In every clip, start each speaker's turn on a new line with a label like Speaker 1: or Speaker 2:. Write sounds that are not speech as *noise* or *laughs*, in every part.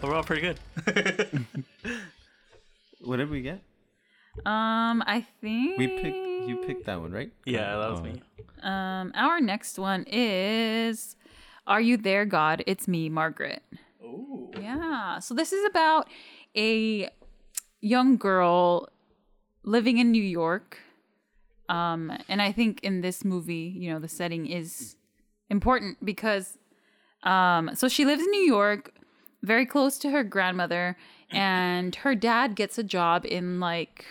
Speaker 1: But we're all *laughs* pretty good.
Speaker 2: What did we get?
Speaker 3: Um, I think
Speaker 2: We picked. You picked that one, right?
Speaker 1: yeah, that was
Speaker 2: Oh,
Speaker 1: me.
Speaker 3: Um, our next one is Are You There, God? It's Me, Margaret.
Speaker 1: Ooh.
Speaker 3: Yeah. So this is about a young girl living in New York. Um, and I think in this movie, you know, the setting is important because um, so she lives in New York, very close to her grandmother, and her dad gets a job in like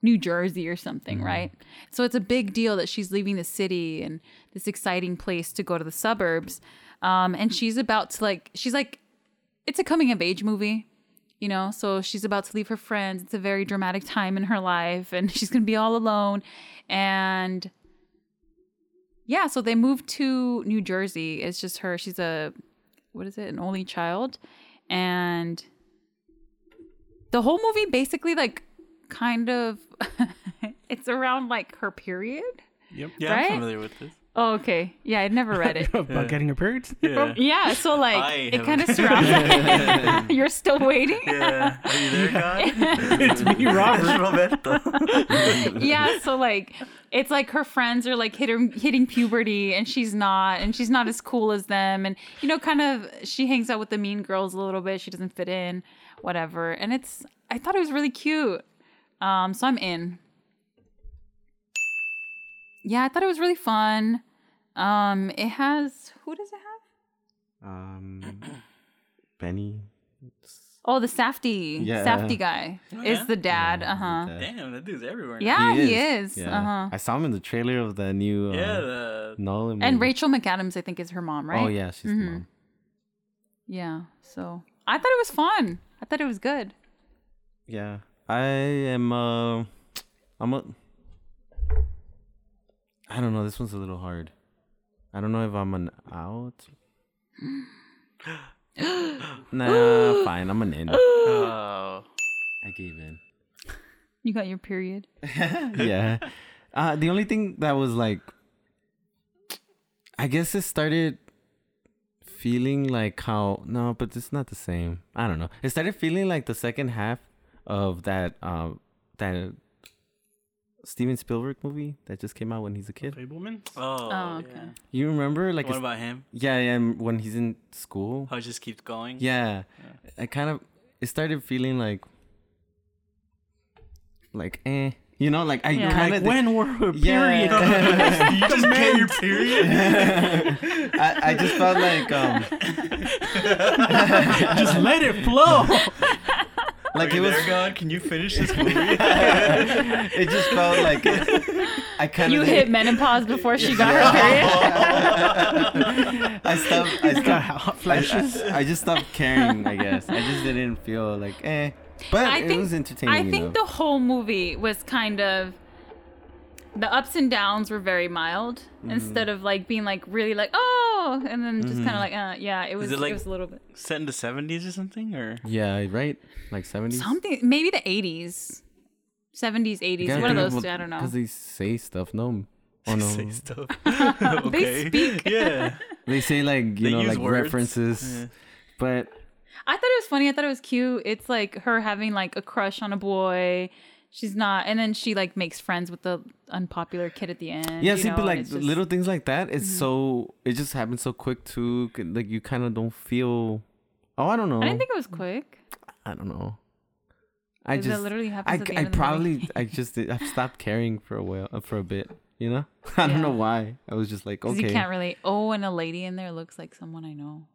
Speaker 3: New Jersey or something, right? So it's a big deal that she's leaving the city and this exciting place to go to the suburbs. Um, and she's about to like, she's like, it's a coming of age movie, you know? So she's about to leave her friends. It's a very dramatic time in her life and *laughs* she's going to be all alone. And yeah, so they moved to New Jersey. It's just her. She's a, what is it, an only child. And the whole movie basically, like, kind of, *laughs* it's around like her period.
Speaker 4: Yep.
Speaker 1: Yeah,
Speaker 3: Right?
Speaker 1: I'm familiar with this.
Speaker 3: Oh, okay. Yeah, I'd never read it.
Speaker 4: About getting a period.
Speaker 1: *laughs* Yeah.
Speaker 3: Yeah, so
Speaker 1: I
Speaker 3: like it
Speaker 1: haven't-
Speaker 3: kind of surrounds. *laughs* You're still waiting.
Speaker 1: *laughs* yeah. Are you there, God?
Speaker 4: it's me, Robert.
Speaker 1: *laughs* Roberto.
Speaker 3: yeah, so like it's like her friends are like hitting hitting puberty and she's not and she's not as cool as them and you know kind of she hangs out with the mean girls a little bit, she doesn't fit in, whatever. And it's I thought it was really cute. Um so I'm in. Yeah, I thought it was really fun. Um it has who does it have?
Speaker 2: Um, Benny.
Speaker 3: Oh, the Safty.
Speaker 2: Yeah.
Speaker 3: Safty guy is
Speaker 1: yeah?
Speaker 3: the dad.
Speaker 2: Yeah,
Speaker 3: uh-huh.
Speaker 2: the dad.
Speaker 1: Damn, that dude's everywhere. now.
Speaker 3: Yeah, he is.
Speaker 2: Yeah.
Speaker 3: Uh-huh.
Speaker 2: I saw him in the trailer of the new. Uh,
Speaker 1: Yeah. The,
Speaker 2: Nolan.
Speaker 3: And
Speaker 2: movie.
Speaker 3: Rachel McAdams, I think, is her mom, right?
Speaker 2: Oh yeah, she's the
Speaker 3: Mhm.
Speaker 2: mom.
Speaker 3: Yeah. So I thought it was fun. I thought it was good.
Speaker 2: Yeah, I am. Uh, I'm a. I don't know. This one's a little hard. I don't know if I'm an out.
Speaker 3: *gasps* *gasps*
Speaker 2: nah, fine. I'm an in. I
Speaker 1: oh.
Speaker 2: gave in.
Speaker 3: You got your period.
Speaker 2: yeah. Uh, the only thing that was like, I guess it started feeling like how no, but it's not the same. I don't know. It started feeling like the second half of that um that Steven Spielberg movie that just came out when he's a kid.
Speaker 4: Fableman.
Speaker 1: Oh.
Speaker 3: Oh, okay.
Speaker 1: yeah.
Speaker 2: You remember like
Speaker 1: what
Speaker 2: it's-
Speaker 1: about him?
Speaker 2: yeah, yeah, and when he's in school.
Speaker 1: How it just keeps going?
Speaker 2: Yeah, I kind of it started feeling like like eh, you know, like I
Speaker 3: Yeah.
Speaker 2: kind of
Speaker 4: When were
Speaker 2: *laughs*
Speaker 4: her period?
Speaker 2: Yeah.
Speaker 1: you just get your period.
Speaker 2: I, I just felt like um
Speaker 4: Just let it flow.
Speaker 2: like it was
Speaker 1: God? Can you finish this movie?
Speaker 2: *laughs* it just felt *laughs* like I kind
Speaker 3: You
Speaker 2: of
Speaker 3: hit menopause before she got her period.
Speaker 2: *laughs* I stopped I stopped
Speaker 4: Hot
Speaker 2: I,
Speaker 4: flashes.
Speaker 2: I just stopped caring, I guess. I just didn't feel like eh. But
Speaker 3: I
Speaker 2: it
Speaker 3: think-
Speaker 2: was entertaining.
Speaker 3: I think the whole movie was kind of the ups and downs were very mild
Speaker 2: Mm-hmm.
Speaker 3: instead of like being like really like oh and then just
Speaker 2: Mm-hmm.
Speaker 3: kind of like uh, yeah it was
Speaker 1: it
Speaker 3: it,
Speaker 1: like-
Speaker 3: was a little bit
Speaker 1: Set in the seventies or something, or
Speaker 2: Yeah, right? Like seventies.
Speaker 3: something maybe the 80s 70s 80s one of those two
Speaker 2: *laughs*
Speaker 3: I don't know *laughs*
Speaker 2: Because they say stuff, no. Oh
Speaker 1: *laughs*
Speaker 2: no.
Speaker 1: say stuff. okay.
Speaker 3: speak.
Speaker 1: Yeah.
Speaker 2: They say like you
Speaker 1: They
Speaker 2: know
Speaker 1: use
Speaker 2: like
Speaker 1: words.
Speaker 2: references, but
Speaker 3: I thought it was funny. I thought it was cute. It's like her having like a crush on a boy. She's not, and then she like makes friends with the unpopular kid at the end.
Speaker 2: yeah,
Speaker 3: you
Speaker 2: see,
Speaker 3: know,
Speaker 2: but
Speaker 3: and
Speaker 2: like
Speaker 3: it's just- Mm-hmm.
Speaker 2: little things like that, it's so it just happens so quick too. c- Like you kind of don't feel. Oh, I don't know.
Speaker 3: I didn't think it was quick.
Speaker 2: I don't know. I
Speaker 3: That
Speaker 2: just
Speaker 3: literally happens
Speaker 2: I,
Speaker 3: at the
Speaker 2: I
Speaker 3: end of the *laughs*
Speaker 2: probably I just did- I've stopped caring for a while uh, for a bit. You know, *laughs* I don't
Speaker 3: Yeah.
Speaker 2: know why. I was just like,
Speaker 3: 'Cause
Speaker 2: okay,
Speaker 3: you can't really. Oh, and a lady in there looks like someone I know,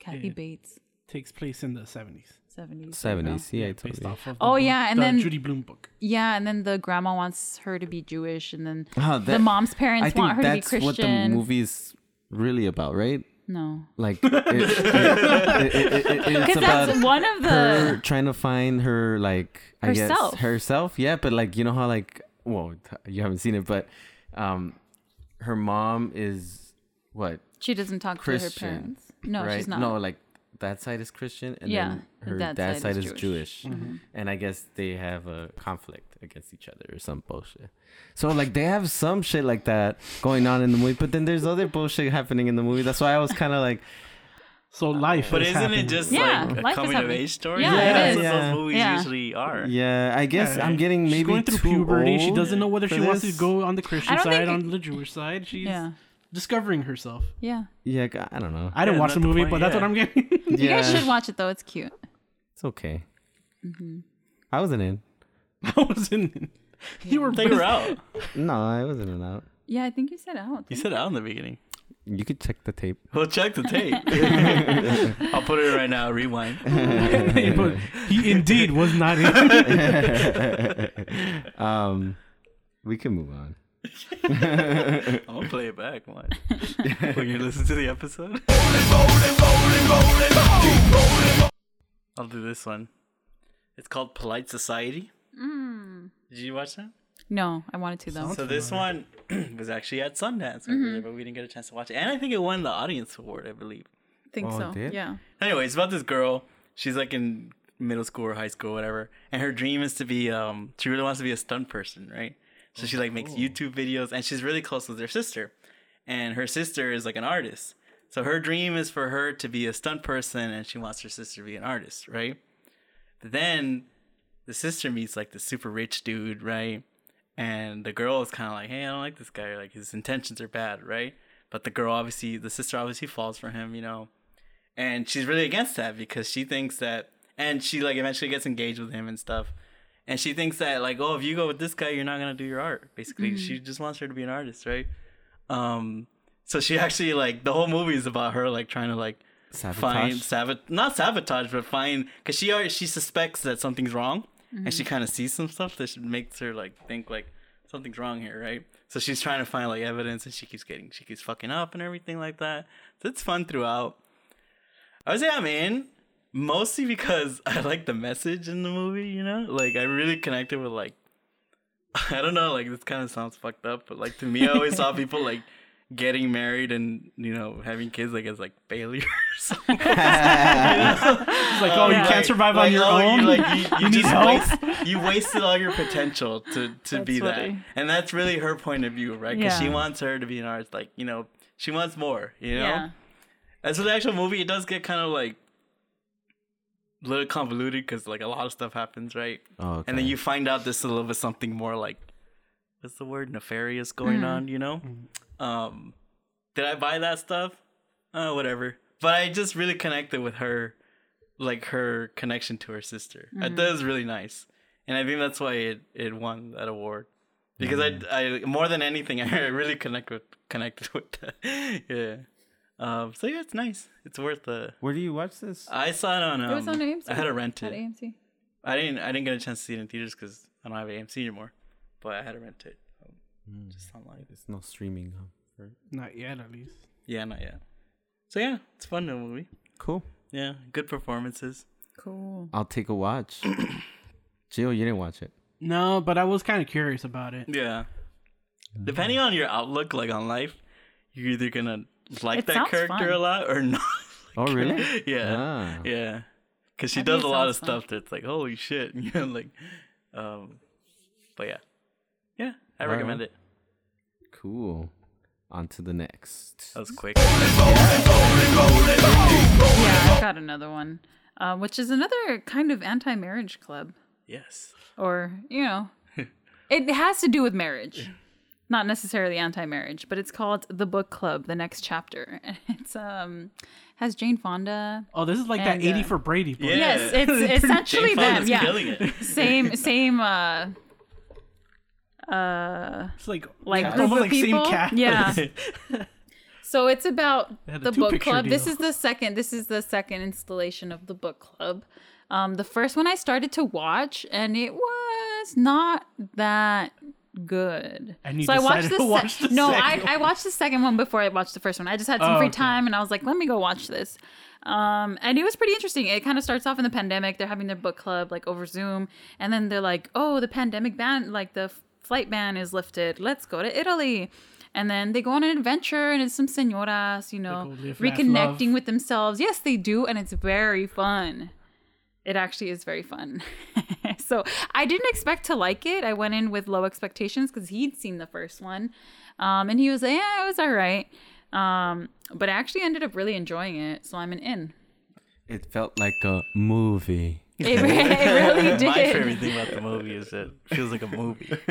Speaker 3: Kathy
Speaker 4: Yeah.
Speaker 3: Bates,
Speaker 4: Takes place in the seventies.
Speaker 3: seventies.
Speaker 2: seventies. Yeah, I *laughs*
Speaker 4: based
Speaker 2: totally.
Speaker 4: off of
Speaker 3: Oh,
Speaker 4: book-
Speaker 3: yeah, and
Speaker 4: E. the
Speaker 3: then-
Speaker 4: Judy Bloom book.
Speaker 3: Yeah, and then the grandma wants her to be Jewish, and then
Speaker 2: Ah,
Speaker 3: the
Speaker 2: that-
Speaker 3: mom's
Speaker 2: I
Speaker 3: parents
Speaker 2: think
Speaker 3: want her to be
Speaker 2: that's what the
Speaker 3: Christian.
Speaker 2: movie is really about, right?
Speaker 3: no,
Speaker 2: Like, it, it- it- it-
Speaker 3: *laughs*
Speaker 2: it- it's
Speaker 3: because
Speaker 2: about
Speaker 3: that's one of the.
Speaker 2: her trying to find her like I
Speaker 3: Uh. Herself.
Speaker 2: guess herself. Yeah, but like you know how like well t- you haven't seen it, but um, her mom is what
Speaker 3: she doesn't talk to
Speaker 2: Christian,
Speaker 3: her parents. No,
Speaker 2: right?
Speaker 3: she's not.
Speaker 2: No, like that side is Christian, and
Speaker 3: Yeah,
Speaker 2: then
Speaker 3: the
Speaker 2: her
Speaker 3: dad
Speaker 2: dad,
Speaker 3: side
Speaker 2: side,
Speaker 3: is Mm-hmm.
Speaker 2: is Jewish. Mm-hmm. And I guess they have a conflict against each other or some bullshit. So like they have some shit like that going on in the movie, but then there's other bullshit happening in the movie. That's why I was kind of like.
Speaker 4: So life.
Speaker 1: But
Speaker 4: is
Speaker 1: isn't
Speaker 4: happening.
Speaker 1: it just
Speaker 3: Yeah,
Speaker 1: like a
Speaker 3: life is
Speaker 1: coming of
Speaker 3: happening.
Speaker 1: age story?
Speaker 3: Yeah,
Speaker 2: it
Speaker 1: That's
Speaker 2: is.
Speaker 1: what
Speaker 2: Yeah.
Speaker 1: those movies
Speaker 3: Yeah.
Speaker 1: usually are.
Speaker 2: Yeah, I guess
Speaker 4: *laughs* Yeah.
Speaker 2: I'm getting
Speaker 4: She's
Speaker 2: maybe
Speaker 4: going through
Speaker 2: too
Speaker 4: puberty. She
Speaker 2: old
Speaker 4: doesn't know whether
Speaker 2: for
Speaker 4: she wants to
Speaker 2: this.
Speaker 4: go on the Christian
Speaker 3: I don't
Speaker 4: side,
Speaker 3: think it-
Speaker 4: on the Jewish side. She's
Speaker 3: Yeah.
Speaker 4: discovering herself.
Speaker 3: Yeah.
Speaker 2: Yeah, g- I don't know.
Speaker 4: I didn't
Speaker 1: Yeah,
Speaker 4: watch
Speaker 1: not
Speaker 4: the
Speaker 1: the
Speaker 4: movie,
Speaker 1: point,
Speaker 4: but that's
Speaker 1: yeah.
Speaker 4: what I'm getting.
Speaker 2: *laughs*
Speaker 3: You
Speaker 2: yeah,
Speaker 3: guys should watch it though. It's cute.
Speaker 2: it's okay. I wasn't in.
Speaker 4: I was in. You were
Speaker 1: They were
Speaker 4: *laughs*
Speaker 1: out.
Speaker 2: No, I wasn't in out.
Speaker 3: Yeah, I think you said out.
Speaker 1: You said out in the beginning.
Speaker 2: You could check the tape.
Speaker 1: Well, check the
Speaker 4: *laughs*
Speaker 1: tape. I'll put it right now. Rewind.
Speaker 4: but he indeed was not in.
Speaker 2: Um, we can move on.
Speaker 1: I'm gonna play it back.
Speaker 4: *laughs*
Speaker 1: What? when you listen to the episode. I'll do this one. It's called Polite Society.
Speaker 3: Mm.
Speaker 1: Did you watch that?
Speaker 3: No, I wanted to though.
Speaker 1: So this one *clears throat* was actually at Sundance, over there, but we didn't get a chance to watch it. And I think it won the audience award, I believe.
Speaker 3: think
Speaker 2: Oh,
Speaker 3: so.
Speaker 2: it did?
Speaker 3: Yeah.
Speaker 1: Anyway, it's about this girl. She's like in middle school or high school, whatever. And her dream is to be um she really wants to be a stunt person, right? So she like makes YouTube videos and she's really close with her sister. And her sister is like an artist. So her dream is for her to be a stunt person and she wants her sister to be an artist, right? Then the sister meets like the super rich dude, right? And the girl is kind of like, hey, I don't like this guy. Like his intentions are bad, right? But the girl obviously, the sister obviously falls for him, you know? and she's really against that because she thinks that and she like eventually gets engaged with him and stuff and she thinks that like oh if you go with this guy you're not gonna do your art basically she just wants her to be an artist right um so she *laughs* actually like the whole movie is about her like trying to like find
Speaker 2: Sabotage.
Speaker 1: sabotage not sabotage but find because she already she suspects that something's wrong and she kind of sees some stuff that makes her like think like something's wrong here right so she's trying to find like evidence and she keeps getting she keeps fucking up and everything like that so it's fun throughout I would say I'm in mostly because *laughs* I like the message in the movie, you know? Like I really connected with like *laughs* I don't know, like this kind of sounds fucked up, but like to me I always saw people like getting married and you know having kids like as like *laughs* failures.
Speaker 2: *laughs*
Speaker 3: *laughs*
Speaker 4: It's like, oh, you
Speaker 1: Like-
Speaker 4: can't survive on
Speaker 1: like,
Speaker 4: your
Speaker 1: oh,
Speaker 4: own.
Speaker 1: You, like, you, you
Speaker 4: need
Speaker 1: just
Speaker 4: help?
Speaker 1: waste- you wasted all your potential to to be
Speaker 3: That's
Speaker 1: that,
Speaker 3: funny.
Speaker 1: and that's really her point of view, right? Because she
Speaker 3: Yeah.
Speaker 1: wants her to be an artist, like you know, she wants more, you know.
Speaker 3: Yeah.
Speaker 1: As for the actual movie, it does get kind of like a little convoluted because like a lot of stuff happens, right?
Speaker 2: Oh,
Speaker 1: And then
Speaker 2: okay.
Speaker 1: you find out there's a little bit something more like what's the word nefarious going on, you know? Um, did I buy that stuff? Uh, whatever. But I just really connected with her, like her connection to her sister. That
Speaker 3: Mm-hmm.
Speaker 1: was really nice, and I think that's why it it won that award because I I more than anything *laughs* I really connect with connected *laughs* with that. yeah. Um, so yeah, it's nice. It's worth the.
Speaker 2: Where do you watch this?
Speaker 1: I saw it on. Um,
Speaker 3: It was on AMC.
Speaker 1: I had to rent
Speaker 3: At
Speaker 1: it.
Speaker 3: AMC.
Speaker 1: I didn't. I didn't get a chance to see it in theaters because I don't have AMC anymore. But I had to rent it um, just online.
Speaker 2: It's no streaming. huh?
Speaker 4: *laughs* Not yet, at least.
Speaker 1: Yeah, not yet. So yeah, it's a fun little movie.
Speaker 2: Cool.
Speaker 1: Yeah, good performances.
Speaker 3: Cool.
Speaker 2: I'll take a
Speaker 3: *coughs*
Speaker 2: watch. Jill, you didn't watch it.
Speaker 4: No, but I was kind of curious about it.
Speaker 1: Yeah. Depending on your outlook, like on life, you're either gonna like
Speaker 3: It
Speaker 1: that
Speaker 3: sounds
Speaker 1: character
Speaker 3: fun.
Speaker 1: a lot or *laughs* not.
Speaker 2: Oh, really?
Speaker 1: yeah.
Speaker 2: Ah.
Speaker 1: Yeah. Cause she
Speaker 3: I
Speaker 1: does
Speaker 3: think
Speaker 1: a
Speaker 3: it
Speaker 1: lot of
Speaker 3: sounds fun.
Speaker 1: stuff that's like, holy shit. *laughs* You know, like um but yeah. Yeah, I
Speaker 2: Alright.
Speaker 1: recommend it.
Speaker 2: Cool. On to the next.
Speaker 1: That was quick.
Speaker 3: Yeah, I've got another one, uh, which is another kind of anti-marriage club,
Speaker 1: Yes.
Speaker 3: or you
Speaker 1: *laughs*
Speaker 3: know, it has to do with marriage, not necessarily anti-marriage, but it's called the Book Club: The Next Chapter, *laughs* and it's um has Jane Fonda.
Speaker 4: Oh, this is like
Speaker 3: And,
Speaker 4: that 80
Speaker 3: uh,
Speaker 4: for Brady. book.
Speaker 1: Yeah.
Speaker 3: Yes, it's essentially
Speaker 1: *laughs* Jane
Speaker 3: them.
Speaker 1: Fonda's
Speaker 3: Yeah,
Speaker 1: killing it. *laughs*
Speaker 3: same same uh
Speaker 4: It's like,
Speaker 3: like
Speaker 4: Yeah.
Speaker 3: group
Speaker 4: almost
Speaker 3: of
Speaker 4: like
Speaker 3: people.
Speaker 4: same cat. *laughs*
Speaker 3: Yeah. *laughs* so it's about
Speaker 4: had a
Speaker 3: the
Speaker 4: two-picture
Speaker 3: book club. This
Speaker 4: deal.
Speaker 3: is the second. This is the second installation of the book club. Um, the first one I started to watch, and it was not that good.
Speaker 4: And you
Speaker 3: so I watched
Speaker 4: decided
Speaker 3: the,
Speaker 4: to watch the
Speaker 3: no,
Speaker 4: second
Speaker 3: I, I watched the second one before I watched the first one. I just had some
Speaker 4: Oh,
Speaker 3: free
Speaker 4: okay.
Speaker 3: time, and I was like, let me go watch this. Um, and it was pretty interesting. It kind of starts off in the pandemic. They're having their book club like over Zoom, and then they're like, "Oh, the pandemic ban, like the f- flight ban is lifted. Let's go to Italy." And then they go on an adventure, and it's some senoras, you know,
Speaker 4: go live, laugh,
Speaker 3: reconnecting
Speaker 4: love.
Speaker 3: with themselves. Yes, they do, and it's very fun. It actually is very fun. *laughs* so I didn't expect to like it. I went in with low expectations because he'd seen the first one, um, and he was like, "Yeah, it was all right." Um, but I actually ended up really enjoying it, so I'm an in.
Speaker 2: It felt like a movie.
Speaker 3: *laughs* It, re- it
Speaker 4: *laughs*
Speaker 3: really did.
Speaker 1: *laughs* My favorite thing about the movie is that it feels like a movie.
Speaker 3: *laughs*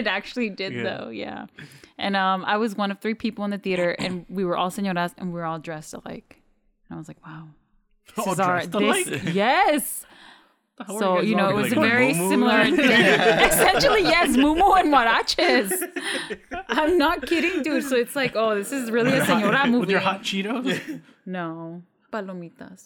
Speaker 3: it actually did
Speaker 1: Yeah.
Speaker 3: though yeah and um i was one of three people in the theater and we were all señoras and we were all dressed alike and i was like wow this
Speaker 4: *laughs* All
Speaker 3: is our
Speaker 4: dressed alike?
Speaker 3: this- *laughs* yes
Speaker 4: *laughs* How are
Speaker 3: so
Speaker 4: guys
Speaker 3: you know
Speaker 4: all
Speaker 3: it was
Speaker 1: Like
Speaker 4: doing?
Speaker 3: very
Speaker 1: Mumu?
Speaker 4: *laughs*
Speaker 3: similar *laughs* essentially yes mumu and huaraches
Speaker 4: *laughs*
Speaker 3: i'm not kidding dude so it's like oh this is really a señora *laughs* movie
Speaker 4: with your hot Cheetos.
Speaker 3: no palomitas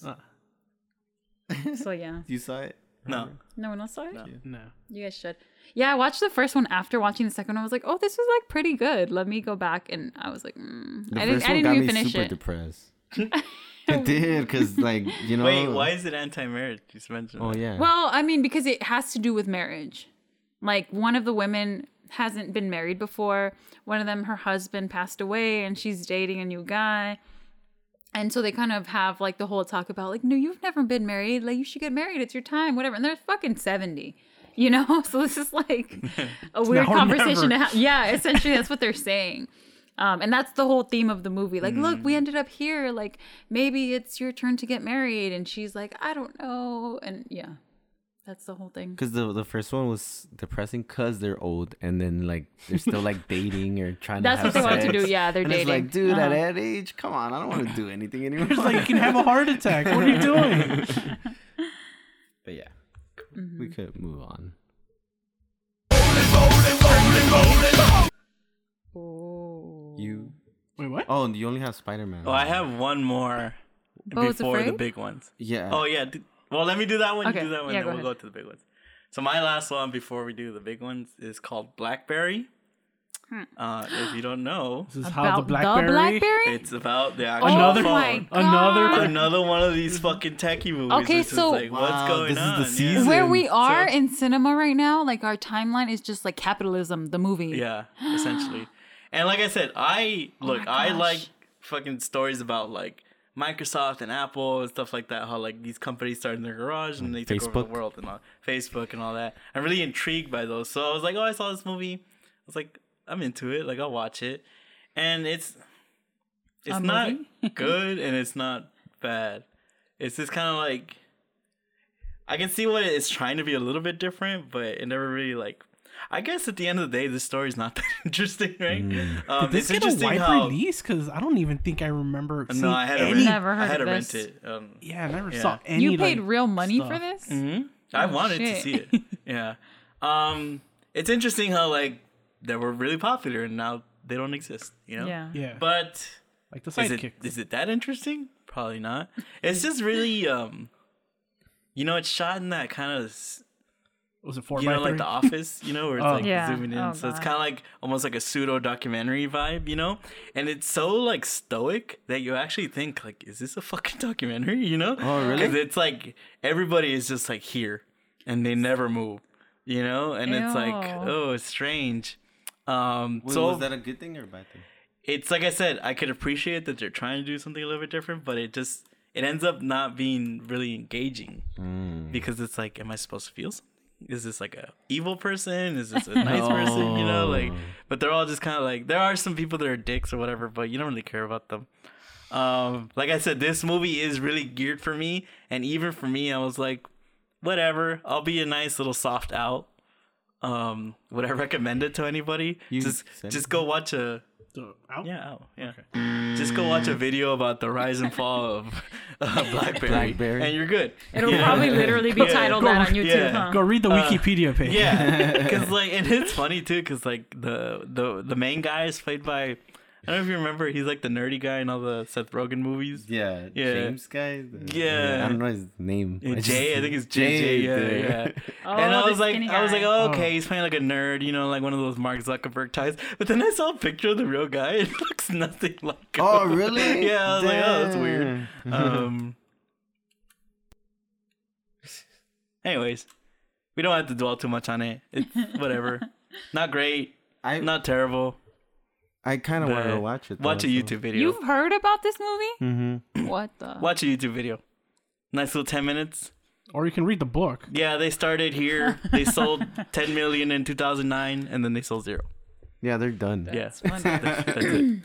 Speaker 3: so yeah
Speaker 2: You saw it?
Speaker 1: No.
Speaker 3: no one else saw it
Speaker 4: *laughs* Ah. no,
Speaker 3: You guys should. Yeah, I watched the first one after watching the second one. I was like, oh, this was like pretty good. Let me go back. And I was like, mm.
Speaker 2: The
Speaker 3: I didn't,
Speaker 2: first
Speaker 3: I
Speaker 2: one
Speaker 3: didn't
Speaker 2: got
Speaker 3: even
Speaker 2: me
Speaker 3: finish
Speaker 2: super
Speaker 3: it.
Speaker 2: depressed.
Speaker 3: *laughs*
Speaker 2: it did, cause like you know.
Speaker 1: Wait, why is it anti-marriage? You just mentioned.
Speaker 2: Oh
Speaker 1: that.
Speaker 2: yeah.
Speaker 3: well, I mean, because it has to do with marriage. Like, one of the women hasn't been married before. One of them, her husband passed away and she's dating a new guy. And so they kind of have like the whole talk about, like, no, you've never been married. Like, you should get married. It's your time, whatever. And they're fucking 70. You know, *laughs* so this
Speaker 2: *laughs*
Speaker 3: is like a weird
Speaker 4: now or
Speaker 3: conversation to
Speaker 4: never.
Speaker 3: have. Yeah, essentially, that's what they're saying. Um, and that's the whole theme of the movie. Like, look,
Speaker 2: Mm.
Speaker 3: we ended up here. Like, maybe it's your turn to get married. And she's like, I don't know. And yeah, that's the whole thing.
Speaker 2: Because the the first one was depressing because they're old and then like they're still like dating or trying
Speaker 3: That's
Speaker 2: to
Speaker 3: what
Speaker 2: have
Speaker 3: they want to
Speaker 2: sex.
Speaker 3: do. Yeah, they're
Speaker 2: and
Speaker 3: dating.
Speaker 2: it's like, dude, at
Speaker 3: Uh-huh.
Speaker 2: that age, come on, I don't want to do anything anymore.
Speaker 4: it's like you can have a heart attack. What are you doing?
Speaker 2: *laughs* but yeah,
Speaker 3: Mm-hmm.
Speaker 2: we could move on.
Speaker 4: Oh.
Speaker 3: Ooh.
Speaker 2: You
Speaker 4: Wait, what?
Speaker 2: oh, and you only have Spider Man.
Speaker 1: Oh, I have one more
Speaker 3: Bo Oh, is
Speaker 1: before the
Speaker 3: afraid?
Speaker 1: big ones.
Speaker 2: Yeah.
Speaker 1: Oh yeah. d- Well, let me do that one.
Speaker 3: Okay.
Speaker 1: You do that one,
Speaker 3: Yeah,
Speaker 1: then
Speaker 3: go
Speaker 1: we'll go to the big ones. So my last one before we do the big ones is called Blackberry.
Speaker 3: Hmm.
Speaker 1: Uh, if you don't *gasps* know,
Speaker 4: This is how the
Speaker 3: About
Speaker 4: blackberry.
Speaker 1: it's about the actual
Speaker 4: Another-
Speaker 3: Another,
Speaker 1: phone.
Speaker 3: Oh my
Speaker 4: Another-
Speaker 3: God.
Speaker 1: Another one of these fucking techie movies.
Speaker 3: Okay,
Speaker 1: which is
Speaker 3: so-
Speaker 1: like,
Speaker 2: Wow,
Speaker 1: what's going
Speaker 2: this is the
Speaker 1: on?
Speaker 2: season.
Speaker 3: Where we are
Speaker 1: So-
Speaker 3: in cinema right now, like our timeline is just like capitalism, the movie. Oh
Speaker 1: Yeah,
Speaker 3: *gasps*
Speaker 1: essentially. And like I said, I look,
Speaker 3: my
Speaker 1: I
Speaker 3: gosh.
Speaker 1: like fucking stories about like Microsoft and Apple and stuff like that. How like these companies started in their garage and they took over
Speaker 2: Facebook.
Speaker 1: the world and all, Facebook and all that. I'm really intrigued by those. So I was like, oh, I saw this movie. I was like, I'm into it. Like I'll watch it. And it's it's
Speaker 3: A
Speaker 1: not
Speaker 3: movie? *laughs*
Speaker 1: good and it's not bad. It's just kind of like I can see what it's trying to be a little bit different, but it never really like. I guess at the end of the day, the story's not *laughs* that interesting, right? Um,
Speaker 4: Mm. Did
Speaker 1: it's
Speaker 4: this get a
Speaker 1: interesting
Speaker 4: wide
Speaker 1: how.
Speaker 4: release? Because I don't even think I remember. Seeing
Speaker 1: No, I had to
Speaker 4: any.
Speaker 1: rent.
Speaker 3: Never
Speaker 1: I
Speaker 3: heard
Speaker 1: had
Speaker 3: of
Speaker 1: to rent
Speaker 3: this.
Speaker 1: it. Um,
Speaker 4: Yeah, I never
Speaker 1: Yeah.
Speaker 4: saw any.
Speaker 3: You paid
Speaker 4: like,
Speaker 3: real money for
Speaker 4: stuff.
Speaker 3: this?
Speaker 2: Mm,
Speaker 4: Hmm?
Speaker 1: I wanted to
Speaker 3: Oh, shit.
Speaker 1: see it. Yeah. Um, it's interesting how like they were really popular and now they don't exist. You know.
Speaker 3: Yeah.
Speaker 4: Yeah,
Speaker 1: But
Speaker 4: like the
Speaker 1: is it,
Speaker 4: sidekicks.
Speaker 1: is it that interesting? Probably not. It's just really, um, you know, it's shot in that kind of s-
Speaker 4: Was it four
Speaker 1: you
Speaker 4: by
Speaker 1: know, like
Speaker 2: *laughs*
Speaker 4: three?
Speaker 1: The Office, you know, where it's
Speaker 4: Oh.
Speaker 1: like
Speaker 3: Yeah.
Speaker 1: zooming in.
Speaker 3: Oh,
Speaker 1: so it's
Speaker 3: God.
Speaker 1: kind of like almost like a pseudo documentary vibe, you know? And it's so like stoic that you actually think like, is this a fucking *laughs* documentary? You know?
Speaker 2: Oh, really?
Speaker 1: Because it's like everybody is just like here, and they never move, you know? And it's like,
Speaker 3: Ew.
Speaker 1: oh, it's strange. Um,
Speaker 2: Wait,
Speaker 1: so
Speaker 2: was that a good thing or a bad thing?
Speaker 1: it's like I said, I could appreciate that they're trying to do something a little bit different, but it just it ends up not being really engaging
Speaker 2: Mm.
Speaker 1: because it's like, am I supposed to feel something? Is this like a evil person? Is this a
Speaker 2: *laughs*
Speaker 1: nice person? You know, like, but they're all just kind of like there are some people that are dicks or whatever, but you don't really care about them. Um, like I said, this movie is really geared for me, and even for me, I was like, whatever, I'll be a nice little soft out. Um, would I *laughs* recommend it to anybody?
Speaker 2: You
Speaker 1: just,
Speaker 2: said-
Speaker 1: just go watch a
Speaker 4: The- out?
Speaker 1: yeah, oh, yeah. Just go watch a video about the rise and fall of
Speaker 2: *laughs*
Speaker 1: uh, BlackBerry,
Speaker 2: Blackberry.
Speaker 1: and you're good.
Speaker 3: It'll
Speaker 1: Yeah.
Speaker 3: probably literally be
Speaker 1: Yeah.
Speaker 3: titled that on YouTube,
Speaker 1: Yeah.
Speaker 3: huh?
Speaker 4: Go read the Wikipedia page.
Speaker 1: Uh,
Speaker 2: *laughs*
Speaker 1: Yeah, because like, and it's funny too, because like the the the main guy is played by I don't know if you remember, he's like the nerdy guy in all the Seth Rogen movies.
Speaker 2: Yeah,
Speaker 1: Yeah.
Speaker 2: James guy. The-
Speaker 1: Yeah.
Speaker 2: I don't know his name.
Speaker 1: Yeah,
Speaker 2: just-
Speaker 1: Uh, Jay, I think it's JJ. Yeah,
Speaker 2: dude.
Speaker 1: yeah.
Speaker 3: *laughs* Oh,
Speaker 1: and I
Speaker 3: the
Speaker 1: was like,
Speaker 3: skinny
Speaker 1: I was like,
Speaker 3: guy.
Speaker 1: oh, okay, he's playing like a nerd, you know, like one of those Mark Zuckerberg types. But then I saw a picture of the real guy. *laughs* It looks nothing like. him.
Speaker 2: *laughs* Oh,
Speaker 1: *laughs*
Speaker 2: really?
Speaker 1: yeah, I was like, oh, that's weird.
Speaker 2: Damn.
Speaker 3: *laughs*
Speaker 1: Um. anyways, we don't have to dwell too much on it. It's
Speaker 3: *laughs*
Speaker 1: whatever. Not great.
Speaker 2: *laughs* I
Speaker 1: Not terrible.
Speaker 2: I kind of want to
Speaker 1: but
Speaker 2: watch it.
Speaker 1: Watch a
Speaker 2: though, so-
Speaker 1: YouTube video.
Speaker 3: You've heard about this movie?
Speaker 2: Mhm.
Speaker 3: What the?
Speaker 1: Watch a YouTube video. Nice little ten minutes.
Speaker 4: Or you can read the book.
Speaker 1: Yeah, they started here.
Speaker 3: *laughs*
Speaker 1: They sold 10 million in 2009, and then they sold zero.
Speaker 2: Yeah, they're done.
Speaker 1: Yeah,
Speaker 3: It's
Speaker 2: *laughs*
Speaker 3: funny.
Speaker 1: that's it.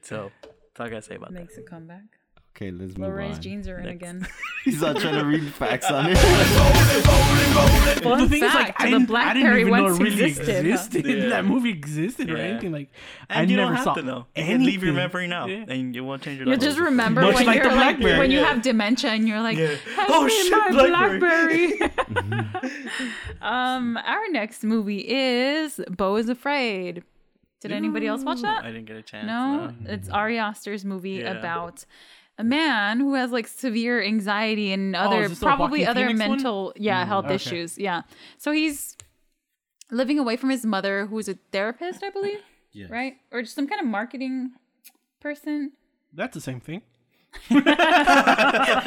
Speaker 1: So That's all I gotta say about that.
Speaker 3: Makes a comeback.
Speaker 2: Okay, let's
Speaker 3: Low
Speaker 2: move
Speaker 3: raised
Speaker 2: on.
Speaker 3: jeans are in again.
Speaker 2: *laughs* He's not trying to read facts on it.
Speaker 3: Fun
Speaker 4: the thing is, like,
Speaker 3: fact, the
Speaker 4: I didn't, I didn't
Speaker 3: BlackBerry
Speaker 4: even know
Speaker 3: once
Speaker 4: it really
Speaker 3: existed. huh?
Speaker 4: existed.
Speaker 1: Yeah.
Speaker 4: That movie existed or
Speaker 1: Yeah.
Speaker 4: anything. Like,
Speaker 1: And
Speaker 4: I
Speaker 1: you
Speaker 4: never
Speaker 1: don't have
Speaker 4: saw
Speaker 1: to know. You
Speaker 4: anything.
Speaker 1: can leave your memory now,
Speaker 4: Yeah.
Speaker 1: and it won't change your
Speaker 3: You'll
Speaker 1: life.
Speaker 3: just remember
Speaker 4: Much
Speaker 3: when
Speaker 4: like
Speaker 3: you're
Speaker 4: the
Speaker 3: like,
Speaker 4: Blackberry.
Speaker 3: when you
Speaker 1: Yeah.
Speaker 3: have dementia and you're like,
Speaker 1: Yeah.
Speaker 3: oh
Speaker 1: Oh,
Speaker 3: shit,
Speaker 1: shit,
Speaker 3: my
Speaker 1: Blackberry."
Speaker 3: Blackberry.
Speaker 1: *laughs*
Speaker 3: *laughs* um, our next movie is Bo is Afraid. Did anybody else watch
Speaker 1: I
Speaker 3: that?
Speaker 1: didn't get a chance.
Speaker 3: No, it's Ari Aster's movie
Speaker 1: Yeah.
Speaker 3: about a man who has like severe anxiety and other
Speaker 4: Oh, is this the
Speaker 3: probably
Speaker 4: Joaquin
Speaker 3: other
Speaker 4: Phoenix one? Mm,
Speaker 3: mental yeah health
Speaker 4: okay.
Speaker 3: issues. Yeah, so he's living away from his mother, who is a therapist, I believe,
Speaker 2: Yes.
Speaker 3: right, or just some kind of marketing person.
Speaker 4: That's the
Speaker 1: *laughs*
Speaker 4: same thing. *laughs*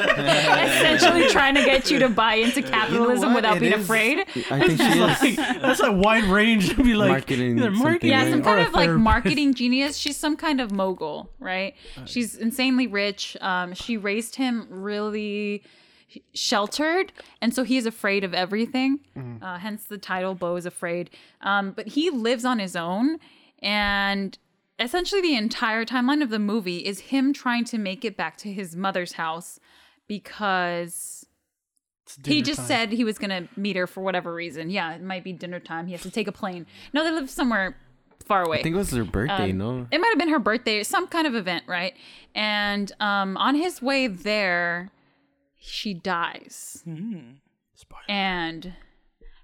Speaker 3: essentially trying to get you to buy into capitalism
Speaker 2: what?
Speaker 3: without
Speaker 2: It
Speaker 3: being
Speaker 2: is-
Speaker 3: afraid.
Speaker 2: I
Speaker 3: *laughs*
Speaker 2: think she is.
Speaker 4: Like, that's a wide range to be like
Speaker 2: Marketing
Speaker 4: either
Speaker 2: something,
Speaker 4: marketing.
Speaker 3: Yeah,
Speaker 2: right?
Speaker 3: some
Speaker 4: or
Speaker 3: kind
Speaker 4: a
Speaker 3: of like
Speaker 4: therapist.
Speaker 3: marketing genius. She's some kind of mogul, right? She's insanely rich. Um, she raised him really sheltered, and so he's afraid of everything. Uh, hence the title, Bo is afraid. Um, but he lives on his own, and essentially the entire timeline of the movie is him trying to make it back to his mother's house because
Speaker 4: It's
Speaker 3: he
Speaker 4: dinner
Speaker 3: just
Speaker 4: time.
Speaker 3: said he was gonna meet her for whatever reason. Yeah, it might be dinner time. He has to take a plane. No, they live somewhere far away.
Speaker 2: I think it was her birthday, no?
Speaker 3: Um, it might have been her birthday, some kind of event, right? And um, on his way there, she dies. And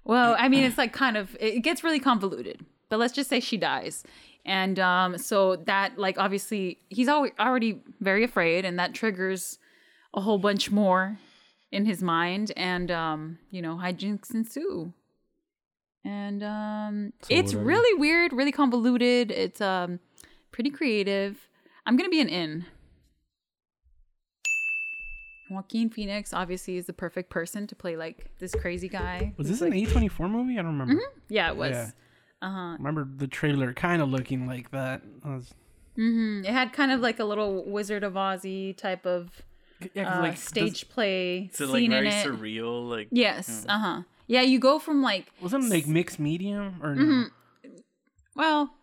Speaker 3: well, I mean, it's like kind of it it gets really convoluted, but let's just say she dies. And um, so that like obviously he's al- already very afraid, and that triggers a whole bunch more in his mind, and um, you know, hijinks ensue. And um, it's
Speaker 2: what are-
Speaker 3: really weird, really convoluted. It's um, pretty creative. I'm gonna be an in. Joaquin Phoenix obviously is the perfect person to play like this crazy guy.
Speaker 4: Was this an A24 movie? I don't remember.
Speaker 3: Yeah, it was.
Speaker 4: Yeah. I remember the trailer kind of looking like that. I was-
Speaker 3: Mm, It had kind of like a little Wizard of Ozzy type of
Speaker 4: yeah, 'cause,
Speaker 3: uh,
Speaker 4: like,
Speaker 3: stage
Speaker 4: does-
Speaker 3: play
Speaker 1: Is it
Speaker 3: scene
Speaker 1: like
Speaker 3: in
Speaker 1: very
Speaker 3: it.
Speaker 1: surreal? Like *laughs*
Speaker 3: Yes. Uh huh. Yeah, you go from like
Speaker 4: Wasn't it like mixed medium or no?
Speaker 3: Mm-hmm. well,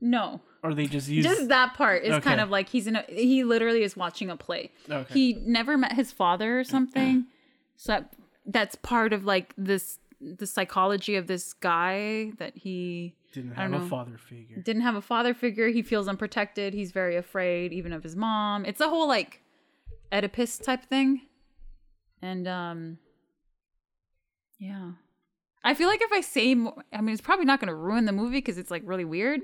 Speaker 3: no.
Speaker 4: or they just used
Speaker 3: just that part is kind
Speaker 4: Okay.
Speaker 3: of like he's in a he literally is watching a play
Speaker 4: Okay.
Speaker 3: he never met his father or
Speaker 4: *clears throat*
Speaker 3: something so that, that's part of like this the psychology of this guy that he
Speaker 4: didn't
Speaker 3: I
Speaker 4: have
Speaker 3: don't
Speaker 4: a
Speaker 3: know.
Speaker 4: father figure.
Speaker 3: didn't have a father figure he feels unprotected he's very afraid even of his mom it's a whole like oedipus type thing and um yeah i feel like if i say more i mean it's probably not going to ruin the movie because it's like really weird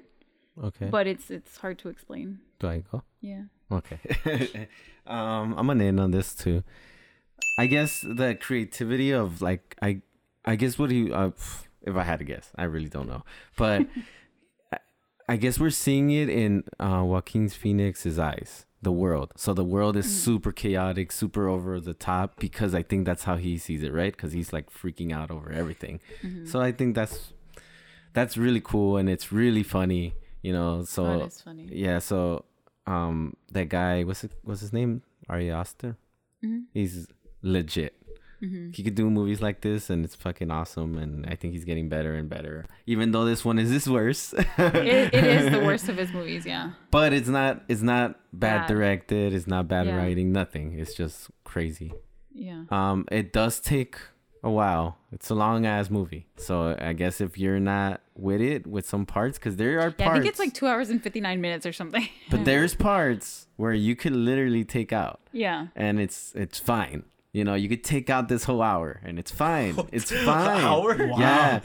Speaker 2: Okay.
Speaker 3: but it's it's hard to explain
Speaker 2: Do I go?
Speaker 3: yeah
Speaker 2: Okay. *laughs* um, I'm gonna end on this too. I guess the creativity of like I, I guess what he uh, pff, if I had to guess, I really don't know, but I- I guess we're seeing it in uh, Joaquin Phoenix's eyes, the world. So the world is super chaotic, super over the top because I think that's how he sees it, right? Because he's like freaking out over everything. So I think that's that's really cool and it's really funny, you know. So
Speaker 3: That is funny.
Speaker 2: yeah, so um that guy what's it what's his name? Ari Aster.
Speaker 3: Mm-hmm.
Speaker 2: He's legit. He could do movies like this and it's fucking awesome and I think he's getting better and better. Even though this one is his worst. *laughs*
Speaker 3: it, it is the worst of his movies. Yeah,
Speaker 2: but it's not it's not bad,
Speaker 3: Bad.
Speaker 2: directed, it's not bad
Speaker 3: Yeah.
Speaker 2: writing, nothing. It's just crazy.
Speaker 3: yeah.
Speaker 2: Um, it does take a while. It's a long ass movie, so I guess if you're not with it with some parts, because there are
Speaker 3: Yeah,
Speaker 2: parts,
Speaker 3: I think it's like two hours and fifty nine minutes or something. *laughs*
Speaker 2: but there's parts where you could literally take out,
Speaker 3: yeah,
Speaker 2: and it's it's fine. You know, you could take out this whole hour, and it's fine. It's fine.
Speaker 1: hour?
Speaker 2: Yeah,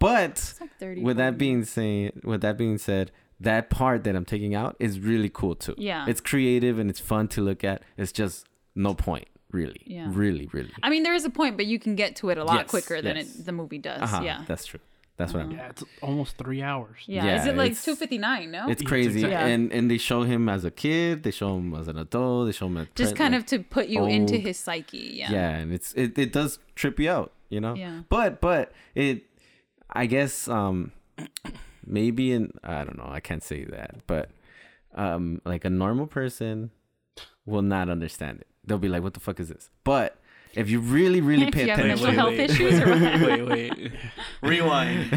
Speaker 2: but
Speaker 3: like 30,
Speaker 2: with
Speaker 3: 40
Speaker 2: that being saying, with that being said. That part that I'm taking out is really cool too.
Speaker 3: Yeah.
Speaker 2: It's creative and it's fun to look at. It's just no point, really.
Speaker 3: Yeah.
Speaker 2: Really, really.
Speaker 3: I mean there is a point, but you can get to it a lot
Speaker 2: Yes,
Speaker 3: quicker than
Speaker 2: yes.
Speaker 3: it, the movie does.
Speaker 2: Uh-huh,
Speaker 3: Yeah,
Speaker 2: That's true. That's what I'm
Speaker 4: Yeah, it's almost three hours.
Speaker 3: yeah.
Speaker 2: yeah,
Speaker 3: Is it like
Speaker 2: it's-
Speaker 3: two fifty nine? No,
Speaker 2: It's crazy,
Speaker 3: exactly- Oh. Yeah.
Speaker 2: and and they show him as a kid, they show him as an adult, they show him at
Speaker 3: just kind of to put you into
Speaker 2: old.
Speaker 3: his psyche. Yeah,
Speaker 2: oh, yeah. and it's it, it does trip you out, you know.
Speaker 3: Yeah.
Speaker 2: But but it, I guess um, maybe in I don't know, I can't say that, but um, like a normal person will not understand it. They'll be like, "What the fuck is this?" But If you really, really
Speaker 3: If
Speaker 2: pay
Speaker 3: you have
Speaker 2: attention,
Speaker 3: mental
Speaker 2: *laughs*
Speaker 3: health issues
Speaker 1: *laughs*
Speaker 3: or
Speaker 1: wait,
Speaker 3: what?
Speaker 1: wait. Rewind.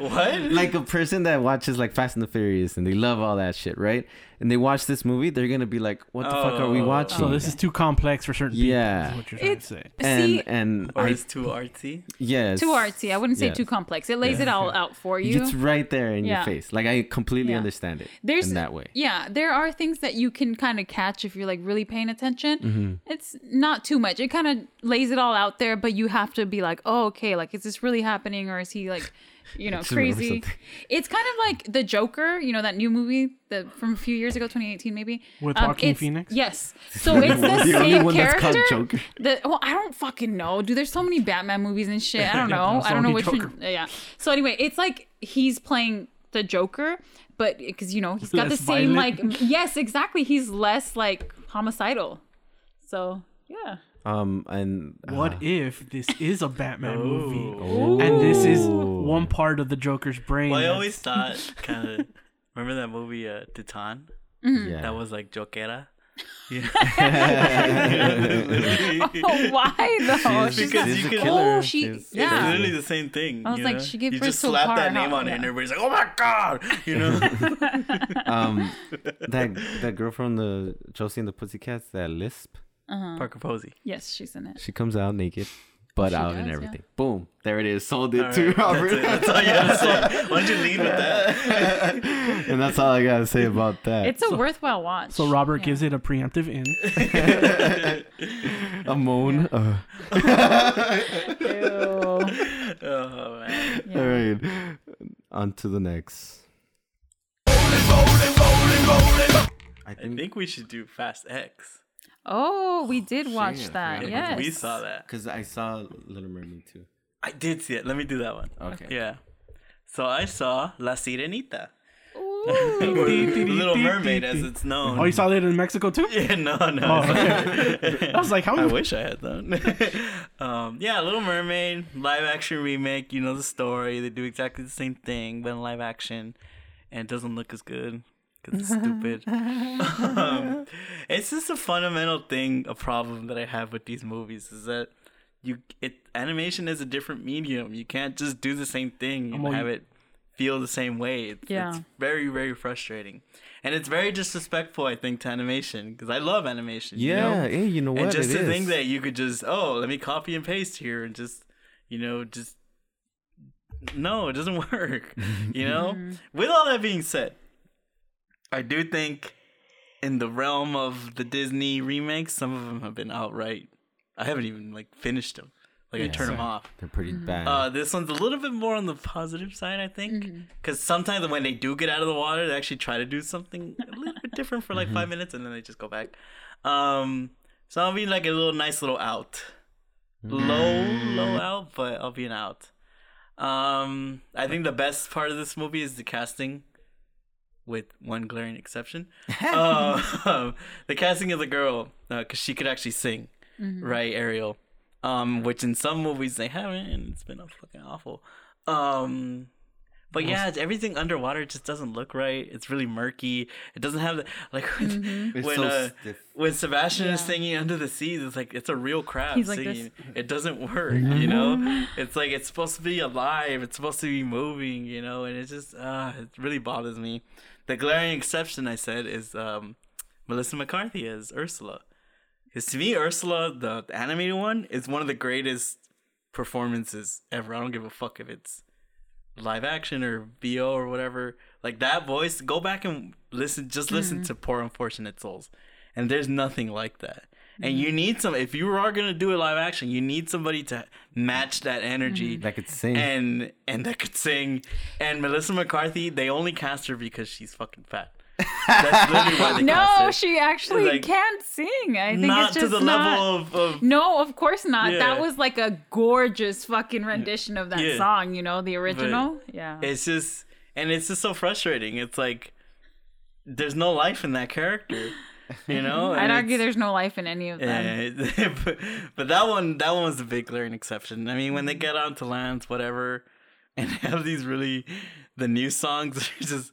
Speaker 1: what?
Speaker 2: like a person that watches like Fast and the Furious and they love all that shit, right? And they watch this movie, they're gonna be like, "What the fuck are we
Speaker 1: Oh.
Speaker 2: watching?"
Speaker 4: So this is too complex for certain people.
Speaker 2: Yeah.
Speaker 4: Is what you're trying
Speaker 3: It's-
Speaker 4: to say.
Speaker 2: and
Speaker 3: See,
Speaker 2: and
Speaker 1: or
Speaker 2: I
Speaker 1: it's too artsy?
Speaker 2: yes,
Speaker 3: too artsy. I wouldn't say
Speaker 2: Yes.
Speaker 3: too complex. It lays it all out for
Speaker 2: *laughs*
Speaker 3: you.
Speaker 2: It's right there in your
Speaker 3: Yeah.
Speaker 2: face. Like I completely
Speaker 3: Yeah.
Speaker 2: understand it
Speaker 3: There's
Speaker 2: in that
Speaker 3: *laughs*
Speaker 2: way.
Speaker 3: Yeah, there are things that you can kind of catch if you're like really paying attention.
Speaker 2: Mm-hmm.
Speaker 3: It's not too much. It kind of lays it all out there, but you have to be like, oh, okay, like is this really happening or is he like,
Speaker 2: *laughs*
Speaker 3: you know,
Speaker 2: Just remember
Speaker 3: crazy?
Speaker 2: something.
Speaker 3: It's kind of like the Joker, you know, that new movie the from a few years ago, 2018 maybe. Um,
Speaker 4: With Joaquin
Speaker 3: it's-
Speaker 4: Phoenix?
Speaker 3: Yes.
Speaker 2: *laughs*
Speaker 3: So it's the,
Speaker 2: The only
Speaker 3: same
Speaker 2: one that's
Speaker 3: character.
Speaker 2: called Joker.
Speaker 3: The, well, I don't fucking know, dude. There's so many Batman movies and shit. I don't know.
Speaker 4: there's
Speaker 3: I don't know
Speaker 4: only
Speaker 3: which
Speaker 4: Joker.
Speaker 3: one. Yeah. So anyway, it's like he's playing the Joker, but because you know he's got the
Speaker 4: Less
Speaker 3: same
Speaker 4: violent.
Speaker 3: like yes, exactly. He's less like homicidal. So yeah, *laughs*
Speaker 2: Um, and uh,
Speaker 4: What if this is a Batman movie?
Speaker 2: oh.
Speaker 4: And this is one part of the Joker's brain.
Speaker 1: Well, I
Speaker 4: that's-
Speaker 1: always thought kind of. Remember that movie, uh, Titan?
Speaker 3: Mm-hmm.
Speaker 2: yeah.
Speaker 1: That was like Jokera. *laughs*
Speaker 3: oh, why though?
Speaker 1: She's-
Speaker 3: She's
Speaker 1: because
Speaker 3: got,
Speaker 1: you
Speaker 2: a
Speaker 1: can-
Speaker 2: killer.
Speaker 3: oh, she
Speaker 2: She's-
Speaker 1: It's
Speaker 3: yeah.
Speaker 1: literally the same thing.
Speaker 3: I was
Speaker 1: you
Speaker 3: like,
Speaker 1: know?
Speaker 3: she gave
Speaker 1: You
Speaker 3: birth
Speaker 1: just
Speaker 3: so
Speaker 1: slap
Speaker 3: far,
Speaker 1: that name
Speaker 3: huh?
Speaker 1: on it,
Speaker 3: Yeah.
Speaker 1: and everybody's like, "Oh my god!" You know.
Speaker 2: um *laughs* that that girl from the Josie and the Pussycats that lisp.
Speaker 3: Uh-huh.
Speaker 1: Parker Posey. *laughs*
Speaker 3: Yes, she's in it.
Speaker 2: She comes out naked, butt out and
Speaker 3: does, yeah.
Speaker 2: everything. Boom, there it is. Sold it
Speaker 1: All
Speaker 2: to
Speaker 1: right,
Speaker 2: Robert.
Speaker 1: That's, it. that's all you have to say. Why don't you lead with
Speaker 3: *laughs*
Speaker 1: that?
Speaker 2: *laughs* and that's all I gotta say about that.
Speaker 3: It's a worthwhile watch.
Speaker 4: so Robert gives it a
Speaker 2: *laughs*
Speaker 4: preemptive in.
Speaker 2: a moan. Uh,
Speaker 3: Ew.
Speaker 1: Oh man.
Speaker 2: All right, on to the next. I
Speaker 1: I
Speaker 2: think
Speaker 1: think we should do Fast X.
Speaker 3: Oh, we did watch
Speaker 2: shit, I
Speaker 3: that.
Speaker 2: forgot
Speaker 3: Yes,
Speaker 2: about
Speaker 1: We saw that.
Speaker 2: because I saw Little Mermaid too.
Speaker 1: I did see it. Let me do that one.
Speaker 2: Okay.
Speaker 1: Yeah. So I saw La Sirenita,
Speaker 3: Ooh.
Speaker 1: *laughs* or Little Mermaid, as it's known.
Speaker 4: Oh, you saw that in Mexico too?
Speaker 1: *laughs* Yeah, no, no.
Speaker 4: Oh,
Speaker 1: *laughs*
Speaker 4: okay. I was like, how
Speaker 1: I wish I had that. *laughs* um, yeah, Little Mermaid, live action remake. You know the story. They do exactly the same thing, but in live action, and it doesn't look as good because it's stupid.
Speaker 4: *laughs*
Speaker 1: um, it's just a fundamental thing, a problem that I have with these movies is that you it animation is a different medium. You can't just do the same thing and
Speaker 4: all
Speaker 1: have
Speaker 4: you-
Speaker 1: it feel the same way. It's,
Speaker 3: Yeah.
Speaker 1: it's very very frustrating, and it's very disrespectful, I think, to animation because I love animation. you know?
Speaker 2: Yeah, hey, you know what?
Speaker 1: and just
Speaker 2: it
Speaker 1: to
Speaker 2: is.
Speaker 1: think that you could just oh let me copy and paste here and just you know just no it doesn't *laughs* work you
Speaker 2: *laughs*
Speaker 1: know with all that being said i do think in the realm of the disney remakes some of them have been outright i haven't even like finished them like i turn them off
Speaker 2: they're pretty bad.
Speaker 1: uh, this one's a little bit more on the positive side, I think, because sometimes when they do get out of the water, they actually try to do something a little bit different for like five minutes, and then they just go back. Um, so I'll be like a little nice little out, low, low out, but I'll be an out. Um, I think the best part of this movie is the casting, with one glaring exception. um, *laughs* the casting of the girl, because she could actually sing, right, Ariel? Um, which in some movies they haven't, and it's been fucking awful. Um, but yeah, it's- everything underwater just doesn't look right. It's really murky. It doesn't have the like *laughs* when
Speaker 2: It's
Speaker 1: when,
Speaker 2: so
Speaker 1: uh,
Speaker 2: stiff.
Speaker 1: when Sebastian is
Speaker 3: Yeah.
Speaker 1: singing under the seas. It's like it's a real crab
Speaker 3: He's like
Speaker 1: singing. It doesn't work, you
Speaker 3: *laughs*
Speaker 1: know. It's like it's supposed to be alive. It's supposed to be moving, you know. And it just uh, it really bothers me. The glaring exception I said is um, Melissa McCarthy as Ursula. Because to me, Ursula, the, the animated one, is one of the greatest performances ever. I don't give a fuck if it's live action or VO or whatever. Like that voice, go back and listen. Just listen
Speaker 3: Mm-hmm.
Speaker 1: to Poor Unfortunate Souls, and there's nothing like that.
Speaker 3: Mm-hmm.
Speaker 1: And you need some. If you are gonna do a live action, you need somebody to match that energy
Speaker 3: Mm-hmm.
Speaker 2: That could sing. *laughs*
Speaker 1: and and that could sing. And Melissa McCarthy, they only cast her because she's fucking fat. That's literally why they cast her.
Speaker 3: *laughs* No, she actually
Speaker 1: Like,
Speaker 3: can sing. I think
Speaker 1: not
Speaker 3: it's just
Speaker 1: to the
Speaker 3: not.
Speaker 1: level of, of
Speaker 3: no, of course not.
Speaker 1: Yeah.
Speaker 3: That was like a gorgeous fucking rendition of that
Speaker 1: Yeah.
Speaker 3: song, you know, the original. yeah.
Speaker 1: it's just and it's just so frustrating it's like there's no life in that character
Speaker 3: *laughs*
Speaker 1: you know
Speaker 3: I'd
Speaker 1: And
Speaker 3: argue
Speaker 1: it's-
Speaker 3: there's no life in any of them.
Speaker 1: yeah, *laughs* but, but that one that one was a big glaring exception i mean when
Speaker 3: Mm-hmm.
Speaker 1: they get *laughs* onto lands whatever and have these really the new songs *laughs* are just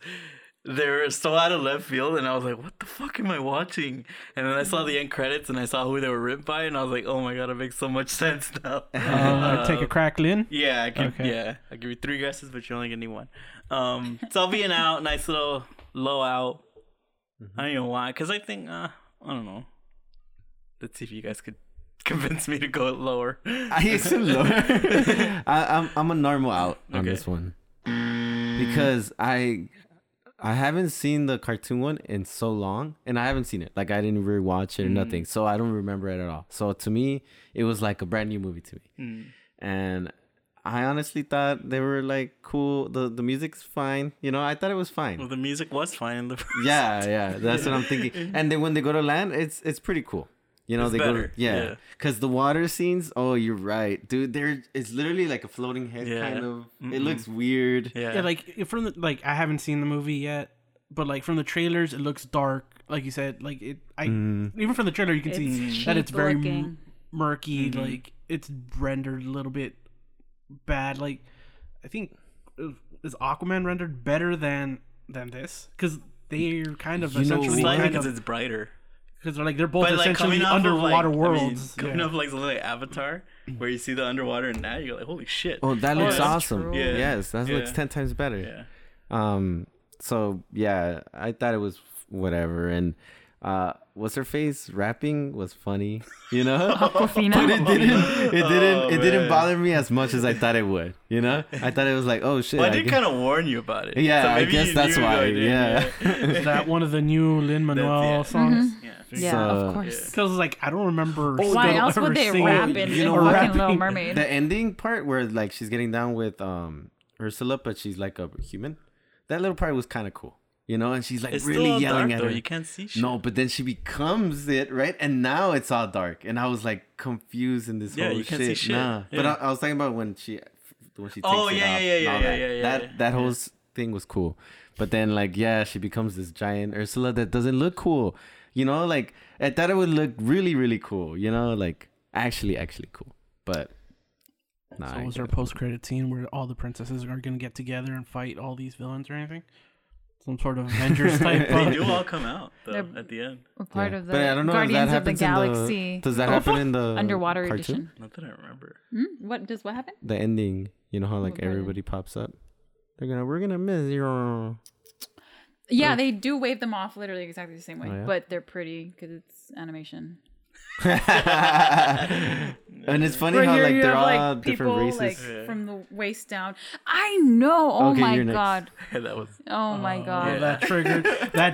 Speaker 1: they were so out of left field, and I was like, "What the fuck am I watching?" And then I
Speaker 3: Mm-hmm.
Speaker 1: saw the end credits, and I saw who they were ripped by, and I was like, "Oh my god, it makes so much *laughs* sense now."
Speaker 3: Oh,
Speaker 4: Uh, take a cracklin.
Speaker 1: Yeah, I could,
Speaker 4: Okay.
Speaker 1: yeah, I give you three guesses, but you only get me one. Um, so I'll be an out, nice little low out. I don't know why, because I think uh, I don't know. Let's see if you guys could *laughs* convince me to go lower.
Speaker 2: I used
Speaker 1: *laughs*
Speaker 2: to lower. I, I'm I'm a normal out on
Speaker 1: Okay.
Speaker 2: this one because I I haven't seen the cartoon one in so long, and I haven't seen it. Like I didn't rewatch
Speaker 1: Mm-hmm.
Speaker 2: it or nothing, so I don't remember it at all. So to me, it was like a brand new movie to me,
Speaker 1: Hmm.
Speaker 2: and I honestly thought they were like cool. the The music's fine, you know. I thought it was
Speaker 1: Well,
Speaker 2: fine.
Speaker 1: the music was fine in the first. *laughs*
Speaker 2: Yeah, yeah, that's what I'm thinking. And then when they go to land, it's it's pretty cool. You know,
Speaker 1: It's
Speaker 2: they go
Speaker 1: better,
Speaker 2: to, yeah,
Speaker 1: yeah.
Speaker 2: because the water scenes. Oh, you're right, dude. There, it's literally like a floating head
Speaker 1: Yeah.
Speaker 2: kind of. It looks weird.
Speaker 1: yeah,
Speaker 4: Yeah, like if from the like I haven't seen the movie yet, but like from the trailers, it looks dark. Like you said, like it. I
Speaker 2: Mm.
Speaker 1: Mm.
Speaker 4: even from the trailer, you can see
Speaker 3: It's
Speaker 4: that it's very m-
Speaker 3: cheap-looking.
Speaker 4: murky.
Speaker 1: Mm-hmm.
Speaker 4: Like it's rendered a little bit bad. Like I think uh, is Aquaman rendered better than than this because they're kind of
Speaker 2: You know
Speaker 4: essentially
Speaker 1: slightly
Speaker 4: kind
Speaker 1: because
Speaker 4: of
Speaker 1: it's brighter.
Speaker 4: because they're like they're both
Speaker 1: But like
Speaker 4: essentially
Speaker 1: coming off
Speaker 4: underwater
Speaker 1: of like,
Speaker 4: worlds.
Speaker 1: I mean, coming
Speaker 4: Yeah.
Speaker 1: off like something like Avatar, where you see the underwater and that, you're like, holy shit.
Speaker 2: Oh, that looks
Speaker 1: that's
Speaker 2: awesome.
Speaker 3: true.
Speaker 1: Yeah.
Speaker 2: Yes, that
Speaker 1: Yeah.
Speaker 2: looks ten times better.
Speaker 1: yeah,
Speaker 2: Um. So yeah, I thought it was whatever, and uh, what's her face rapping was funny. You
Speaker 1: *laughs*
Speaker 2: know. *laughs* *laughs*
Speaker 3: Aquafina.
Speaker 2: But it didn't. It didn't.
Speaker 1: Oh,
Speaker 2: it didn't
Speaker 1: man.
Speaker 2: bother me as much as I thought it would. You know, I thought it was like, oh shit.
Speaker 1: well, I
Speaker 2: I
Speaker 1: did
Speaker 2: guess-
Speaker 1: kind of warn you about it.
Speaker 2: Yeah,
Speaker 1: So
Speaker 2: I
Speaker 1: maybe
Speaker 2: guess
Speaker 1: you
Speaker 2: that's
Speaker 1: knew
Speaker 2: why,
Speaker 1: already,
Speaker 2: yeah.
Speaker 1: *laughs*
Speaker 4: Is that one of the new Lin Manuel
Speaker 1: yeah.
Speaker 4: songs?
Speaker 1: yeah.
Speaker 3: yeah,
Speaker 2: So-
Speaker 3: of course.
Speaker 4: Because like I don't remember.
Speaker 3: Mm-hmm.
Speaker 2: Oh,
Speaker 3: Why
Speaker 4: them
Speaker 3: else
Speaker 4: ever
Speaker 3: would they
Speaker 4: singing-
Speaker 3: rap in
Speaker 2: you know,
Speaker 3: fucking
Speaker 4: rapping.
Speaker 3: Little
Speaker 2: *laughs*
Speaker 3: Mermaid?
Speaker 2: the ending part where like she's getting down with um Ursula, but she's like a human. That little part was kind of cool, you know. And she's like
Speaker 1: It's
Speaker 2: really
Speaker 1: still all
Speaker 2: yelling
Speaker 1: dark,
Speaker 2: at
Speaker 1: though.
Speaker 2: her.
Speaker 1: You can't see shit.
Speaker 2: no, but then she becomes it, right? And now it's all dark, and I was like confused in this
Speaker 1: Yeah,
Speaker 2: whole
Speaker 1: you can't
Speaker 2: shit.
Speaker 1: see shit.
Speaker 2: Nah, but I,
Speaker 1: Yeah.
Speaker 2: I was talking about when she, when she. Takes
Speaker 1: Oh,
Speaker 2: it
Speaker 1: yeah, yeah,
Speaker 2: off
Speaker 1: yeah,
Speaker 2: and all
Speaker 1: yeah, yeah,
Speaker 2: that.
Speaker 1: yeah,
Speaker 2: That
Speaker 1: yeah.
Speaker 2: that whole s- thing was cool, but then like yeah, she becomes this giant Ursula that doesn't look cool. You know, like I thought it would look really, really cool. You know, like actually, actually cool. But nah,
Speaker 4: So
Speaker 2: I
Speaker 4: was there a
Speaker 2: get it.
Speaker 4: post credit scene where all the princesses are gonna get together and fight all these villains or anything? Some sort of
Speaker 1: *laughs*
Speaker 4: Avengers type.
Speaker 1: They
Speaker 4: of-
Speaker 1: do all come out though
Speaker 3: They're-
Speaker 1: at the end.
Speaker 3: We're part
Speaker 2: Yeah.
Speaker 3: of the
Speaker 2: But I don't know if
Speaker 3: Guardians
Speaker 2: that
Speaker 3: of the
Speaker 2: happens in
Speaker 3: Galaxy
Speaker 2: does that happen in the
Speaker 3: *laughs* underwater
Speaker 2: cartoon?
Speaker 3: edition.
Speaker 1: Not that I
Speaker 3: *laughs*
Speaker 1: remember.
Speaker 3: Hmm? What does what happen?
Speaker 2: The ending, you know how like
Speaker 3: part of it?
Speaker 2: everybody pops up. They're gonna, we're gonna miss you.
Speaker 3: Yeah, they do wave them off literally exactly the same way,
Speaker 2: Oh, yeah?
Speaker 3: but they're pretty because it's animation.
Speaker 2: *laughs* and it's funny how like they're all different races.
Speaker 1: Yeah.
Speaker 3: from the waist down. I know. Oh
Speaker 2: Okay,
Speaker 3: my
Speaker 2: you're next.
Speaker 3: god.
Speaker 1: that was
Speaker 3: *laughs* Oh my
Speaker 4: Um,
Speaker 3: god.
Speaker 4: that triggered. That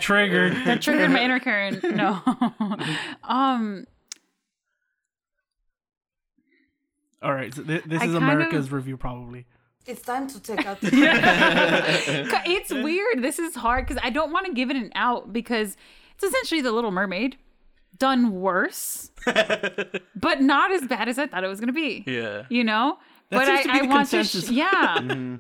Speaker 1: *laughs*
Speaker 4: triggered.
Speaker 3: That triggered my inner
Speaker 4: *laughs*
Speaker 3: current. No. *laughs* um.
Speaker 4: *coughs* All right, so thi- this
Speaker 3: I
Speaker 4: is
Speaker 3: kind of-
Speaker 4: America's review probably.
Speaker 5: It's time to check out the
Speaker 3: C- it's weird. This is hard because I don't want to give it an out because it's essentially The Little Mermaid done worse, but not as bad as I thought it was going to be.
Speaker 1: yeah.
Speaker 3: You know?
Speaker 4: That
Speaker 3: but
Speaker 4: seems
Speaker 3: I,
Speaker 4: to be
Speaker 3: I
Speaker 4: the
Speaker 3: want to.
Speaker 4: consensus.
Speaker 3: Sh-
Speaker 4: *laughs*
Speaker 3: yeah.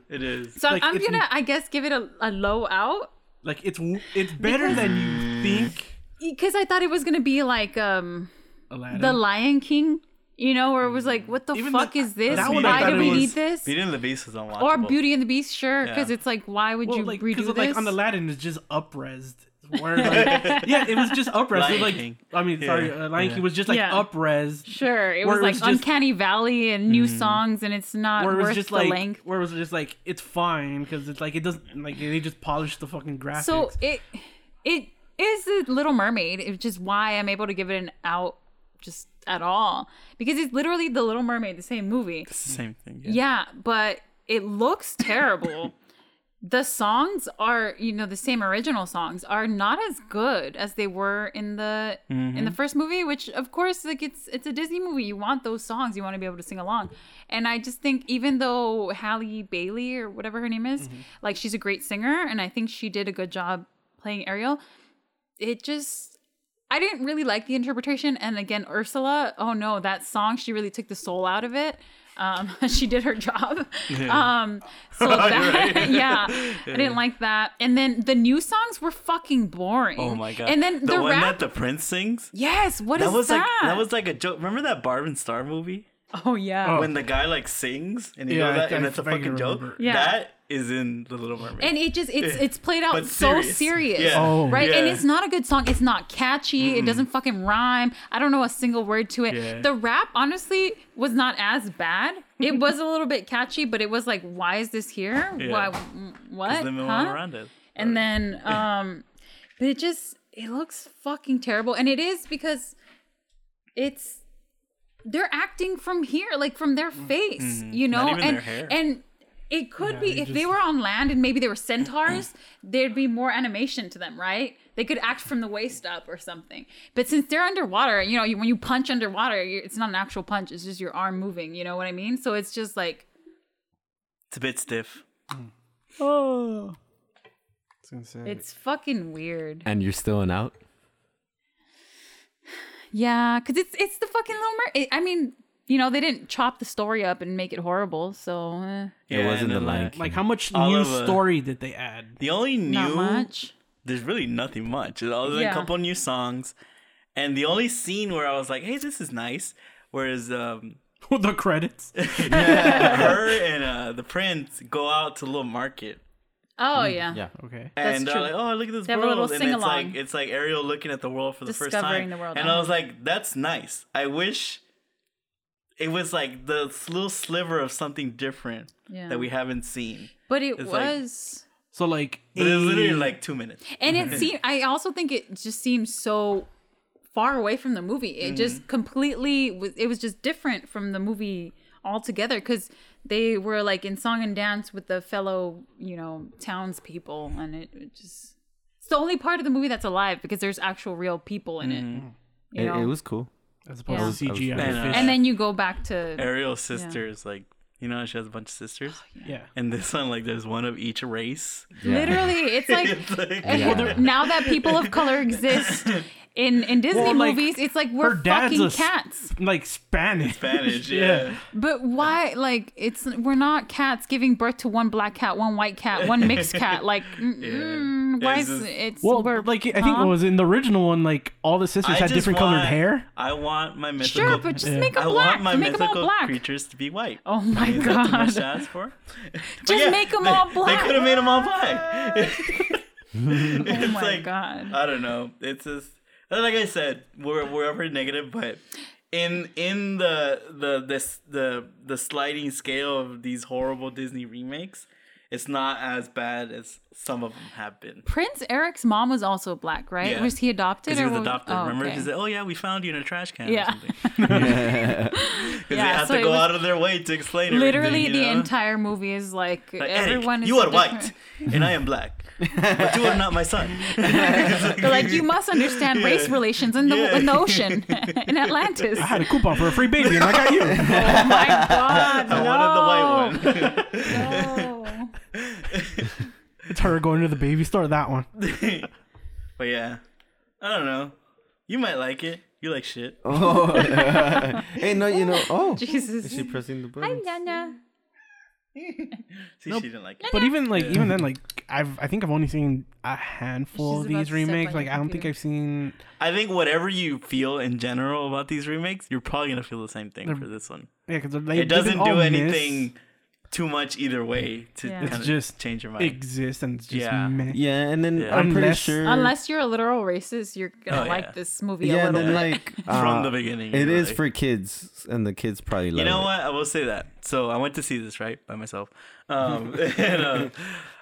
Speaker 1: It is.
Speaker 3: So
Speaker 4: Like,
Speaker 3: I'm
Speaker 4: it's-
Speaker 3: going to, I guess, give it a, a low out
Speaker 4: Like it's w- it's better than you think.
Speaker 3: because I thought it was going to be like um
Speaker 4: Aladdin.
Speaker 3: The Lion King, you know, where it was like, what the
Speaker 4: Mm. Even
Speaker 3: fuck
Speaker 4: the-
Speaker 3: is this?
Speaker 4: that one I
Speaker 3: Why
Speaker 4: thought
Speaker 3: do
Speaker 4: it
Speaker 3: we
Speaker 4: was-
Speaker 3: need this?
Speaker 1: Beauty and the Beast was unwatchable.
Speaker 3: Or Beauty and the Beast, sure, because
Speaker 1: Yeah.
Speaker 3: it's like, why would
Speaker 4: well,
Speaker 3: you
Speaker 4: like
Speaker 3: redo
Speaker 4: because
Speaker 3: this?
Speaker 4: like on Aladdin it's just upresed.
Speaker 1: *laughs*
Speaker 4: Where like, yeah, it was just upresed. It was
Speaker 1: Lion
Speaker 4: like
Speaker 1: King.
Speaker 4: I mean, sorry,
Speaker 1: Yeah.
Speaker 4: uh, Lion King was just like
Speaker 3: Yeah.
Speaker 4: upresed.
Speaker 3: Sure, it
Speaker 4: Where
Speaker 3: was
Speaker 4: it
Speaker 3: like
Speaker 4: was just- Mm-hmm.
Speaker 3: Uncanny Valley and new songs, and it's not
Speaker 4: where it was
Speaker 3: worth
Speaker 4: just
Speaker 3: the
Speaker 4: like
Speaker 3: length.
Speaker 4: where it was just like it's fine because it's like it doesn't like they just polished the fucking graphics.
Speaker 3: So it it is the Little Mermaid, which is why I'm able to give it an out just at all because it's literally the Little Mermaid, the same movie.
Speaker 1: It's the same thing. Yeah.
Speaker 3: Yeah, but it looks terrible. the songs are, you know, the same original songs are not as good as they were in the in the first movie, which of course like it's it's a Disney movie. You want those songs, you want to be able to sing along. And I just think even though Halle Bailey or whatever her name is, like she's a great singer and I think she did a good job playing Ariel, it just I didn't really like the interpretation. And again, Ursula, oh no, that song, she really took the soul out of it. Um, *laughs* she did her job. Um,
Speaker 1: *laughs*
Speaker 3: so that, *laughs* yeah, I didn't like that. And then the new songs were fucking boring.
Speaker 1: Oh my god.
Speaker 3: And then
Speaker 1: the,
Speaker 3: the,
Speaker 1: one that
Speaker 3: rap,
Speaker 1: the prince sings.
Speaker 3: yes, what is
Speaker 1: That was
Speaker 3: that?
Speaker 1: like that was like a joke. Remember that Barb and Star movie
Speaker 3: oh yeah.
Speaker 1: when the guy like sings and he
Speaker 4: Yeah,
Speaker 1: goes
Speaker 4: I
Speaker 1: that
Speaker 4: think-
Speaker 1: and
Speaker 4: I
Speaker 1: it's a
Speaker 4: think I
Speaker 1: fucking joke.
Speaker 4: remember.
Speaker 3: Yeah.
Speaker 1: That is in The Little Mermaid.
Speaker 3: and it just it's it's played out
Speaker 1: Eh, But
Speaker 3: so
Speaker 1: serious.
Speaker 3: serious,
Speaker 1: Yeah. Oh,
Speaker 3: right and
Speaker 1: yeah.
Speaker 3: it's not a good song it's not catchy it doesn't fucking rhyme i don't know a single word to it
Speaker 1: Yeah.
Speaker 3: the rap honestly was not as bad
Speaker 1: *laughs*
Speaker 3: it was a little bit catchy but it was like why is this here
Speaker 1: Yeah.
Speaker 3: why mm, what
Speaker 1: Lin-Manuel
Speaker 3: Huh?
Speaker 1: Miranda. *laughs*
Speaker 3: and then um but it just it looks fucking terrible and it is because it's they're acting from here like from their face you know
Speaker 1: Mm-hmm. Not even
Speaker 3: and
Speaker 1: their hair.
Speaker 3: and it could be
Speaker 4: you
Speaker 3: if they
Speaker 4: just-
Speaker 3: were on land and maybe they
Speaker 1: *clears throat*
Speaker 3: were centaurs there'd be more animation to them right they could act from the waist up or something but since they're underwater you know you, when you punch underwater you it's not an actual punch it's just your arm moving you know what i mean so it's just like
Speaker 1: It's a bit stiff.
Speaker 4: Oh. It's insane.
Speaker 3: it's fucking weird
Speaker 2: and you're still an out.
Speaker 3: Yeah, because it's it's the fucking Little Mermaid. I mean, you know, they didn't chop the story up and make it horrible, so eh,
Speaker 2: It
Speaker 1: and
Speaker 2: wasn't the
Speaker 1: then,
Speaker 2: Lion
Speaker 1: uh,
Speaker 2: King.
Speaker 4: like how much
Speaker 1: All
Speaker 4: new
Speaker 1: of, uh,
Speaker 4: story did they add? *laughs*
Speaker 1: The only new
Speaker 3: not much.
Speaker 1: there's really nothing much other than a
Speaker 3: Yeah.
Speaker 1: couple new songs and the only scene where i was like hey this is nice whereas um *laughs*
Speaker 4: the credits.
Speaker 1: her and uh the prince go out to little market
Speaker 3: Oh
Speaker 1: Mm,
Speaker 3: yeah,
Speaker 2: yeah.
Speaker 4: Okay.
Speaker 3: That's
Speaker 1: and
Speaker 3: true.
Speaker 1: they're like, oh, look at this
Speaker 3: They have a
Speaker 1: world.
Speaker 3: little
Speaker 1: and it's
Speaker 3: sing-along.
Speaker 1: like it's like Ariel looking at the world for the first time.
Speaker 3: Discovering the world,
Speaker 1: and I
Speaker 3: uh-huh.
Speaker 1: was like, that's nice. I wish it was like the s- little sliver of something different
Speaker 3: Yeah.
Speaker 1: that we haven't seen.
Speaker 3: but it
Speaker 1: It's like-
Speaker 3: was,
Speaker 4: So like
Speaker 1: But it was literally
Speaker 4: a-
Speaker 1: like two minutes. *laughs*
Speaker 3: and it seemed. I also think it just seemed so far away from the movie. It just
Speaker 1: Mm-hmm.
Speaker 3: completely was. It was just different from the movie altogether because they were like in song and dance with the fellow, you know, townspeople, and it, it just. It's the only part of the movie that's alive because there's actual real people in it.
Speaker 1: Mm-hmm.
Speaker 3: You
Speaker 2: It,
Speaker 3: know?
Speaker 2: it was *laughs* cool.
Speaker 4: as opposed
Speaker 3: Yeah.
Speaker 4: to CGI
Speaker 1: And, uh,
Speaker 4: fish.
Speaker 3: and then you go back to
Speaker 1: Ariel's sister is like, you know, she has a bunch of sisters.
Speaker 3: Oh,
Speaker 4: yeah.
Speaker 1: And this one, like, there's one of each race. *laughs*
Speaker 3: literally it's like
Speaker 1: It's like-
Speaker 3: now that people of color
Speaker 1: *laughs*
Speaker 3: exist in in disney
Speaker 4: Well, like,
Speaker 3: movies it's like
Speaker 4: her
Speaker 3: we're
Speaker 4: dad's
Speaker 3: fucking
Speaker 4: a s-
Speaker 3: cats
Speaker 4: Like
Speaker 1: *laughs*
Speaker 4: Spanish. *laughs*
Speaker 1: Spanish, yeah.
Speaker 3: but why like it's we're not cats giving birth to one black cat one white cat one mixed cat
Speaker 1: *laughs*
Speaker 3: like mm, mm, why
Speaker 1: It's
Speaker 3: is
Speaker 1: just-
Speaker 3: it's
Speaker 4: Well,
Speaker 3: we're-
Speaker 4: like I think
Speaker 3: huh?
Speaker 4: it was in the original one, like all the sisters
Speaker 1: I
Speaker 4: had
Speaker 1: just
Speaker 4: different
Speaker 1: want-
Speaker 4: colored hair.
Speaker 1: I want my mythical.
Speaker 3: sure but just
Speaker 4: Yeah.
Speaker 3: make
Speaker 1: I
Speaker 3: them black
Speaker 1: want my
Speaker 3: make them all
Speaker 1: mythical
Speaker 3: black
Speaker 1: creatures to be white.
Speaker 3: oh my
Speaker 1: Is that too much to
Speaker 3: god
Speaker 1: ask for? But
Speaker 3: Just make 'em
Speaker 1: they- *laughs*
Speaker 3: all
Speaker 1: They
Speaker 3: black.
Speaker 1: could have made them all
Speaker 3: *laughs*
Speaker 1: black. *laughs*
Speaker 3: oh my
Speaker 1: like-
Speaker 3: god
Speaker 1: I don't know. It's just like I said, we're we're over negative, but in in the the this the the sliding scale of these horrible Disney remakes, it's not as bad as some of them have been.
Speaker 3: Prince Eric's mom was also black, right?
Speaker 1: Yeah.
Speaker 3: Was he adopted?
Speaker 1: Because he
Speaker 3: or
Speaker 1: was
Speaker 3: what
Speaker 1: adopted.
Speaker 3: oh,
Speaker 1: remember,
Speaker 3: okay.
Speaker 1: he said, "Oh yeah, we found you in a trash can."
Speaker 3: Yeah.
Speaker 1: or
Speaker 3: *laughs*
Speaker 1: something. *laughs* Because they
Speaker 3: Yeah,
Speaker 1: had
Speaker 3: so
Speaker 1: to
Speaker 3: it
Speaker 1: go
Speaker 3: was
Speaker 1: out of their way to explain. everything,
Speaker 3: Literally,
Speaker 1: you
Speaker 3: the
Speaker 1: know?
Speaker 3: entire movie is like,
Speaker 1: Like, "Eric,
Speaker 3: everyone is
Speaker 1: you are
Speaker 3: different- *laughs*
Speaker 1: white, *laughs* and I am black, but you are not my son. *laughs*
Speaker 3: They're like, you must understand race relations in the
Speaker 1: Yeah.
Speaker 3: in the ocean *laughs*
Speaker 1: *laughs*
Speaker 3: in Atlantis.
Speaker 4: I had a coupon for a free baby, and I got
Speaker 3: *laughs*
Speaker 4: you.
Speaker 3: Oh my god!
Speaker 1: *laughs* I wanted the white one. *laughs*
Speaker 3: No.
Speaker 4: it's her going to the baby store. That one.
Speaker 1: But yeah, I don't know. You might like it. You like shit.
Speaker 4: Oh,
Speaker 2: Oh. *laughs* Hey, no, you know. Oh,
Speaker 3: *laughs* Jesus.
Speaker 2: is she pressing the button?
Speaker 3: Nana.
Speaker 1: See, she didn't like it.
Speaker 4: But even like even then, like I've I think I've only seen a handful
Speaker 3: She's
Speaker 4: of
Speaker 3: about to
Speaker 4: these
Speaker 3: step
Speaker 4: remakes.
Speaker 3: on
Speaker 4: Like
Speaker 3: your
Speaker 4: I don't think
Speaker 3: computer.
Speaker 4: I've seen.
Speaker 1: I think whatever you feel in general about these remakes, you're probably gonna feel the same thing for this one.
Speaker 4: Yeah, because they
Speaker 1: It doesn't
Speaker 4: all
Speaker 1: do
Speaker 4: miss,
Speaker 1: anything too much either way to
Speaker 3: Yeah.
Speaker 1: kind
Speaker 3: It's
Speaker 1: of
Speaker 4: just
Speaker 1: change your mind.
Speaker 4: Exist and it's just
Speaker 1: Yeah.
Speaker 4: meh.
Speaker 2: Yeah, and then
Speaker 1: Yeah.
Speaker 2: I'm pretty
Speaker 4: Unless-
Speaker 2: sure.
Speaker 3: Unless you're a literal racist, you're gonna
Speaker 1: Oh, yeah.
Speaker 3: like this movie
Speaker 2: yeah,
Speaker 3: a
Speaker 2: and
Speaker 3: little
Speaker 2: then
Speaker 3: bit.
Speaker 2: like
Speaker 3: *laughs*
Speaker 1: From
Speaker 2: uh,
Speaker 1: the beginning,
Speaker 2: It is
Speaker 1: really.
Speaker 2: for kids, and the kids probably love
Speaker 1: You know
Speaker 2: it.
Speaker 1: what? I will say that. So I went to see this right by myself. Um, *laughs* and, uh,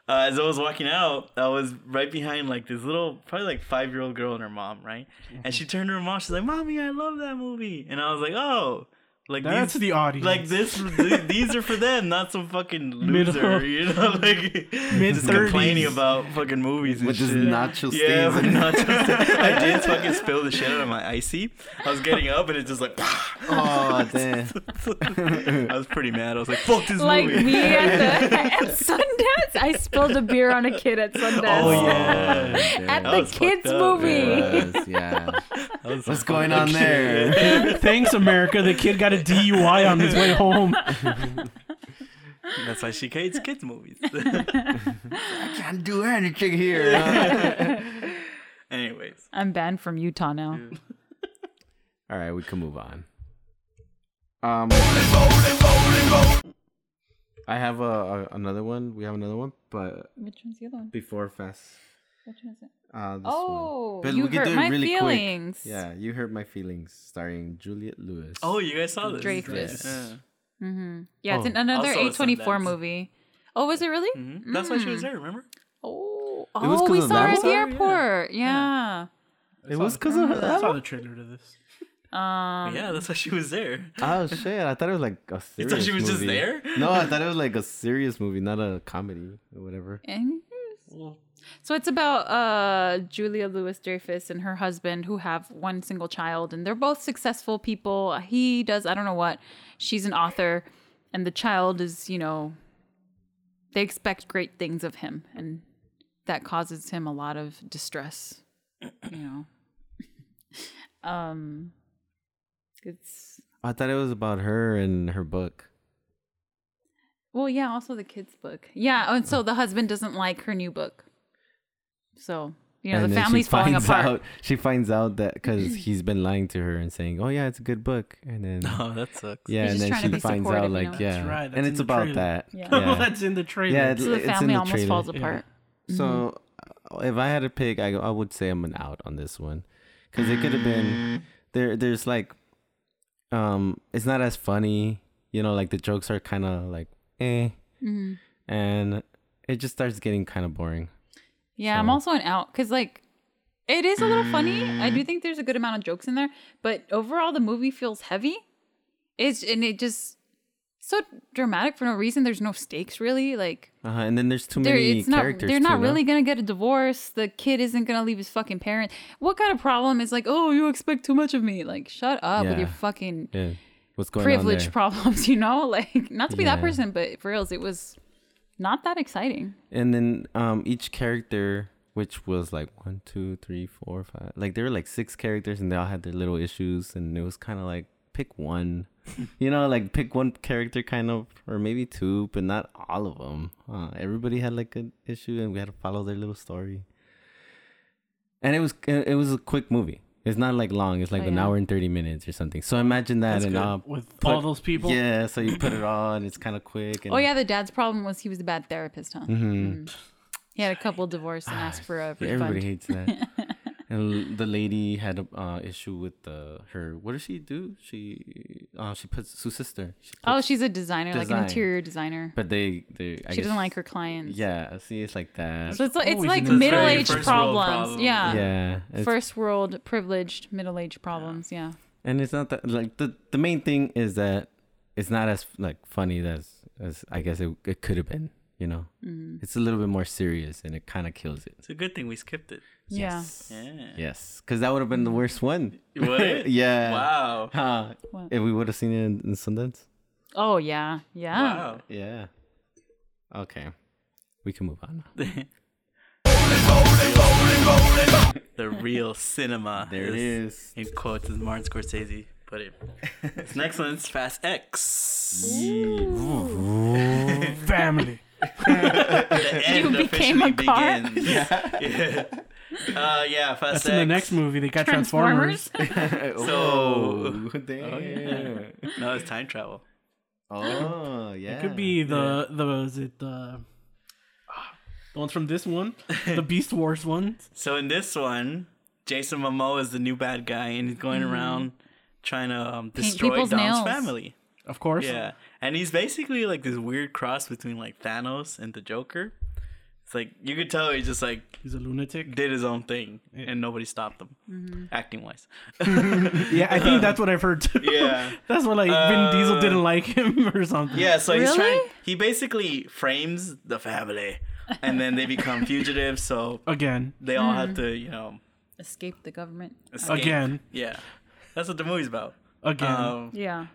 Speaker 1: uh, as I was walking out, I was right behind like this little, probably like five year old girl and her mom, right? And she turned to her mom. She's like, "Mommy, I love that movie." And I was like, "Oh." Like
Speaker 4: That's
Speaker 1: these,
Speaker 4: the audience.
Speaker 1: Like this, th- these are for them, not some fucking loser,
Speaker 4: *laughs* Middle-
Speaker 1: you know, *laughs* like just complaining
Speaker 4: mid-thirties.
Speaker 1: about fucking movies and
Speaker 2: With this
Speaker 1: shit.
Speaker 2: nacho
Speaker 1: Yeah,
Speaker 2: stains
Speaker 1: but *laughs* not just.
Speaker 2: *laughs*
Speaker 1: I did fucking spill the shit out of my icy. I was getting up and it just like. *laughs*
Speaker 2: Oh damn!
Speaker 1: I was pretty mad. I
Speaker 4: *laughs*
Speaker 1: was like, "Fuck this
Speaker 3: Like
Speaker 1: movie."
Speaker 3: me at, the, *laughs* at Sundance, I spilled a beer on a kid at Sundance.
Speaker 1: Oh yeah,
Speaker 3: *laughs*
Speaker 1: That
Speaker 3: At the
Speaker 1: was fucked
Speaker 3: kids'
Speaker 1: up,
Speaker 3: movie.
Speaker 2: Yes, yeah.
Speaker 1: That was
Speaker 2: What's going on there? *laughs*
Speaker 4: *laughs* Thanks, America. The kid got a DUI on his way home.
Speaker 1: *laughs* That's why she hates kids
Speaker 4: *laughs*
Speaker 1: movies. *laughs*
Speaker 2: Can't do anything here.
Speaker 1: Anyways,
Speaker 3: I'm banned from Utah now.
Speaker 2: All right, we can move on. Um, I have a, a another one. We have another one, but
Speaker 3: Which one's the other one?
Speaker 2: before Fast.
Speaker 3: Which one is it?
Speaker 2: Uh, this one.
Speaker 3: Oh,
Speaker 2: But
Speaker 3: you
Speaker 2: we can
Speaker 3: hurt
Speaker 2: do it
Speaker 3: my
Speaker 2: really quick.
Speaker 3: feelings.
Speaker 2: Yeah, you hurt my feelings, starring Juliet Lewis.
Speaker 1: Oh, you guys saw this.
Speaker 3: Dreyfus.
Speaker 1: Yeah.
Speaker 3: Mm-hmm. Yeah, it's
Speaker 2: Oh.
Speaker 3: an, another
Speaker 1: Also a
Speaker 3: A24
Speaker 1: Sundance.
Speaker 3: movie. Oh, was it really?
Speaker 1: Mhm. That's why she
Speaker 4: Mm.
Speaker 1: was there. Remember?
Speaker 3: Oh,
Speaker 2: It was
Speaker 3: oh,
Speaker 2: 'cause
Speaker 3: we
Speaker 2: of
Speaker 3: saw her
Speaker 2: that
Speaker 3: at the
Speaker 2: one?
Speaker 3: airport. Yeah.
Speaker 2: it was because of her.
Speaker 3: *laughs*
Speaker 4: I saw the trailer to this.
Speaker 3: Um,
Speaker 1: yeah, that's why she was there.
Speaker 2: Oh shit! I thought it was like a serious.
Speaker 1: You thought she was just
Speaker 2: movie.
Speaker 1: there?
Speaker 2: No, I thought it was like a serious movie, not a comedy or whatever.
Speaker 3: and- so it's about uh, Julia Louis Dreyfus and her husband who have one single child, and they're both successful people. He does I don't know what. She's an author, and the child is you know. They expect great things of him, and that causes him a lot of distress. You know. *laughs* um. It's
Speaker 2: I thought it was about her and her book.
Speaker 3: Well, yeah, also the kids' book. Yeah, and so the husband doesn't like her new book. So, you know,
Speaker 2: and
Speaker 3: the
Speaker 2: then she
Speaker 3: family's falling
Speaker 2: finds
Speaker 3: apart.
Speaker 2: Out, she finds out that because he's been lying to her and saying, "Oh yeah, it's a good book,"
Speaker 1: *laughs*
Speaker 2: and then
Speaker 1: Oh, that sucks.
Speaker 2: yeah,
Speaker 3: He's
Speaker 2: and
Speaker 3: just
Speaker 2: then
Speaker 3: trying to
Speaker 2: she
Speaker 3: be
Speaker 2: finds
Speaker 3: supportive,
Speaker 2: out
Speaker 3: you
Speaker 2: like
Speaker 3: know?
Speaker 2: yeah,
Speaker 4: That's right,
Speaker 2: and
Speaker 4: that's
Speaker 2: it's
Speaker 4: in the
Speaker 2: about *laughs*
Speaker 4: trailer.
Speaker 2: that.
Speaker 3: Yeah.
Speaker 4: well,
Speaker 2: yeah.
Speaker 4: that's in the *laughs* trailer.
Speaker 2: Yeah, it-
Speaker 3: So the
Speaker 2: it's in
Speaker 3: family
Speaker 2: the
Speaker 3: almost
Speaker 2: trailer.
Speaker 3: falls
Speaker 4: Yeah.
Speaker 3: apart. Mm-hmm.
Speaker 2: So, uh, if I had to pick, I I would say I'm an out on this one because it could have been there. There's like, um, it's not as funny, you know. Like the jokes are kind of like eh,
Speaker 3: Mhm.
Speaker 2: and it just starts getting kind of boring.
Speaker 3: Yeah, I'm
Speaker 2: So-
Speaker 3: also an out because, like, it is a little funny. I do think there's a good amount of jokes in there, but overall, the movie feels heavy. It's and it just so dramatic for no reason. There's no stakes really. Like,
Speaker 2: Uh, and then there's too
Speaker 3: they're,
Speaker 2: many
Speaker 3: it's not,
Speaker 2: characters.
Speaker 3: they're
Speaker 2: too,
Speaker 3: not
Speaker 2: no?
Speaker 3: really gonna get a divorce. The kid isn't gonna leave his fucking parents. What kind of problem is like, oh, you expect too much of me? Like, shut up with your
Speaker 2: Yeah.
Speaker 3: fucking
Speaker 2: Yeah. What's going on
Speaker 3: privilege
Speaker 2: there?
Speaker 3: problems. *laughs* You know, like not to be that
Speaker 2: Yeah.
Speaker 3: person, but for reals, it was not that exciting.
Speaker 2: and then um each character which was like one two three four five like there were like six characters and they all had their little issues and it was kind of like pick
Speaker 1: *laughs*
Speaker 2: one you know like pick one character kind of or maybe two but not all of them uh, everybody had like an issue and we had to follow their little story and it was it it was a quick movie it's not like long it's like
Speaker 3: Oh,
Speaker 2: an
Speaker 3: yeah.
Speaker 2: hour and 30 minutes or something so imagine that
Speaker 1: That's
Speaker 2: and
Speaker 1: good.
Speaker 2: uh,
Speaker 4: with
Speaker 2: put-
Speaker 4: all those people.
Speaker 2: yeah so you put it on it's kind of quick and
Speaker 3: Oh yeah, the dad's problem was he was a bad therapist, huh?
Speaker 2: Mhm.
Speaker 3: He had a couple divorce and asked for a
Speaker 2: Yeah, *sighs*
Speaker 3: refund.
Speaker 2: everybody
Speaker 3: *laughs*
Speaker 2: hates that. and l- the lady had a uh, issue with the her. What does she do? She uh, she puts her sister. She
Speaker 3: oh,
Speaker 2: puts-
Speaker 3: she's a designer, like
Speaker 2: Design.
Speaker 3: an interior designer.
Speaker 2: But they they. I
Speaker 3: she doesn't
Speaker 2: guess-
Speaker 3: like her clients.
Speaker 2: Yeah, see, it's like that.
Speaker 3: So it's like, it's
Speaker 4: Always
Speaker 3: like
Speaker 4: in those
Speaker 3: middle aged
Speaker 1: very first world
Speaker 3: problems.
Speaker 1: problems.
Speaker 3: Yeah.
Speaker 2: yeah, it's-
Speaker 3: First world privileged middle aged problems. Yeah.
Speaker 2: and it's not that like the the main thing is that it's not as like funny as as I guess it it could have been. You know,
Speaker 3: Mm.
Speaker 2: it's a little bit more serious, and it kind of kills it.
Speaker 1: It's a good thing we skipped it.
Speaker 2: Yes.
Speaker 1: Yeah.
Speaker 2: Yes, because that would have been the worst one.
Speaker 1: What?
Speaker 2: *laughs* yeah.
Speaker 1: Wow.
Speaker 2: Huh.
Speaker 3: What?
Speaker 2: If we would have seen it in, in Sundance.
Speaker 3: Yeah. Oh yeah. Yeah.
Speaker 1: Wow. *laughs*
Speaker 2: Yeah. Okay. We can move on.
Speaker 1: The real cinema.
Speaker 2: is.
Speaker 1: In quotes, as Martin Scorsese put it. This next one's Fast X.
Speaker 2: *laughs*
Speaker 1: *laughs*
Speaker 4: *laughs* Family.
Speaker 1: The end
Speaker 3: You became
Speaker 1: officially
Speaker 3: a car? *laughs*
Speaker 1: begins. Yeah. Uh, yeah, Fast
Speaker 4: That's in the next movie. They got Transformers.
Speaker 3: Transformers.
Speaker 4: oh,
Speaker 1: So-
Speaker 2: damn.
Speaker 1: No, it's time travel.
Speaker 2: Oh, yeah.
Speaker 4: It could be the the was it the ah, the ones from this one,
Speaker 1: *laughs*
Speaker 4: the Beast Wars ones.
Speaker 1: So in this one, Jason Momoa is the new bad guy, and he's going around trying to um, destroy
Speaker 3: Mm. people's
Speaker 1: Dom's
Speaker 3: nails.
Speaker 1: family.
Speaker 4: Of course.
Speaker 1: Yeah, and he's basically like this weird cross between like Thanos and the Joker. It's like you could tell he just like
Speaker 4: He's a lunatic.
Speaker 1: did his own thing, and nobody stopped him,
Speaker 3: Mm-hmm.
Speaker 1: acting
Speaker 3: *laughs*
Speaker 1: wise.
Speaker 4: Yeah, I think that's what I've heard too.
Speaker 1: Yeah.
Speaker 4: *laughs* That's what like
Speaker 1: Uh,
Speaker 4: Vin Diesel didn't like him *laughs* or something.
Speaker 1: Yeah, so he's
Speaker 3: Really?
Speaker 1: trying. He basically frames the family, and then they
Speaker 3: *laughs*
Speaker 1: become fugitives. So
Speaker 4: Again.
Speaker 1: they all have to, you know,
Speaker 3: *laughs* Escape the government.
Speaker 1: escape.
Speaker 4: Again.
Speaker 1: Yeah, that's what the movie's about.
Speaker 4: Again.
Speaker 1: Um,
Speaker 3: Yeah.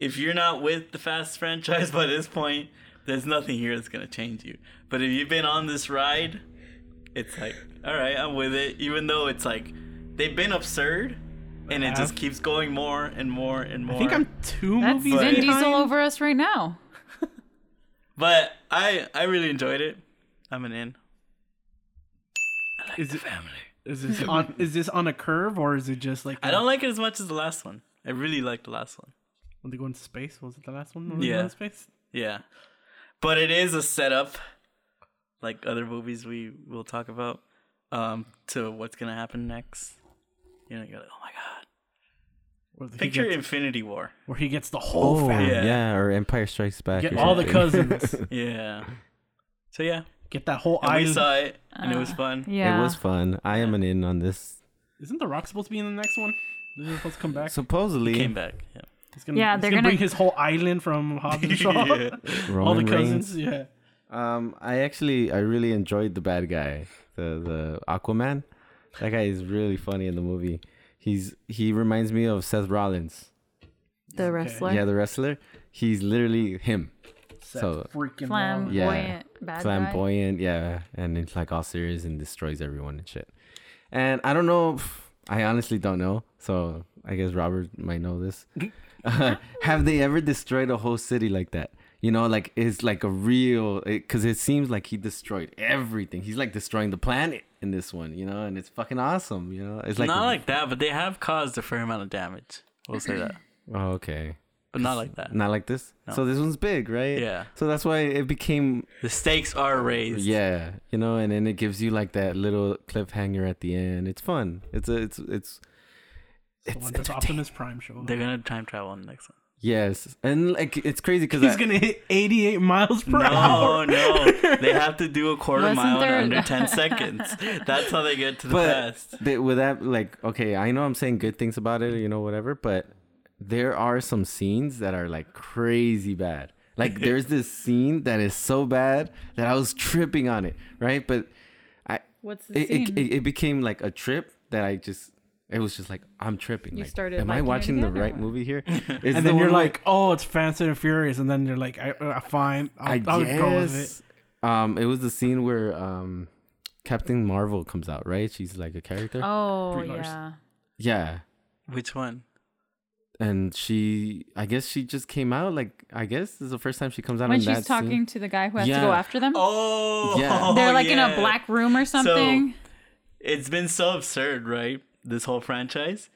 Speaker 1: if you're not with the Fast franchise *laughs* by this point, there's nothing here that's gonna change you. But if you've been on this ride, it's like, all right, I'm with it. Even though it's like they've been absurd, and it just
Speaker 4: Have.
Speaker 1: keeps going more and more and more.
Speaker 4: I think I'm two
Speaker 3: That's
Speaker 4: movies
Speaker 3: Vin
Speaker 4: behind.
Speaker 3: Diesel over us right now.
Speaker 1: But I I really enjoyed it. I'm an in.
Speaker 4: Is it family? Is this on? is this on a curve or is it just like
Speaker 1: I don't like it as much as the last one. I really liked the last one.
Speaker 4: when they go into space? Was it the last one? when they go
Speaker 1: Yeah.
Speaker 4: into space.
Speaker 1: Yeah. But it is a setup, like other movies we will talk about, um, to what's gonna happen next. You know, you're like, oh my god.
Speaker 4: Where he,
Speaker 1: Picture
Speaker 4: gets,
Speaker 1: Infinity
Speaker 2: *laughs*
Speaker 1: War.
Speaker 4: where he gets the whole family.
Speaker 1: yeah.
Speaker 2: yeah. or Empire Strikes Back.
Speaker 4: Oh, Get
Speaker 2: or
Speaker 4: all the
Speaker 2: something. *laughs*
Speaker 4: cousins.
Speaker 1: Yeah. So yeah.
Speaker 4: Get that whole
Speaker 1: And we
Speaker 4: island.
Speaker 1: saw it and it was fun.
Speaker 3: Yeah.
Speaker 2: It was fun. I am an in on this.
Speaker 4: Isn't The Rock supposed to be in the next one? Is he supposed to come back?
Speaker 2: Supposedly,
Speaker 1: Came back.
Speaker 2: *laughs*
Speaker 1: Yeah.
Speaker 4: he's gonna,
Speaker 3: Yeah,
Speaker 4: he's
Speaker 3: they're
Speaker 4: gonna,
Speaker 3: gonna-
Speaker 4: bring his whole island from
Speaker 1: *laughs*
Speaker 4: Hobbs and Shaw. all the
Speaker 2: Roman
Speaker 4: cousins. Yeah.
Speaker 2: Um, I actually I really enjoyed the bad guy, the the Aquaman. That guy is really funny in the movie. He's he reminds me of Seth Rollins.
Speaker 3: the wrestler.
Speaker 2: Yeah, the wrestler. He's literally him.
Speaker 4: Seth
Speaker 2: So-
Speaker 4: freaking
Speaker 3: Flamboyant
Speaker 4: Rollins.
Speaker 2: Yeah.
Speaker 3: bad guy.
Speaker 2: Flamboyant, yeah, and it's like all serious and destroys everyone and shit. And I don't know. I honestly don't know. So I guess Robert might know this. *laughs* Have they ever destroyed a whole city like that? You know, like it's like a real because it, seems like he destroyed everything. He's like destroying the planet in this one, you know, and it's fucking awesome. You know, it's like
Speaker 1: not like that, but they have caused a fair amount of damage. We'll say that.
Speaker 2: oh, okay,
Speaker 1: But not like
Speaker 2: *laughs*
Speaker 1: that.
Speaker 2: not like this. So this one's big, right?
Speaker 1: Yeah.
Speaker 2: So that's why it became
Speaker 1: The stakes are raised.
Speaker 2: Yeah, you know, and then it gives you like that little cliffhanger at the end. It's fun. It's a, it's it's
Speaker 4: The one that's Optimus Prime show. up.
Speaker 1: They're gonna time travel in the next one.
Speaker 2: yes, and like it's crazy because
Speaker 4: He's gonna hit 88 miles per hour.
Speaker 1: No, no. They have to do a quarter
Speaker 3: Wasn't
Speaker 1: mile
Speaker 3: there-
Speaker 1: in under
Speaker 3: *laughs*
Speaker 1: 10 seconds. That's how they get to the
Speaker 2: but
Speaker 1: past.
Speaker 2: they, with that like okay, I know I'm saying good things about it, you know, whatever, but there are some scenes that are like crazy bad. Like there's this scene that is so bad that I was tripping on it, right? But I
Speaker 3: What's the
Speaker 2: it,
Speaker 3: scene?
Speaker 2: it, it, it became like a trip that I just it was just like I'm tripping.
Speaker 3: You
Speaker 2: like,
Speaker 3: started
Speaker 2: Am I
Speaker 3: liking it
Speaker 2: watching the
Speaker 3: again or
Speaker 2: right
Speaker 3: what?
Speaker 2: movie here?
Speaker 4: And then you're like, oh, it's Fast and Furious, and then you're like, I, uh, fine, I'll,
Speaker 2: I
Speaker 4: I'll
Speaker 2: guess.
Speaker 4: go with
Speaker 2: Um, it was the scene where um, Captain Marvel comes out, right? She's like a character.
Speaker 3: oh
Speaker 4: Brie Larson.
Speaker 3: yeah.
Speaker 2: Yeah,
Speaker 1: Which one?
Speaker 2: and she, I guess she just came out. Like, I guess this is the first time she comes out.
Speaker 3: When
Speaker 2: in
Speaker 3: she's
Speaker 2: that
Speaker 3: talking
Speaker 2: scene.
Speaker 3: to the guy who has to go
Speaker 2: Yeah.
Speaker 3: after them.
Speaker 1: Oh, *laughs*
Speaker 2: Yeah.
Speaker 3: They're like in a
Speaker 1: yeah.
Speaker 3: black room or something.
Speaker 1: It's been so absurd, right? This whole franchise,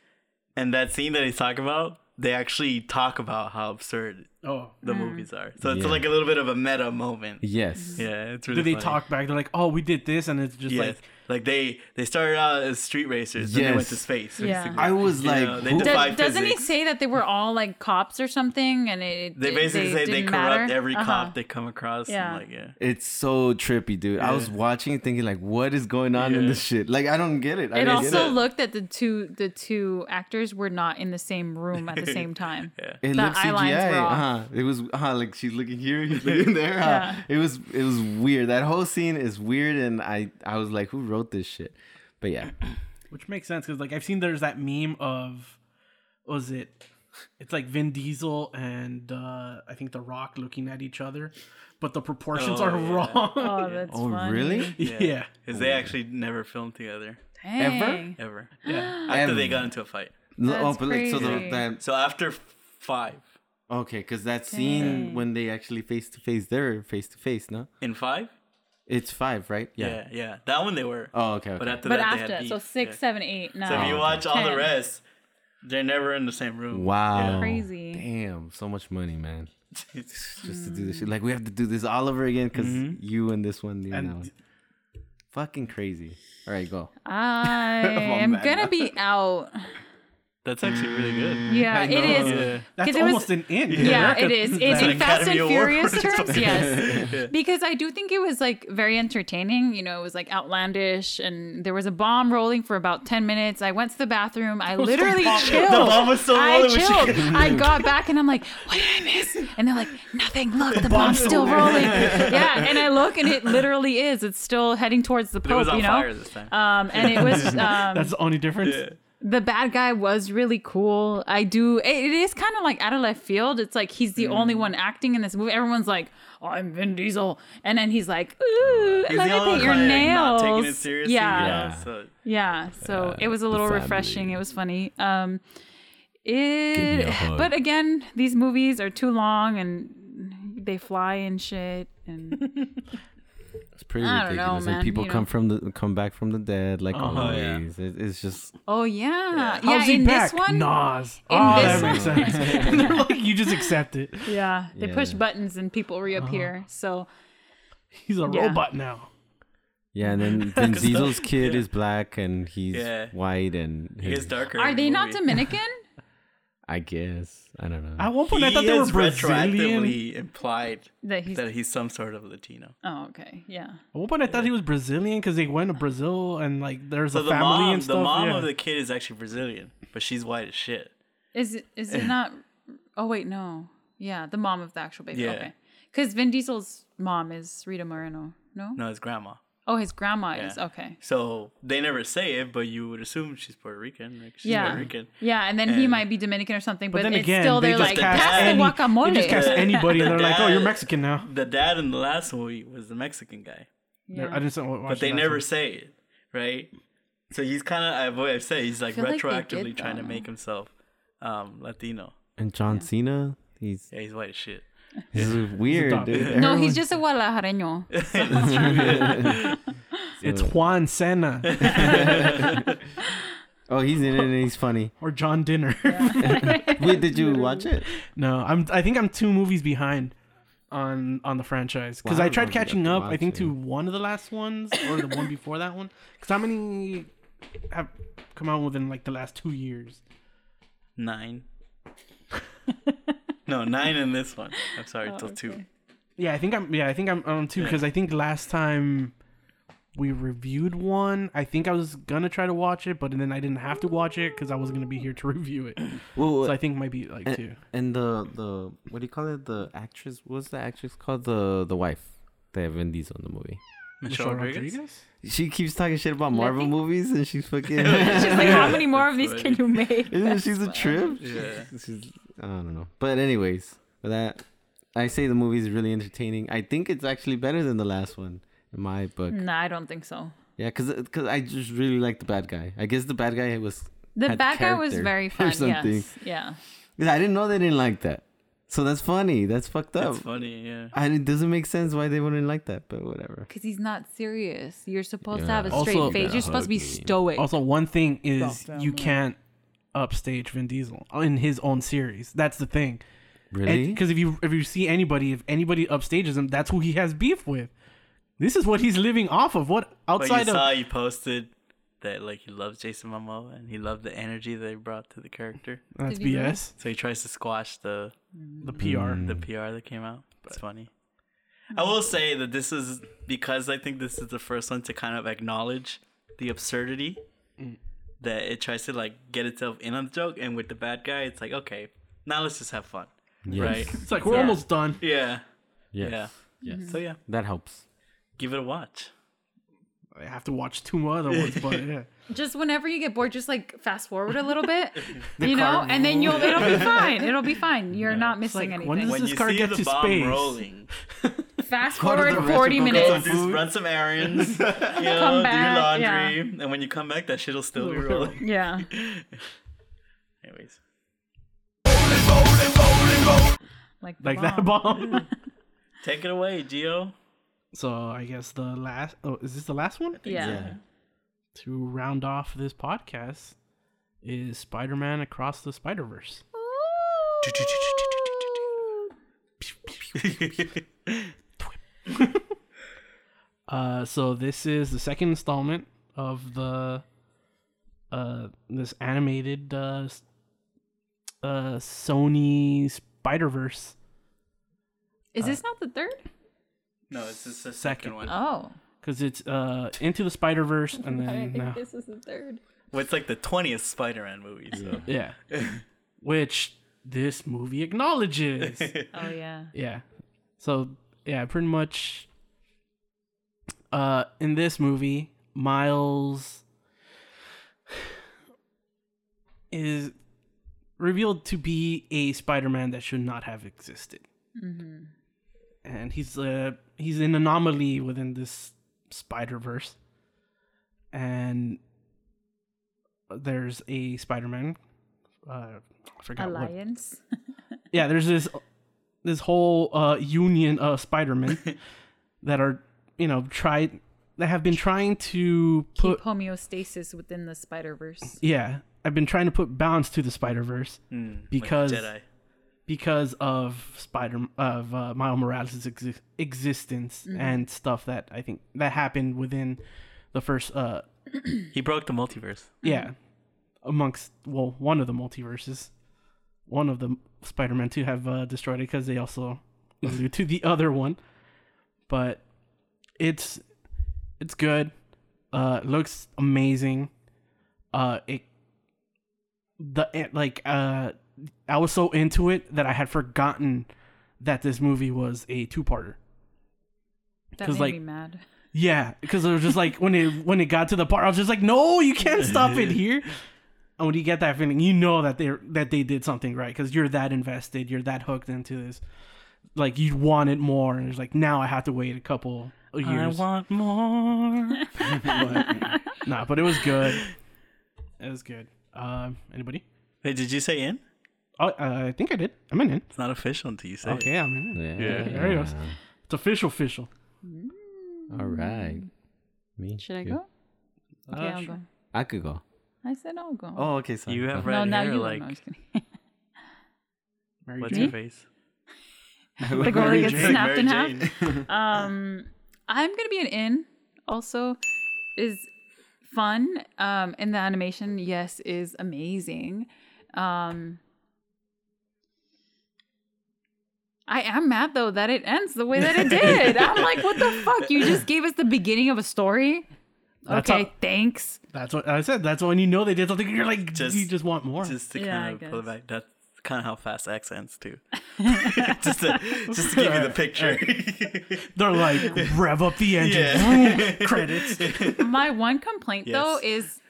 Speaker 1: and that scene that he's talking about, they actually talk about how absurd
Speaker 4: it. Oh,
Speaker 3: Hmm.
Speaker 1: the movies are. So it's
Speaker 2: Yeah.
Speaker 1: like a little bit of a meta moment.
Speaker 2: Yes.
Speaker 1: Yeah, it's really.
Speaker 4: do they
Speaker 1: funny.
Speaker 4: talk back? They're like, oh, we did this, and it's just
Speaker 1: Yes.
Speaker 4: like,
Speaker 1: Like, they they started out as street racers, and they went
Speaker 2: Yes.
Speaker 1: to space.
Speaker 3: Yeah.
Speaker 1: basically.
Speaker 2: I was
Speaker 1: You
Speaker 2: like,
Speaker 1: know, they
Speaker 2: who-
Speaker 3: Do-
Speaker 1: defy
Speaker 3: doesn't he
Speaker 1: physics.
Speaker 3: say that they were all like cops or something? And it
Speaker 1: They
Speaker 3: it-
Speaker 1: basically say they
Speaker 3: didn't
Speaker 1: corrupt
Speaker 3: matter?
Speaker 1: every
Speaker 3: Uh-huh.
Speaker 1: cop they come across. Yeah.
Speaker 3: Yeah.
Speaker 1: And like, yeah.
Speaker 2: It's so trippy, dude. I was watching it thinking like, what is going on in
Speaker 1: Yeah.
Speaker 2: this shit? Like, I don't get it. I
Speaker 3: It
Speaker 2: didn't get
Speaker 3: also
Speaker 2: it.
Speaker 3: looked that the two the two actors were not in the same room at the
Speaker 1: *laughs*
Speaker 3: same time.
Speaker 2: It
Speaker 3: the
Speaker 2: looked
Speaker 3: eye lines
Speaker 2: CGI.
Speaker 3: were off.
Speaker 2: Uh-huh. It was uh, like she's looking here, he's looking there. huh?
Speaker 3: Yeah.
Speaker 2: It was it was weird. That whole scene is weird, and I I was like, who wrote this shit? But yeah,
Speaker 4: which makes sense because like I've seen there's that meme of, what was it? It's like Vin Diesel and uh, I think The Rock looking at each other, but the proportions
Speaker 1: Oh,
Speaker 4: are
Speaker 1: yeah.
Speaker 4: wrong. *laughs*
Speaker 3: Oh, that's
Speaker 2: Oh,
Speaker 3: funny.
Speaker 2: really?
Speaker 4: yeah.
Speaker 1: Yeah. Because they actually never filmed together
Speaker 2: Ever?
Speaker 3: Dang.
Speaker 1: ever
Speaker 3: *gasps*
Speaker 4: yeah.
Speaker 1: after
Speaker 2: Ever.
Speaker 1: they got into a fight.
Speaker 2: No,
Speaker 3: That's
Speaker 2: oh, so the,
Speaker 3: crazy.
Speaker 2: that,
Speaker 1: So after five
Speaker 2: okay, because that scene
Speaker 3: Dang.
Speaker 2: when they actually face to face, they're face to face. No,
Speaker 1: in five,
Speaker 2: it's five, right?
Speaker 1: yeah, yeah, that one they were.
Speaker 2: Oh, okay. okay.
Speaker 1: But after
Speaker 3: But
Speaker 1: that, they
Speaker 3: after
Speaker 1: had
Speaker 3: so
Speaker 1: beef.
Speaker 3: six,
Speaker 1: Yeah.
Speaker 3: seven, eight, nine.
Speaker 1: So if you
Speaker 2: *laughs*
Speaker 1: watch all the
Speaker 3: Ten.
Speaker 1: rest, they're never in the same room. *laughs*
Speaker 2: wow,
Speaker 3: Crazy.
Speaker 2: Damn, so much money, man. Just to do this shit.
Speaker 3: Mm.
Speaker 2: Like we have to do this all over again because
Speaker 1: Mm-hmm.
Speaker 2: you and this one, you
Speaker 4: And-
Speaker 2: know, fucking crazy. All right, go.
Speaker 3: I am
Speaker 2: mad
Speaker 3: gonna be
Speaker 2: *laughs*
Speaker 3: out.
Speaker 1: That's actually really good.
Speaker 3: Yeah, it is.
Speaker 1: Yeah.
Speaker 4: That's
Speaker 3: 'Cause it was-
Speaker 4: almost an in.
Speaker 3: Yeah, it is. It's
Speaker 1: an
Speaker 3: in Fast
Speaker 1: Academy
Speaker 3: and
Speaker 1: Award
Speaker 3: Furious
Speaker 1: or
Speaker 3: terms,
Speaker 1: something. *laughs*
Speaker 3: yes.
Speaker 1: Yeah.
Speaker 3: Because I do think it was like very entertaining. You know, it was like outlandish, and there was a bomb rolling for about ten minutes. I went to the bathroom. I literally
Speaker 1: *laughs*
Speaker 3: chilled.
Speaker 1: The bomb was still
Speaker 3: I
Speaker 1: rolling when she-
Speaker 3: chilled. I got back, and I'm like, "What did I miss?" And they're like, "Nothing. Look, the, bomb's still rolling." yeah, and I look,
Speaker 1: *laughs*
Speaker 3: and it literally is. It's still heading towards the
Speaker 1: It was
Speaker 3: Pope.
Speaker 1: on
Speaker 3: You
Speaker 1: fire
Speaker 3: know.
Speaker 1: this time.
Speaker 3: Um, and it was
Speaker 1: *laughs*
Speaker 3: um,
Speaker 4: That's the only difference.
Speaker 1: yeah.
Speaker 3: the bad guy was really cool. I do. It, it is kind of like out of left field. It's like he's
Speaker 1: Mm.
Speaker 3: the only one acting in this movie. Everyone's like, "Oh, "I'm Vin Diesel," and then he's like, "Ooh,
Speaker 1: He's
Speaker 3: let
Speaker 1: the
Speaker 3: me
Speaker 1: only
Speaker 3: paint your
Speaker 1: one, like,
Speaker 3: nails."
Speaker 1: Not taking it seriously.
Speaker 3: Yeah,
Speaker 1: Yeah.
Speaker 2: Yeah.
Speaker 1: So
Speaker 3: yeah. So it was a little
Speaker 2: family.
Speaker 3: refreshing. It was funny. Um,
Speaker 2: me a
Speaker 3: it.
Speaker 2: hug.
Speaker 3: But again, these
Speaker 1: *laughs*
Speaker 3: movies are too long and they fly and shit. And
Speaker 2: pretty
Speaker 3: I don't know,
Speaker 2: ridiculous.
Speaker 3: man,
Speaker 2: and people
Speaker 3: you
Speaker 2: come
Speaker 3: know.
Speaker 2: from the come back from the dead like
Speaker 4: Uh-huh,
Speaker 1: Oh, yeah.
Speaker 2: always. It, it's just
Speaker 3: Oh yeah, yeah.
Speaker 4: How's he
Speaker 3: in
Speaker 4: back?
Speaker 3: this one,
Speaker 4: Nas.
Speaker 3: in
Speaker 4: oh,
Speaker 3: this
Speaker 4: that makes sense. *laughs* They're like, you just accept it.
Speaker 3: yeah, they push
Speaker 2: Yeah.
Speaker 3: buttons and people reappear.
Speaker 1: Uh-huh.
Speaker 3: So
Speaker 4: He's a
Speaker 3: Yeah.
Speaker 4: robot now.
Speaker 2: yeah. And
Speaker 1: *laughs*
Speaker 2: then Vin Diesel's kid is black and he's
Speaker 1: Yeah.
Speaker 2: white and
Speaker 1: It gets
Speaker 2: his-
Speaker 1: darker.
Speaker 3: are
Speaker 1: in
Speaker 3: they
Speaker 1: the
Speaker 3: not
Speaker 1: movie. *laughs*
Speaker 3: Dominican?
Speaker 2: I guess I don't know.
Speaker 4: At one point, I
Speaker 1: He
Speaker 4: thought they were
Speaker 1: has
Speaker 4: Brazilian. At
Speaker 1: retroactively implied
Speaker 3: that he's
Speaker 1: that he's some sort of Latino.
Speaker 3: oh okay yeah.
Speaker 4: one point, I thought he was Brazilian because they went to Brazil and like there's
Speaker 1: So
Speaker 4: a
Speaker 1: the
Speaker 4: family
Speaker 1: mom,
Speaker 4: and stuff.
Speaker 1: the mom
Speaker 4: yeah.
Speaker 1: of the kid is actually Brazilian, but she's white as shit.
Speaker 3: Is it is it not? Oh wait, no. Yeah, the mom of the actual baby.
Speaker 1: Yeah.
Speaker 3: Okay, because Vin Diesel's mom is Rita Moreno. No.
Speaker 1: No, it's grandma.
Speaker 3: Oh, his grandma is
Speaker 1: Yeah.
Speaker 3: okay.
Speaker 1: So they never say it, but you would assume she's Puerto Rican. Like she's
Speaker 3: Yeah.
Speaker 1: Puerto Rican.
Speaker 3: Yeah, and then he
Speaker 1: And-
Speaker 3: might be Dominican or something, but,
Speaker 4: But then
Speaker 3: it's
Speaker 4: again,
Speaker 3: still
Speaker 4: they
Speaker 3: they're
Speaker 4: just
Speaker 3: like
Speaker 1: cast
Speaker 3: that's
Speaker 4: any-
Speaker 3: the guacamole.
Speaker 4: They
Speaker 1: *laughs*
Speaker 4: just cast anybody and they're like, oh, you're
Speaker 1: Dad-
Speaker 4: Mexican now.
Speaker 1: The dad in the last movie was the Mexican guy,
Speaker 3: Yeah.
Speaker 4: I just don't watch
Speaker 1: but they
Speaker 4: that
Speaker 1: never
Speaker 4: show.
Speaker 1: say it, right? So he's kind of, I've always said, he's like
Speaker 3: feel like they
Speaker 1: retroactively
Speaker 3: did,
Speaker 1: trying to
Speaker 3: though.
Speaker 1: make himself um, Latino.
Speaker 2: and John Cena,
Speaker 1: *laughs*
Speaker 2: he's,
Speaker 1: Yeah, he's white as shit.
Speaker 2: he's weird.
Speaker 4: dog.
Speaker 2: dude.
Speaker 3: no,
Speaker 2: Everyone-
Speaker 3: he's just a Guadalajareño. *laughs*
Speaker 4: It's Juan
Speaker 1: *laughs*
Speaker 4: Senna
Speaker 2: *laughs*
Speaker 3: *laughs*
Speaker 2: oh, he's in it and he's funny.
Speaker 4: or John Dinner.
Speaker 2: Wait, did
Speaker 3: *laughs*
Speaker 2: you watch it?
Speaker 4: no, I'm. I think I'm two movies behind on on the franchise because
Speaker 2: Wow,
Speaker 4: I
Speaker 2: I
Speaker 4: tried
Speaker 2: don't think
Speaker 4: catching
Speaker 2: I
Speaker 4: up.
Speaker 2: watched
Speaker 4: I think to
Speaker 2: it.
Speaker 4: one of the last ones or the one before that one. Because how many have come out within like the last two years?
Speaker 1: *laughs* Nine. no, nine in this one. I'm sorry, till two.
Speaker 4: Yeah, I think I'm. Yeah, I think I'm on two because I think last time we reviewed one, I think I was gonna try to watch it, but then I didn't have to watch it because I was gonna be here to *laughs* review it.
Speaker 2: Well,
Speaker 4: So I think it might be like two.
Speaker 2: and, and the the what do you call it? The actress, what's the actress called? The the wife that Vin Diesel in the movie.
Speaker 1: Michelle Rodriguez.
Speaker 2: She keeps talking shit about Marvel
Speaker 3: Letty?
Speaker 2: movies and
Speaker 3: *laughs*
Speaker 2: she's fucking.
Speaker 3: She's like, how many more of these
Speaker 1: That's
Speaker 3: can you
Speaker 2: *laughs*
Speaker 3: make?
Speaker 2: Isn't she's a trip?
Speaker 1: Yeah.
Speaker 2: She's, she's- I don't know. But anyways, for that I say the movie is really entertaining. I think it's actually better than the last one in my book.
Speaker 3: Nah, I don't think so.
Speaker 2: Yeah, because I just really like the bad guy. I guess the bad guy was.
Speaker 3: The
Speaker 2: had
Speaker 3: bad guy was
Speaker 2: character
Speaker 3: very
Speaker 2: or
Speaker 3: fun.
Speaker 2: something.
Speaker 3: Yes. Yeah.
Speaker 2: I didn't know they didn't like that. So that's funny. That's fucked up.
Speaker 1: That's funny, yeah.
Speaker 2: and it doesn't make sense why they wouldn't like that, but whatever.
Speaker 3: Because he's not serious. You're supposed to have
Speaker 2: Yeah.
Speaker 3: a straight
Speaker 4: Also-
Speaker 3: face. You're supposed to be
Speaker 2: Yeah.
Speaker 3: stoic.
Speaker 4: Also, one thing is
Speaker 3: Stop
Speaker 4: you
Speaker 3: down there.
Speaker 4: can't upstage Vin Diesel in his own series. That's the thing.
Speaker 2: Really?
Speaker 4: Because if you if you see anybody, if anybody upstages him, that's who he has beef with. This is what he's living off of. What
Speaker 1: But
Speaker 4: outside
Speaker 1: you
Speaker 4: of?
Speaker 1: saw you posted that like he loves Jason Momoa and he loved the energy they brought to the character.
Speaker 4: That's
Speaker 3: Did he really?
Speaker 4: BS.
Speaker 1: So he tries to squash the
Speaker 4: The PR.
Speaker 1: the PR that came out. It's funny. I will say that this is because I think this is the first one to kind of acknowledge the absurdity Mm. that it tries to like get itself in on the joke, and with the bad guy, it's like okay, now let's just have fun, right?
Speaker 4: It's like we're almost done.
Speaker 1: Yeah,
Speaker 2: Yes.
Speaker 1: yeah,
Speaker 3: Mm-hmm.
Speaker 1: So yeah,
Speaker 2: That helps.
Speaker 1: give it a watch.
Speaker 4: I have to watch two more other ones,
Speaker 1: *laughs*
Speaker 4: but yeah.
Speaker 3: just whenever you get bored, just like fast forward a little bit, you know, and then you'll it'll be fine. It'll be fine. You're not missing
Speaker 4: like, when
Speaker 3: anything.
Speaker 4: does
Speaker 1: When
Speaker 4: this
Speaker 1: you
Speaker 4: car
Speaker 1: see
Speaker 4: get
Speaker 1: the
Speaker 4: to
Speaker 1: bomb
Speaker 4: space? *laughs*
Speaker 1: rolling,
Speaker 3: Fast
Speaker 2: Go to the
Speaker 3: forward
Speaker 2: restroom,
Speaker 3: 40
Speaker 2: go get
Speaker 1: go
Speaker 2: some
Speaker 3: minutes.
Speaker 1: do, run some
Speaker 4: *laughs*
Speaker 1: errands, you know, do your
Speaker 3: back,
Speaker 1: laundry, and when you come back, that shit'll still be rolling. *laughs*
Speaker 3: Yeah.
Speaker 1: Anyways,
Speaker 3: Like, the
Speaker 4: Like
Speaker 3: bomb.
Speaker 4: that bomb. *laughs*
Speaker 1: take it away, Gio.
Speaker 4: so I guess the last. Oh, is this the last one?
Speaker 3: Yeah.
Speaker 4: To round off this podcast is Spider-Man Across the Spider-Verse. Uh, so this is the second installment of the uh this animated uh s- uh Sony Spider Verse.
Speaker 3: Is this not the third?
Speaker 1: no, it's just the
Speaker 4: Second.
Speaker 1: second one.
Speaker 3: Oh.
Speaker 4: Because it's uh into the Spider Verse and
Speaker 3: I
Speaker 4: then
Speaker 3: think
Speaker 4: uh,
Speaker 3: this is the third.
Speaker 1: Well, it's like the twentieth Spider-Man movie. So
Speaker 4: yeah, which this movie acknowledges.
Speaker 3: Oh, yeah.
Speaker 4: Yeah. So yeah, pretty much. Uh, in this movie, Miles is revealed to be a Spider-Man that should not have existed,
Speaker 3: Mm-hmm.
Speaker 4: and he's uh he's an anomaly within this Spider-Verse, and there's a Spider-Man. Uh, I forgot what
Speaker 3: Alliance.
Speaker 4: yeah, there's this this whole uh, union of Spider-Men that are you know tried that have been trying to
Speaker 3: Keep
Speaker 4: put
Speaker 3: homeostasis within the Spider Verse.
Speaker 4: yeah I've been trying to put balance to the Spider Verse
Speaker 1: Mm, like
Speaker 4: because
Speaker 1: Jedi.
Speaker 4: because of Spider of uh, Miles Morales' exi- existence and stuff that I think that happened within the first uh
Speaker 1: He broke the multiverse.
Speaker 4: yeah amongst well one of the multiverses one of the Spider-Man two have uh, destroyed it because they also allude to the other one but it's it's good uh looks amazing uh it the it, like uh I was so into it that I had forgotten that this movie was a two-parter
Speaker 3: That
Speaker 4: 'Cause,
Speaker 3: made
Speaker 4: like-
Speaker 3: me mad.
Speaker 4: yeah, because it was just like when it when it got to the part, I was just like, "No, you can't
Speaker 1: *laughs*
Speaker 4: stop it here." And when you get that feeling, you know that they are that they did something right because you're that invested, you're that hooked into this. Like you want it more, and it's like now I have to wait a couple of
Speaker 1: I
Speaker 4: years.
Speaker 1: want *laughs* more.
Speaker 4: *laughs* but, nah, but it was good. It was good. Um, anybody?
Speaker 1: Wait, did you say in?
Speaker 4: Oh, uh, I think I did. I'm in. it.
Speaker 1: It's not official until you say it.
Speaker 4: Okay, I'm in. it.
Speaker 2: Yeah.
Speaker 4: there he goes. It's official, official.
Speaker 2: All right. Me.
Speaker 3: Mm. Should I
Speaker 2: you.
Speaker 3: go? Okay, I'll go.
Speaker 2: I could go.
Speaker 3: I said I'll go.
Speaker 2: Oh, okay. Sorry.
Speaker 1: You have
Speaker 2: Go.
Speaker 1: red
Speaker 3: no, now
Speaker 1: hair,
Speaker 3: you.
Speaker 1: like
Speaker 3: no, I'm just kidding.
Speaker 4: Mary
Speaker 1: what's
Speaker 4: Jane.
Speaker 1: your face?
Speaker 3: *laughs* the girl that
Speaker 1: Mary
Speaker 3: gets
Speaker 1: Jane.
Speaker 3: snapped in
Speaker 1: Mary
Speaker 3: half.
Speaker 1: *laughs*
Speaker 3: Um, I'm gonna be an in. Also, is fun. Um, and the animation, yes, is amazing. Um, I am mad though that it ends the way that
Speaker 1: *laughs*
Speaker 3: it did. I'm like, what the fuck? You just gave us the beginning of a story.
Speaker 4: That's
Speaker 3: okay,
Speaker 4: how-
Speaker 3: thanks.
Speaker 4: That's what I said. That's when you know they did something. You're like,
Speaker 1: Just-
Speaker 4: you just want more.
Speaker 1: *laughs* Just to
Speaker 3: Yeah, I
Speaker 1: kind of pull it
Speaker 3: guess.
Speaker 1: back. That's kind of how fast X ends too. *laughs* just to just to give you the picture.
Speaker 4: They're like, rev up the
Speaker 1: *laughs*
Speaker 4: engine.
Speaker 1: yeah.
Speaker 4: *laughs* Credits.
Speaker 3: My one complaint though
Speaker 1: Yes.
Speaker 3: is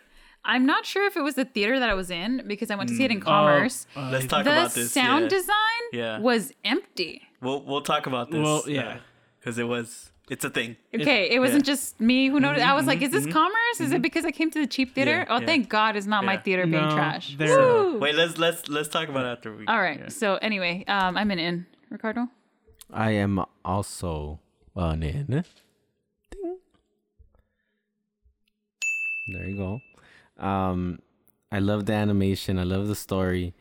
Speaker 3: I'm not sure if it was the theater that I was in because I went to see it
Speaker 1: Mm. Oh.
Speaker 3: in Commerce.
Speaker 1: *laughs* Let's talk
Speaker 3: the
Speaker 1: about this.
Speaker 3: sound
Speaker 1: yeah.
Speaker 3: design
Speaker 1: Yeah.
Speaker 3: was empty.
Speaker 1: We'll we'll talk about this.
Speaker 4: Well, yeah.
Speaker 1: because it was it's a thing.
Speaker 3: Okay, it wasn't
Speaker 1: yeah. Mm-hmm,
Speaker 3: just me who noticed. I was like, "Is this commerce? Is it because I came to the cheap theater?"
Speaker 1: Yeah,
Speaker 3: oh,
Speaker 1: yeah.
Speaker 3: thank God, it's not my
Speaker 1: Yeah.
Speaker 3: theater being
Speaker 4: No,
Speaker 3: trash.
Speaker 4: they're- So-
Speaker 3: Woo!
Speaker 1: Wait, let's let's let's talk about it after we.
Speaker 3: All right.
Speaker 1: yeah.
Speaker 3: So anyway, um, I'm an in Ricardo.
Speaker 2: I am also an in. Ding. There you go. Um, I love the animation. I love the story,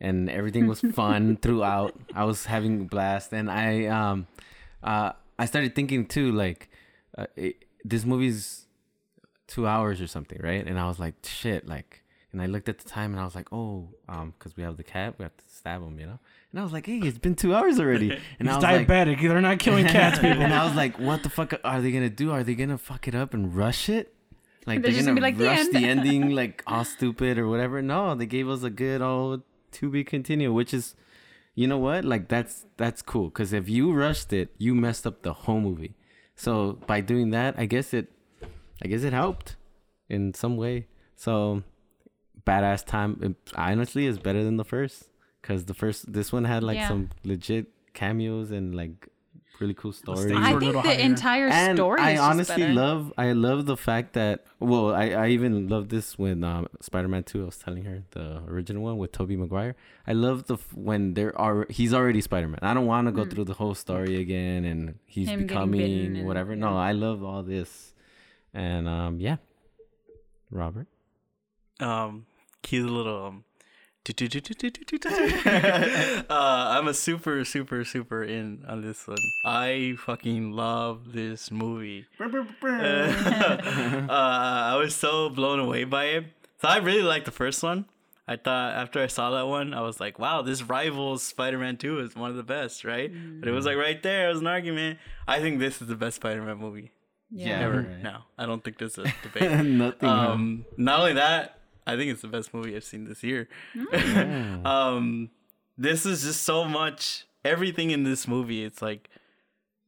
Speaker 2: and everything was
Speaker 4: *laughs*
Speaker 2: fun throughout. I was having a blast, and I um, uh, I started thinking too, like, uh, it, this movie's two hours or something, right? And I was like, shit, like, and I looked at the time and I was like, oh, um, because we have the cat, we have to stab him, you know. And I was like, hey, it's been two hours
Speaker 4: *laughs*
Speaker 2: already. And I
Speaker 4: He's
Speaker 2: was like,
Speaker 4: diabetic. They're not killing
Speaker 2: *laughs*
Speaker 4: cats, people.
Speaker 2: and I was
Speaker 3: *laughs*
Speaker 2: like, what the fuck are they gonna do? Are they gonna fuck it up and rush it? Like they're,
Speaker 3: They're just
Speaker 2: gonna,
Speaker 3: gonna be like, "The
Speaker 2: rush
Speaker 3: end."
Speaker 2: the,
Speaker 3: *laughs*
Speaker 2: ending, like all stupid or whatever. No, they gave us a good old to be continued, which is, you know what? Like that's that's cool because if you rushed it, you messed up the whole movie. So by doing that, I guess it, I guess it helped, in some way. So, badass time. it- honestly, is better than the first because the first this one had like
Speaker 3: Yeah.
Speaker 2: some legit cameos and like really cool stories
Speaker 4: These
Speaker 3: I
Speaker 4: were
Speaker 3: think
Speaker 4: a
Speaker 3: the
Speaker 4: little higher.
Speaker 3: entire
Speaker 2: and
Speaker 3: story.
Speaker 2: I
Speaker 3: is just
Speaker 2: honestly
Speaker 3: better.
Speaker 2: love I love the fact that well I, I even love this when um, Spider-Man 2 I was telling her the original one with Tobey Maguire I love the f- when there are he's already Spider-Man I don't want to go through the whole story again and he's
Speaker 3: Hmm. Him getting bitten
Speaker 2: becoming
Speaker 3: and-
Speaker 2: whatever no I love all this and um yeah Robert
Speaker 1: um he's a little um *laughs* do- do- do- do- do- do- do- do. uh, I'm a super, super, super in on this one. I fucking love this movie. *laughs* uh, I was so blown away by it. So I really liked the first one. I thought after I saw that one, I was like, wow, this rivals Spider Man 2 is one of the best, right? But it was like right there, it was an argument. I think this is the best Spider Man movie
Speaker 3: Yeah.
Speaker 1: ever
Speaker 2: Right.
Speaker 1: now. I don't think there's a debate.
Speaker 2: *laughs* nothing
Speaker 1: Um, not only that, I think it's the best movie I've seen this year.
Speaker 3: Mm.
Speaker 1: *laughs* um, this is just so much. Everything in this movie, it's like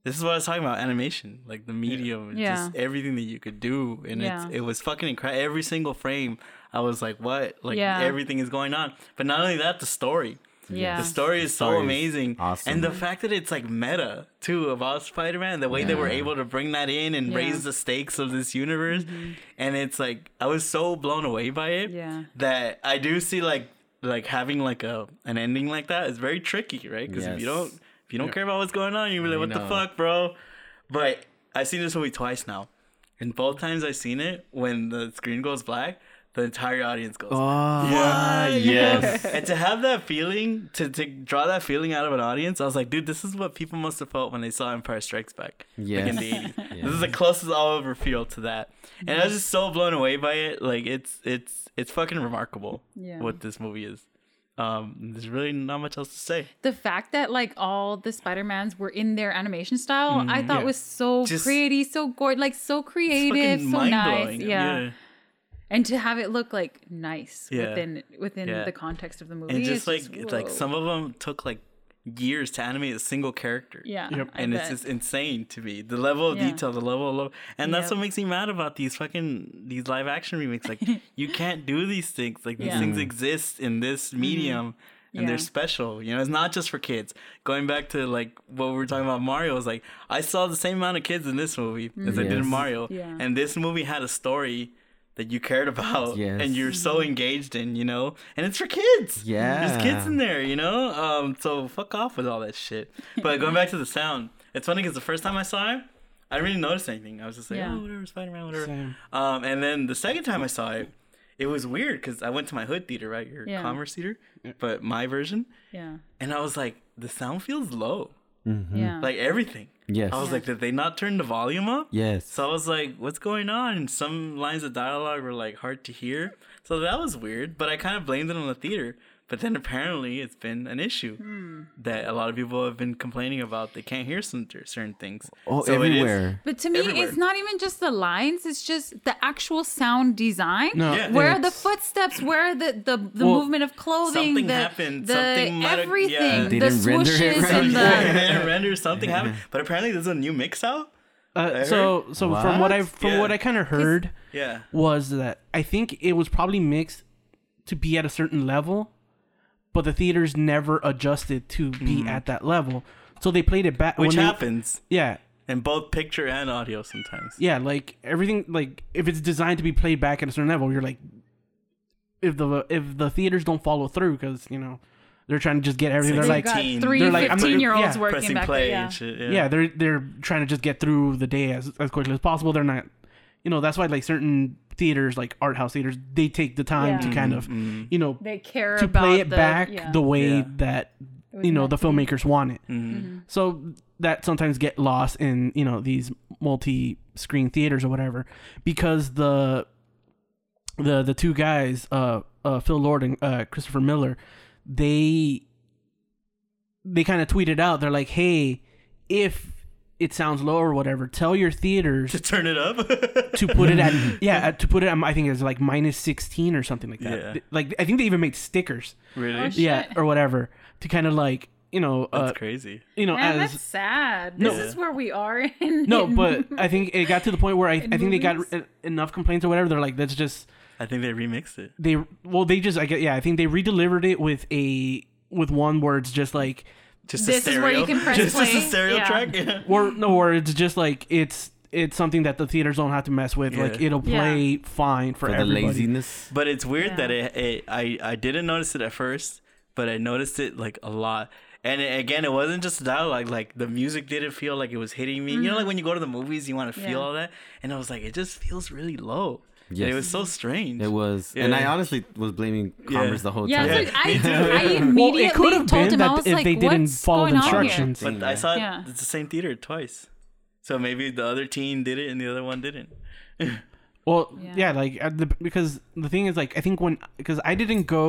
Speaker 1: this is what I was talking about animation, like the medium, and
Speaker 3: Yeah.
Speaker 1: just everything that you could do, and it's,
Speaker 3: Yeah.
Speaker 1: it was fucking incredible. Every single frame, I was like, what? Like
Speaker 3: Yeah.
Speaker 1: everything is going on. But not only that, the story.
Speaker 3: Yeah.
Speaker 1: The story is so
Speaker 2: story is
Speaker 1: amazing.
Speaker 2: awesome.
Speaker 1: And the fact that it's like meta too about Spider Man, the way they were
Speaker 2: Yeah.
Speaker 1: able to bring that in and
Speaker 3: Yeah. Mm-hmm.
Speaker 1: raise the stakes of this universe. And it's like I was so blown away by it
Speaker 3: Yeah.
Speaker 1: that I do see like like having like a an ending like that is very tricky, right? Because if
Speaker 2: Yes.
Speaker 1: you don't if you don't care about what's going on, you're like,
Speaker 2: I
Speaker 1: what the
Speaker 2: know.
Speaker 1: fuck, bro? But I've seen this movie twice now, and both times I've seen it, when the screen goes black, the entire audience goes.
Speaker 2: Oh,
Speaker 3: *laughs*
Speaker 2: yes.
Speaker 1: and to have that feeling, to, to draw that feeling out of an audience, I was like, dude, this is what people must have felt when they saw Empire Strikes Back. Like in
Speaker 2: Yes.
Speaker 1: the
Speaker 2: *laughs*
Speaker 1: 80s. This is the closest I'll ever feel to that. And I was just so blown away by it. Like it's it's it's fucking remarkable
Speaker 3: Yeah.
Speaker 1: what this movie is. Um there's really not much else to say.
Speaker 3: the fact that like all the Spider-Mans were in their animation style, I thought
Speaker 4: yeah.
Speaker 3: was so
Speaker 1: Mm-hmm. Just-
Speaker 3: pretty, so gorgeous, like so
Speaker 1: It's
Speaker 3: creative,
Speaker 1: fucking
Speaker 3: so nice.
Speaker 1: mind-blowing.
Speaker 3: Yeah. And to have it look like nice
Speaker 1: Yeah.
Speaker 3: within within
Speaker 1: Yeah.
Speaker 3: the context of the movie.
Speaker 1: And just
Speaker 3: is
Speaker 1: like it's like
Speaker 3: whoa.
Speaker 1: some of them took like years to animate a single character.
Speaker 3: Yeah.
Speaker 4: Yep.
Speaker 3: I
Speaker 1: and it's
Speaker 3: bet.
Speaker 1: just insane to me the level of
Speaker 3: Yeah.
Speaker 1: detail the level of love and that's
Speaker 3: Yep.
Speaker 1: what makes me mad about these fucking these live action remakes
Speaker 3: *laughs*
Speaker 1: like you can't do these things like these
Speaker 3: Yeah.
Speaker 2: Mm-hmm.
Speaker 3: Mm-hmm.
Speaker 1: things exist in this medium and
Speaker 3: Yeah.
Speaker 1: they're special you know it's not just for kids going back to like what we were talking about mario was like i saw the same amount of kids in this movie as i did
Speaker 2: Yes.
Speaker 1: in mario
Speaker 3: Yeah.
Speaker 1: and this movie had a story that you cared about
Speaker 2: Yes.
Speaker 1: and you're so
Speaker 3: Mm-hmm.
Speaker 1: engaged in you know and it's for kids there's kids
Speaker 2: Yeah.
Speaker 1: in there, you know? Um, so fuck off with all that shit. But going back to the sound, it's funny because the first time I saw it, I didn't really notice anything. I was just like,
Speaker 3: Yeah.
Speaker 1: oh, whatever, Spider Man, whatever.
Speaker 4: Same.
Speaker 1: Um, and then the second time I saw it, it was weird because I went to my hood theater, right? Your
Speaker 3: Yeah.
Speaker 1: Commerce theater, but my version.
Speaker 3: Yeah.
Speaker 1: And I was like, the sound feels low.
Speaker 4: Mm-hmm.
Speaker 3: Yeah.
Speaker 1: Like everything.
Speaker 2: Yes.
Speaker 1: I was like, did they not turn the volume up?
Speaker 2: yes.
Speaker 1: So I was like, what's going on? And some lines of dialogue were like hard to hear. So that was weird, but I kind of blamed it on the theater. But then apparently it's been an issue
Speaker 3: Hmm.
Speaker 1: that a lot of people have been complaining about. They can't hear some certain things.
Speaker 2: oh,
Speaker 1: So it is- *laughs*
Speaker 2: everywhere.
Speaker 3: but to me,
Speaker 1: everywhere.
Speaker 3: it's not even just the lines; it's just the actual sound design.
Speaker 4: No,
Speaker 1: Yeah.
Speaker 3: Where are the
Speaker 4: it's-
Speaker 3: footsteps? Where are the the, the
Speaker 4: Well,
Speaker 3: movement of clothing?
Speaker 1: something
Speaker 3: the,
Speaker 1: happened,
Speaker 3: The
Speaker 1: something might have-
Speaker 3: everything.
Speaker 1: yeah. They
Speaker 3: The
Speaker 2: didn't render it
Speaker 3: swooshes
Speaker 2: right.
Speaker 3: and the
Speaker 1: *laughs*
Speaker 4: *laughs*
Speaker 1: Yeah, render something happened. But apparently there's a new mix out.
Speaker 4: Uh, so so from
Speaker 2: What?
Speaker 4: what I from
Speaker 1: Yeah.
Speaker 4: what I kind of heard
Speaker 1: Yeah.
Speaker 4: was that I think it was probably mixed to be at a certain level, but the theaters never adjusted to be
Speaker 2: Hmm.
Speaker 4: at that level. So they played it back.
Speaker 1: Which
Speaker 4: when they-
Speaker 1: happens
Speaker 4: yeah,
Speaker 1: in both picture and audio sometimes.
Speaker 4: yeah. Like everything, like if it's designed to be played back at a certain level, you're like, if the if the theaters don't follow through because you know they're trying to just get everything. They're
Speaker 3: They've
Speaker 4: like,
Speaker 3: got
Speaker 1: teen.
Speaker 3: three
Speaker 4: They're like, I'm not-
Speaker 3: 15 year olds
Speaker 4: yeah.
Speaker 3: working
Speaker 1: Pressing
Speaker 3: back
Speaker 1: play
Speaker 3: there. Yeah.
Speaker 1: and shit. Mm-hmm.
Speaker 4: yeah, they're they're trying to just get through the day as as quickly as possible. They're not, you know, that's why like certain theaters, like art house theaters, they take the time
Speaker 3: Yeah.
Speaker 4: to kind of, you know,
Speaker 3: They care
Speaker 4: to
Speaker 3: about
Speaker 4: play it
Speaker 3: the,
Speaker 4: back
Speaker 3: yeah.
Speaker 4: the way
Speaker 1: Mm-hmm. Yeah.
Speaker 4: that
Speaker 3: It was
Speaker 4: you know
Speaker 3: meant
Speaker 4: the
Speaker 3: to be.
Speaker 4: filmmakers want it.
Speaker 3: Mm-hmm.
Speaker 1: Mhm.
Speaker 4: So that sometimes get lost in you know these multi-screen theaters or whatever because the the the two guys, uh, uh Phil Lord and uh, Christopher Miller, they they kind of tweeted out. They're like, "Hey, if it sounds low or whatever, tell your
Speaker 1: *laughs*
Speaker 4: theaters
Speaker 1: To turn it up.
Speaker 4: *laughs* to
Speaker 1: *laughs*
Speaker 4: put it at yeah at- to put it at I think it was like minus sixteen or something like that.
Speaker 1: Yeah.
Speaker 4: Th- Like I think they even made stickers,
Speaker 1: really?
Speaker 3: Oh, sh-
Speaker 4: yeah,
Speaker 3: Shit.
Speaker 4: or whatever to kind of like you know uh,
Speaker 1: That's crazy.
Speaker 4: you know
Speaker 3: Man,
Speaker 4: as
Speaker 3: that's sad.
Speaker 4: No.
Speaker 3: This is where we are *laughs* in.
Speaker 4: no,
Speaker 3: in-
Speaker 4: but I think it got to the point where I I think they got
Speaker 3: movies.
Speaker 4: e- enough complaints or whatever. They're like that's just
Speaker 1: I think they remixed it.
Speaker 4: they well they just I get yeah I think they redelivered it with a with one where it's just like
Speaker 1: Just
Speaker 3: This
Speaker 1: a
Speaker 3: is
Speaker 1: stereo,
Speaker 3: where you can press
Speaker 1: just, just
Speaker 3: play.
Speaker 1: a stereo
Speaker 3: Yeah.
Speaker 1: track. Yeah.
Speaker 4: or no or it's just like it's it's something that the theaters don't have to mess with. Like
Speaker 1: Yeah.
Speaker 4: it'll
Speaker 3: Yeah.
Speaker 4: play fine for,
Speaker 2: For the
Speaker 4: everybody.
Speaker 2: laziness.
Speaker 1: But it's weird that
Speaker 3: Yeah.
Speaker 1: it, it I I didn't notice it at first, but I noticed it like a lot. And it- again, it wasn't just dialogue. Like the music didn't feel like it was hitting me. You know, like when you go to the movies, you want to feel
Speaker 3: Mm-hmm. Yeah.
Speaker 1: all that. And I was like, it just feels really low. And
Speaker 2: Yes.
Speaker 1: it was so
Speaker 3: Mm-hmm.
Speaker 1: strange.
Speaker 2: It was, and I
Speaker 1: Yeah.
Speaker 2: honestly was blaming Commerce the whole
Speaker 3: *laughs* Yeah,
Speaker 2: time.
Speaker 3: it's like,
Speaker 1: *laughs*
Speaker 3: I,
Speaker 1: me too.
Speaker 3: I
Speaker 4: Well,
Speaker 3: immediately
Speaker 4: it could have
Speaker 3: told
Speaker 4: been
Speaker 3: him I
Speaker 4: that
Speaker 3: was
Speaker 4: if
Speaker 3: like,
Speaker 4: they didn't
Speaker 3: "What's
Speaker 4: follow the
Speaker 3: going on here?"
Speaker 4: instructions.
Speaker 1: But I saw
Speaker 3: Yeah.
Speaker 1: it, it's the same theater twice. So maybe the other teen did it and the other one didn't.
Speaker 4: Well,
Speaker 3: Yeah.
Speaker 4: yeah, like at the, because the thing is, like I think when because I didn't go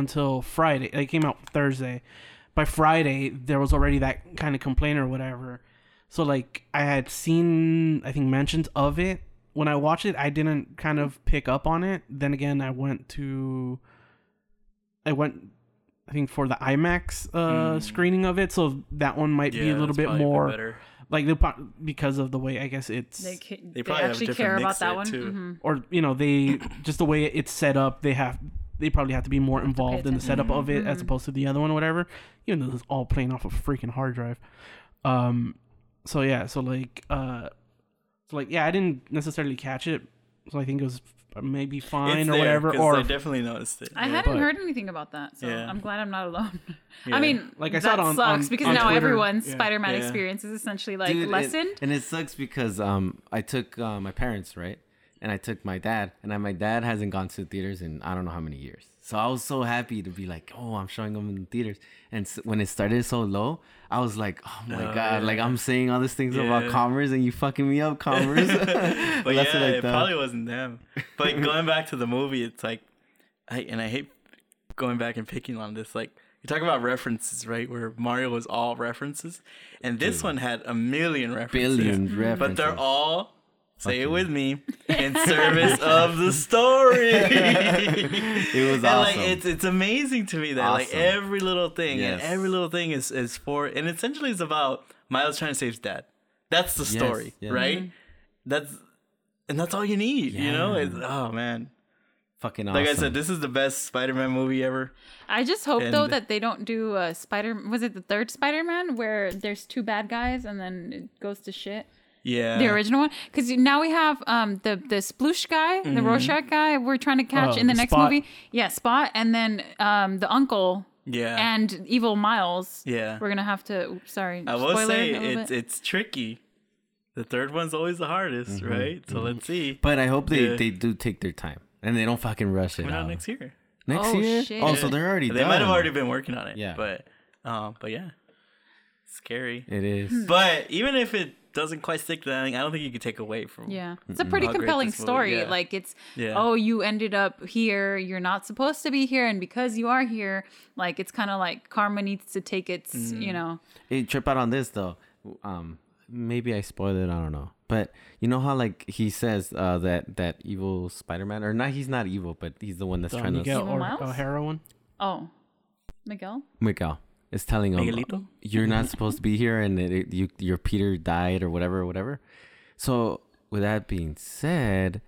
Speaker 4: until Friday. It came out Thursday. By Friday, there was already that kind of complaint or whatever. So like I had seen, I think mentions of it. When I watched it, I didn't kind of pick up on it. Then again, I went to, I went, I think for the IMAX uh, screening of it. So that one might be a
Speaker 1: Mm.
Speaker 4: little
Speaker 1: it's
Speaker 4: bit
Speaker 1: probably been
Speaker 4: more
Speaker 1: better.
Speaker 4: like the pro- because of the way I guess it's
Speaker 3: They, ca- they
Speaker 1: They probably have a
Speaker 3: actually
Speaker 1: different
Speaker 3: care about
Speaker 1: mix
Speaker 3: that
Speaker 1: there,
Speaker 3: one.
Speaker 1: too.
Speaker 3: Mhm.
Speaker 4: or you know they just the way it's set up they have they probably have to be more involved in the setup of it
Speaker 1: Mm-hmm.
Speaker 4: as opposed to the other one or whatever even though it's all playing off a freaking hard drive um so yeah so like uh so like yeah i didn't necessarily catch it so i think it was or maybe
Speaker 1: It's
Speaker 4: fine or
Speaker 1: there,
Speaker 4: whatever.
Speaker 1: 'cause
Speaker 4: Or
Speaker 1: I definitely noticed it.
Speaker 3: I
Speaker 1: yeah.
Speaker 3: hadn't
Speaker 4: But-
Speaker 3: heard anything about that, so
Speaker 1: Yeah.
Speaker 3: I'm glad I'm not alone. *laughs*
Speaker 1: Yeah.
Speaker 3: I mean, like
Speaker 4: Like, I
Speaker 3: I
Speaker 4: saw it
Speaker 3: that
Speaker 4: on-
Speaker 3: sucks
Speaker 4: on-
Speaker 3: because
Speaker 4: on
Speaker 3: now
Speaker 4: Twitter.
Speaker 3: everyone's
Speaker 4: Yeah.
Speaker 3: Spider-Man
Speaker 1: Yeah.
Speaker 3: experience is essentially like
Speaker 2: Dude, it-
Speaker 3: lesson.
Speaker 2: and it sucks because um I took uh, my parents right, and I took my dad, and I, my dad hasn't gone to theaters in I don't know how many years. So I was so happy to be like, oh, I'm showing them in the theaters. And s when it started so low, I was like, oh my
Speaker 1: Oh,
Speaker 2: god, like
Speaker 1: yeah.
Speaker 2: I'm saying all these things about
Speaker 1: Yeah.
Speaker 2: Commerce, and you fucking me up,
Speaker 1: *laughs*
Speaker 2: Commerce. *laughs*
Speaker 1: but yeah, it probably wasn't them. But going back to the movie, it's like, I and I hate going back and picking on this. Like you talk about references, right? Where Mario was all references, and this one had a million references,
Speaker 2: billion references.
Speaker 1: *laughs* but they're all. Say it with me. In service of the story.
Speaker 2: *laughs*
Speaker 1: it
Speaker 2: *laughs* It was
Speaker 1: *laughs* and
Speaker 2: awesome.
Speaker 1: like it's it's amazing to me that like
Speaker 2: Awesome.
Speaker 1: every little thing and
Speaker 2: Yes.
Speaker 1: every little thing is is for and essentially it's about Miles trying to save his dad. That's the story,
Speaker 2: yes.
Speaker 1: right?
Speaker 3: Mm-hmm.
Speaker 1: That's and that's all you need, you know?
Speaker 2: Yeah.
Speaker 1: It's, oh man.
Speaker 2: fucking awesome.
Speaker 1: Like I said, this is the best Spider-Man movie ever.
Speaker 3: I just hope though
Speaker 1: And-
Speaker 3: that they don't do a Spider. Was it the third Spider-Man where there's two bad guys and then it goes to shit?
Speaker 1: Yeah.
Speaker 3: The original one, because now we have um the the Sploosh guy, the Rorschach guy. We're trying to catch
Speaker 4: Oh,
Speaker 3: in the,
Speaker 4: the
Speaker 3: next
Speaker 4: Spot.
Speaker 3: movie. Yeah, Spot, and then um the uncle
Speaker 1: yeah.
Speaker 3: and evil Miles.
Speaker 1: yeah.
Speaker 3: We're gonna have to. Oops, sorry,
Speaker 1: I will
Speaker 3: spoiler.
Speaker 1: say
Speaker 3: a little
Speaker 1: it's
Speaker 3: bit.
Speaker 1: it's tricky. The third one's always the hardest,
Speaker 2: Mm-hmm.
Speaker 1: right? So let's see.
Speaker 2: but I hope they
Speaker 1: Yeah.
Speaker 2: they do take their time and they don't fucking rush it.
Speaker 1: Coming
Speaker 2: out.
Speaker 1: out next year.
Speaker 2: Next
Speaker 3: Oh,
Speaker 2: year?
Speaker 3: shit.
Speaker 2: Oh, so they're already
Speaker 1: They might have
Speaker 2: done.
Speaker 1: already been working on it.
Speaker 2: Yeah.
Speaker 1: But um but yeah. Scary.
Speaker 2: It
Speaker 3: Hmm.
Speaker 2: is.
Speaker 1: But even if it doesn't quite stick to that, I don't think you could take away from
Speaker 3: Yeah, it's a pretty
Speaker 1: How great
Speaker 3: compelling
Speaker 1: this movie-
Speaker 3: story.
Speaker 1: yeah.
Speaker 3: Like it's,
Speaker 1: Yeah.
Speaker 3: oh, you ended up here. You're not supposed to be here, and because you are here, like it's kind of like karma needs to take its,
Speaker 1: Mm-hmm.
Speaker 3: you know.
Speaker 2: Hey, trip out on this though. Um, maybe I spoiled it. I don't know. But you know how like he says uh, that that evil Spider-Man, or not? He's not evil, but he's the one that's
Speaker 4: uh,
Speaker 2: trying
Speaker 4: Miguel
Speaker 3: Evil
Speaker 4: or
Speaker 3: Miles?
Speaker 4: uh, heroin.
Speaker 3: Oh, Miguel.
Speaker 2: to Miguel is telling him
Speaker 1: Miguelito?
Speaker 2: you're not supposed to be here, and it, it- you your Peter died or whatever, whatever. So with that being said,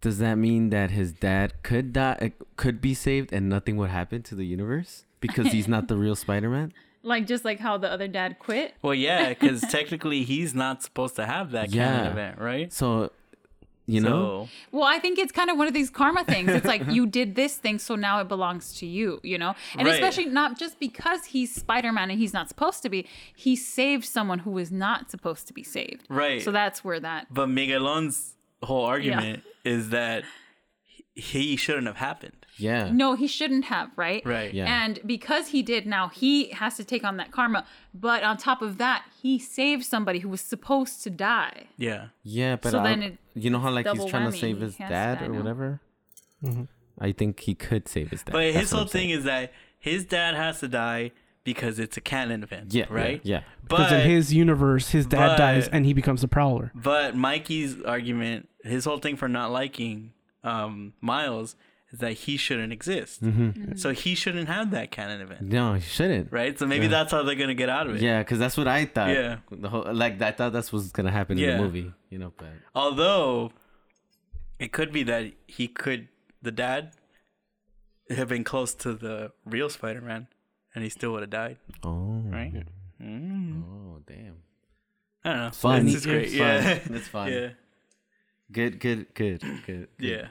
Speaker 2: does that mean that his dad could die, uh, could be saved, and nothing would happen to the universe because he's not the real Spider-Man?
Speaker 3: Like just like how the other dad quit.
Speaker 1: Well, yeah, because technically he's not supposed to have that kind
Speaker 2: Yeah.
Speaker 1: of event, right?
Speaker 2: So, you know,
Speaker 1: So,
Speaker 3: Well, I think it's kind of one of these karma things. It's like you did this thing, so now it belongs to you, you know? And
Speaker 1: Right.
Speaker 3: especially not just because he's Spider Man and he's not supposed to be, he saved someone who was not supposed to be saved.
Speaker 1: Right.
Speaker 3: So that's where that.
Speaker 1: but Miguelon's whole argument is that he shouldn't have happened.
Speaker 2: yeah.
Speaker 3: No, he shouldn't have, right?
Speaker 1: Right.
Speaker 2: Yeah.
Speaker 3: And because he did, now he has to take on that karma. But on top of that, he saved somebody who was supposed to die.
Speaker 1: Yeah.
Speaker 2: Yeah, but
Speaker 3: So
Speaker 2: I-
Speaker 3: then it-
Speaker 2: you know how like he's
Speaker 3: double
Speaker 2: trying to
Speaker 3: whammy.
Speaker 2: save
Speaker 3: He
Speaker 2: his
Speaker 3: has
Speaker 2: dad
Speaker 3: to
Speaker 2: or
Speaker 3: die now.
Speaker 2: whatever. I think he could save his dad.
Speaker 1: But
Speaker 2: That's
Speaker 1: his
Speaker 2: what
Speaker 1: whole
Speaker 2: I'm saying.
Speaker 1: thing is that his dad has to die because it's a canon event.
Speaker 2: yeah, yeah,
Speaker 1: Right?
Speaker 2: Yeah,
Speaker 1: But
Speaker 4: Because in his universe, his dad
Speaker 1: but-
Speaker 4: dies and he becomes a prowler.
Speaker 1: But Mikey's argument, his whole thing for not liking um, Miles is that he shouldn't exist.
Speaker 2: Mm-hmm.
Speaker 1: So he shouldn't have that canon event.
Speaker 2: No, he shouldn't.
Speaker 1: Right? So maybe that's how they're going to get out of it.
Speaker 2: Yeah, because that's what I thought.
Speaker 1: Yeah.
Speaker 2: the whole, like I thought that's what's gonna happen in
Speaker 1: Yeah.
Speaker 2: the movie. You know, but
Speaker 1: Although it could be that he could, the dad, have been close to the real Spider Man and he still would have died.
Speaker 2: oh,
Speaker 1: Right? Mm.
Speaker 2: oh, damn,
Speaker 1: I don't know.
Speaker 2: fun.
Speaker 1: This is great.
Speaker 2: Fun.
Speaker 1: Yeah.
Speaker 2: That's fun.
Speaker 1: yeah.
Speaker 2: Good, good, good, good, good.
Speaker 1: Yeah.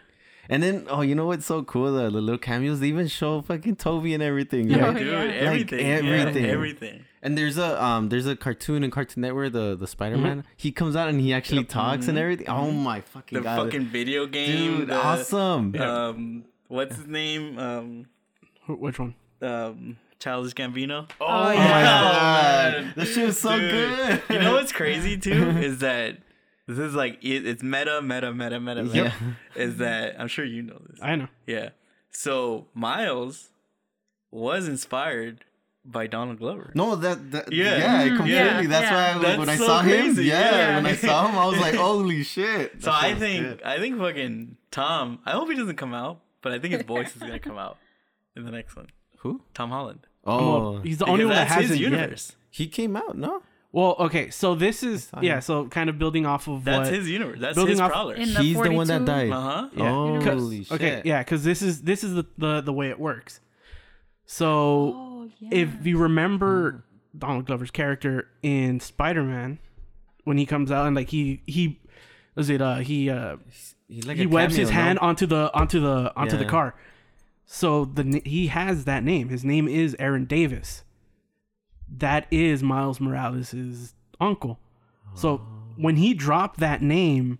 Speaker 2: And then, oh, you know what's so cool? The, the little cameos. They even show fucking Toby and everything.
Speaker 4: Yeah.
Speaker 2: right?
Speaker 1: Dude,
Speaker 3: yeah. Like
Speaker 1: everything. yeah,
Speaker 2: everything.
Speaker 1: everything.
Speaker 2: And there's a um there's a cartoon in Cartoon Network the the Spider Man
Speaker 1: Mm-hmm.
Speaker 2: he comes out and he actually talks and everything. Oh my fucking
Speaker 1: The
Speaker 2: god,
Speaker 1: Mm-hmm. fucking uh, video game.
Speaker 2: dude,
Speaker 1: the-
Speaker 2: awesome! *laughs*
Speaker 1: Um, what's his name? Um,
Speaker 4: Wh- Which one?
Speaker 1: um, Childish Gambino. Oh,
Speaker 2: Oh my god, this shit was so good.
Speaker 1: You know
Speaker 4: *laughs*
Speaker 1: what's crazy too is that this is like it, it's meta, meta, meta, meta, meta.
Speaker 2: Yep.
Speaker 1: Is that I'm sure you know this.
Speaker 4: I know.
Speaker 1: Yeah. So Miles was inspired by Donald Glover.
Speaker 2: No, that, that yeah,
Speaker 1: Yeah. Mm-hmm.
Speaker 2: completely.
Speaker 3: Yeah.
Speaker 2: That's why I, was-
Speaker 1: That's
Speaker 2: when I
Speaker 1: so
Speaker 2: saw him,
Speaker 1: crazy.
Speaker 2: yeah,
Speaker 1: Yeah.
Speaker 2: when I saw him, I
Speaker 1: *laughs*
Speaker 2: was like, holy shit.
Speaker 1: so
Speaker 2: That shit
Speaker 1: I
Speaker 2: was
Speaker 1: think
Speaker 2: good.
Speaker 1: I think fucking Tom. I hope he doesn't come out, but I think his voice is gonna come out in the next one.
Speaker 2: who?
Speaker 1: Tom Holland.
Speaker 2: Oh,
Speaker 4: Well, he's the only
Speaker 1: Because
Speaker 4: one that
Speaker 1: that's his
Speaker 4: hasn't yet.
Speaker 1: universe.
Speaker 2: he came out. No,
Speaker 4: Well, okay, so this is yeah. So kind of building off of
Speaker 1: That's
Speaker 4: what,
Speaker 1: his universe. That's
Speaker 4: Building
Speaker 1: his
Speaker 4: off-
Speaker 1: prowler.
Speaker 3: In the
Speaker 2: he's the one that
Speaker 3: 42
Speaker 2: died.
Speaker 1: Uh huh.
Speaker 4: Yeah.
Speaker 2: Holy shit!
Speaker 4: Okay, yeah, because this is this is the, the the way it works. So
Speaker 3: Oh, yeah.
Speaker 4: if you remember
Speaker 2: Hmm.
Speaker 4: Donald Glover's character in Spider Man, when he comes out and like he he was it uh he uh
Speaker 2: he's like
Speaker 4: he
Speaker 2: a
Speaker 4: webs his
Speaker 2: cameo, no?
Speaker 4: hand onto the onto the onto the
Speaker 2: Yeah.
Speaker 4: car. So the n- he has that name. His name is Aaron Davis. That is Miles Morales' uncle.
Speaker 2: Oh.
Speaker 4: So when he dropped that name,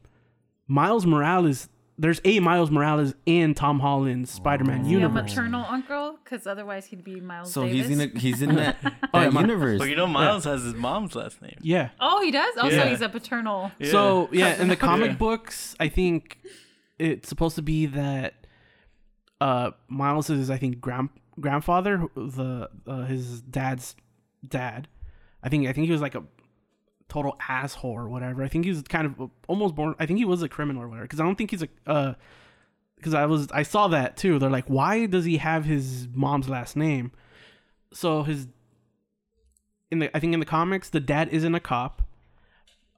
Speaker 4: Miles Morales, there's a Miles Morales in Tom Holland's
Speaker 2: Oh.
Speaker 4: Spider-Man
Speaker 3: Yeah,
Speaker 4: universe.
Speaker 3: maternal uncle, because otherwise he'd be Miles
Speaker 2: So
Speaker 3: Davis.
Speaker 2: he's in a, he's
Speaker 4: *laughs*
Speaker 2: in that, that
Speaker 4: my-
Speaker 2: universe.
Speaker 1: Well, you know, Miles has his mom's last name.
Speaker 4: Yeah.
Speaker 3: oh, he does. Also,
Speaker 1: Yeah.
Speaker 3: he's a paternal.
Speaker 4: So yeah, in the comic
Speaker 1: Yeah.
Speaker 4: books, I think it's supposed to be that uh Miles is I think grand grandfather, who- the uh, his dad's dad. I think I think he was like a total asshole or whatever. I think he was kind of almost born. I think he was a criminal or whatever because I don't think he's a. Uh, because I was I saw that too. They're like, why does he have his mom's last name? So his in the I think in the comics the dad isn't a cop,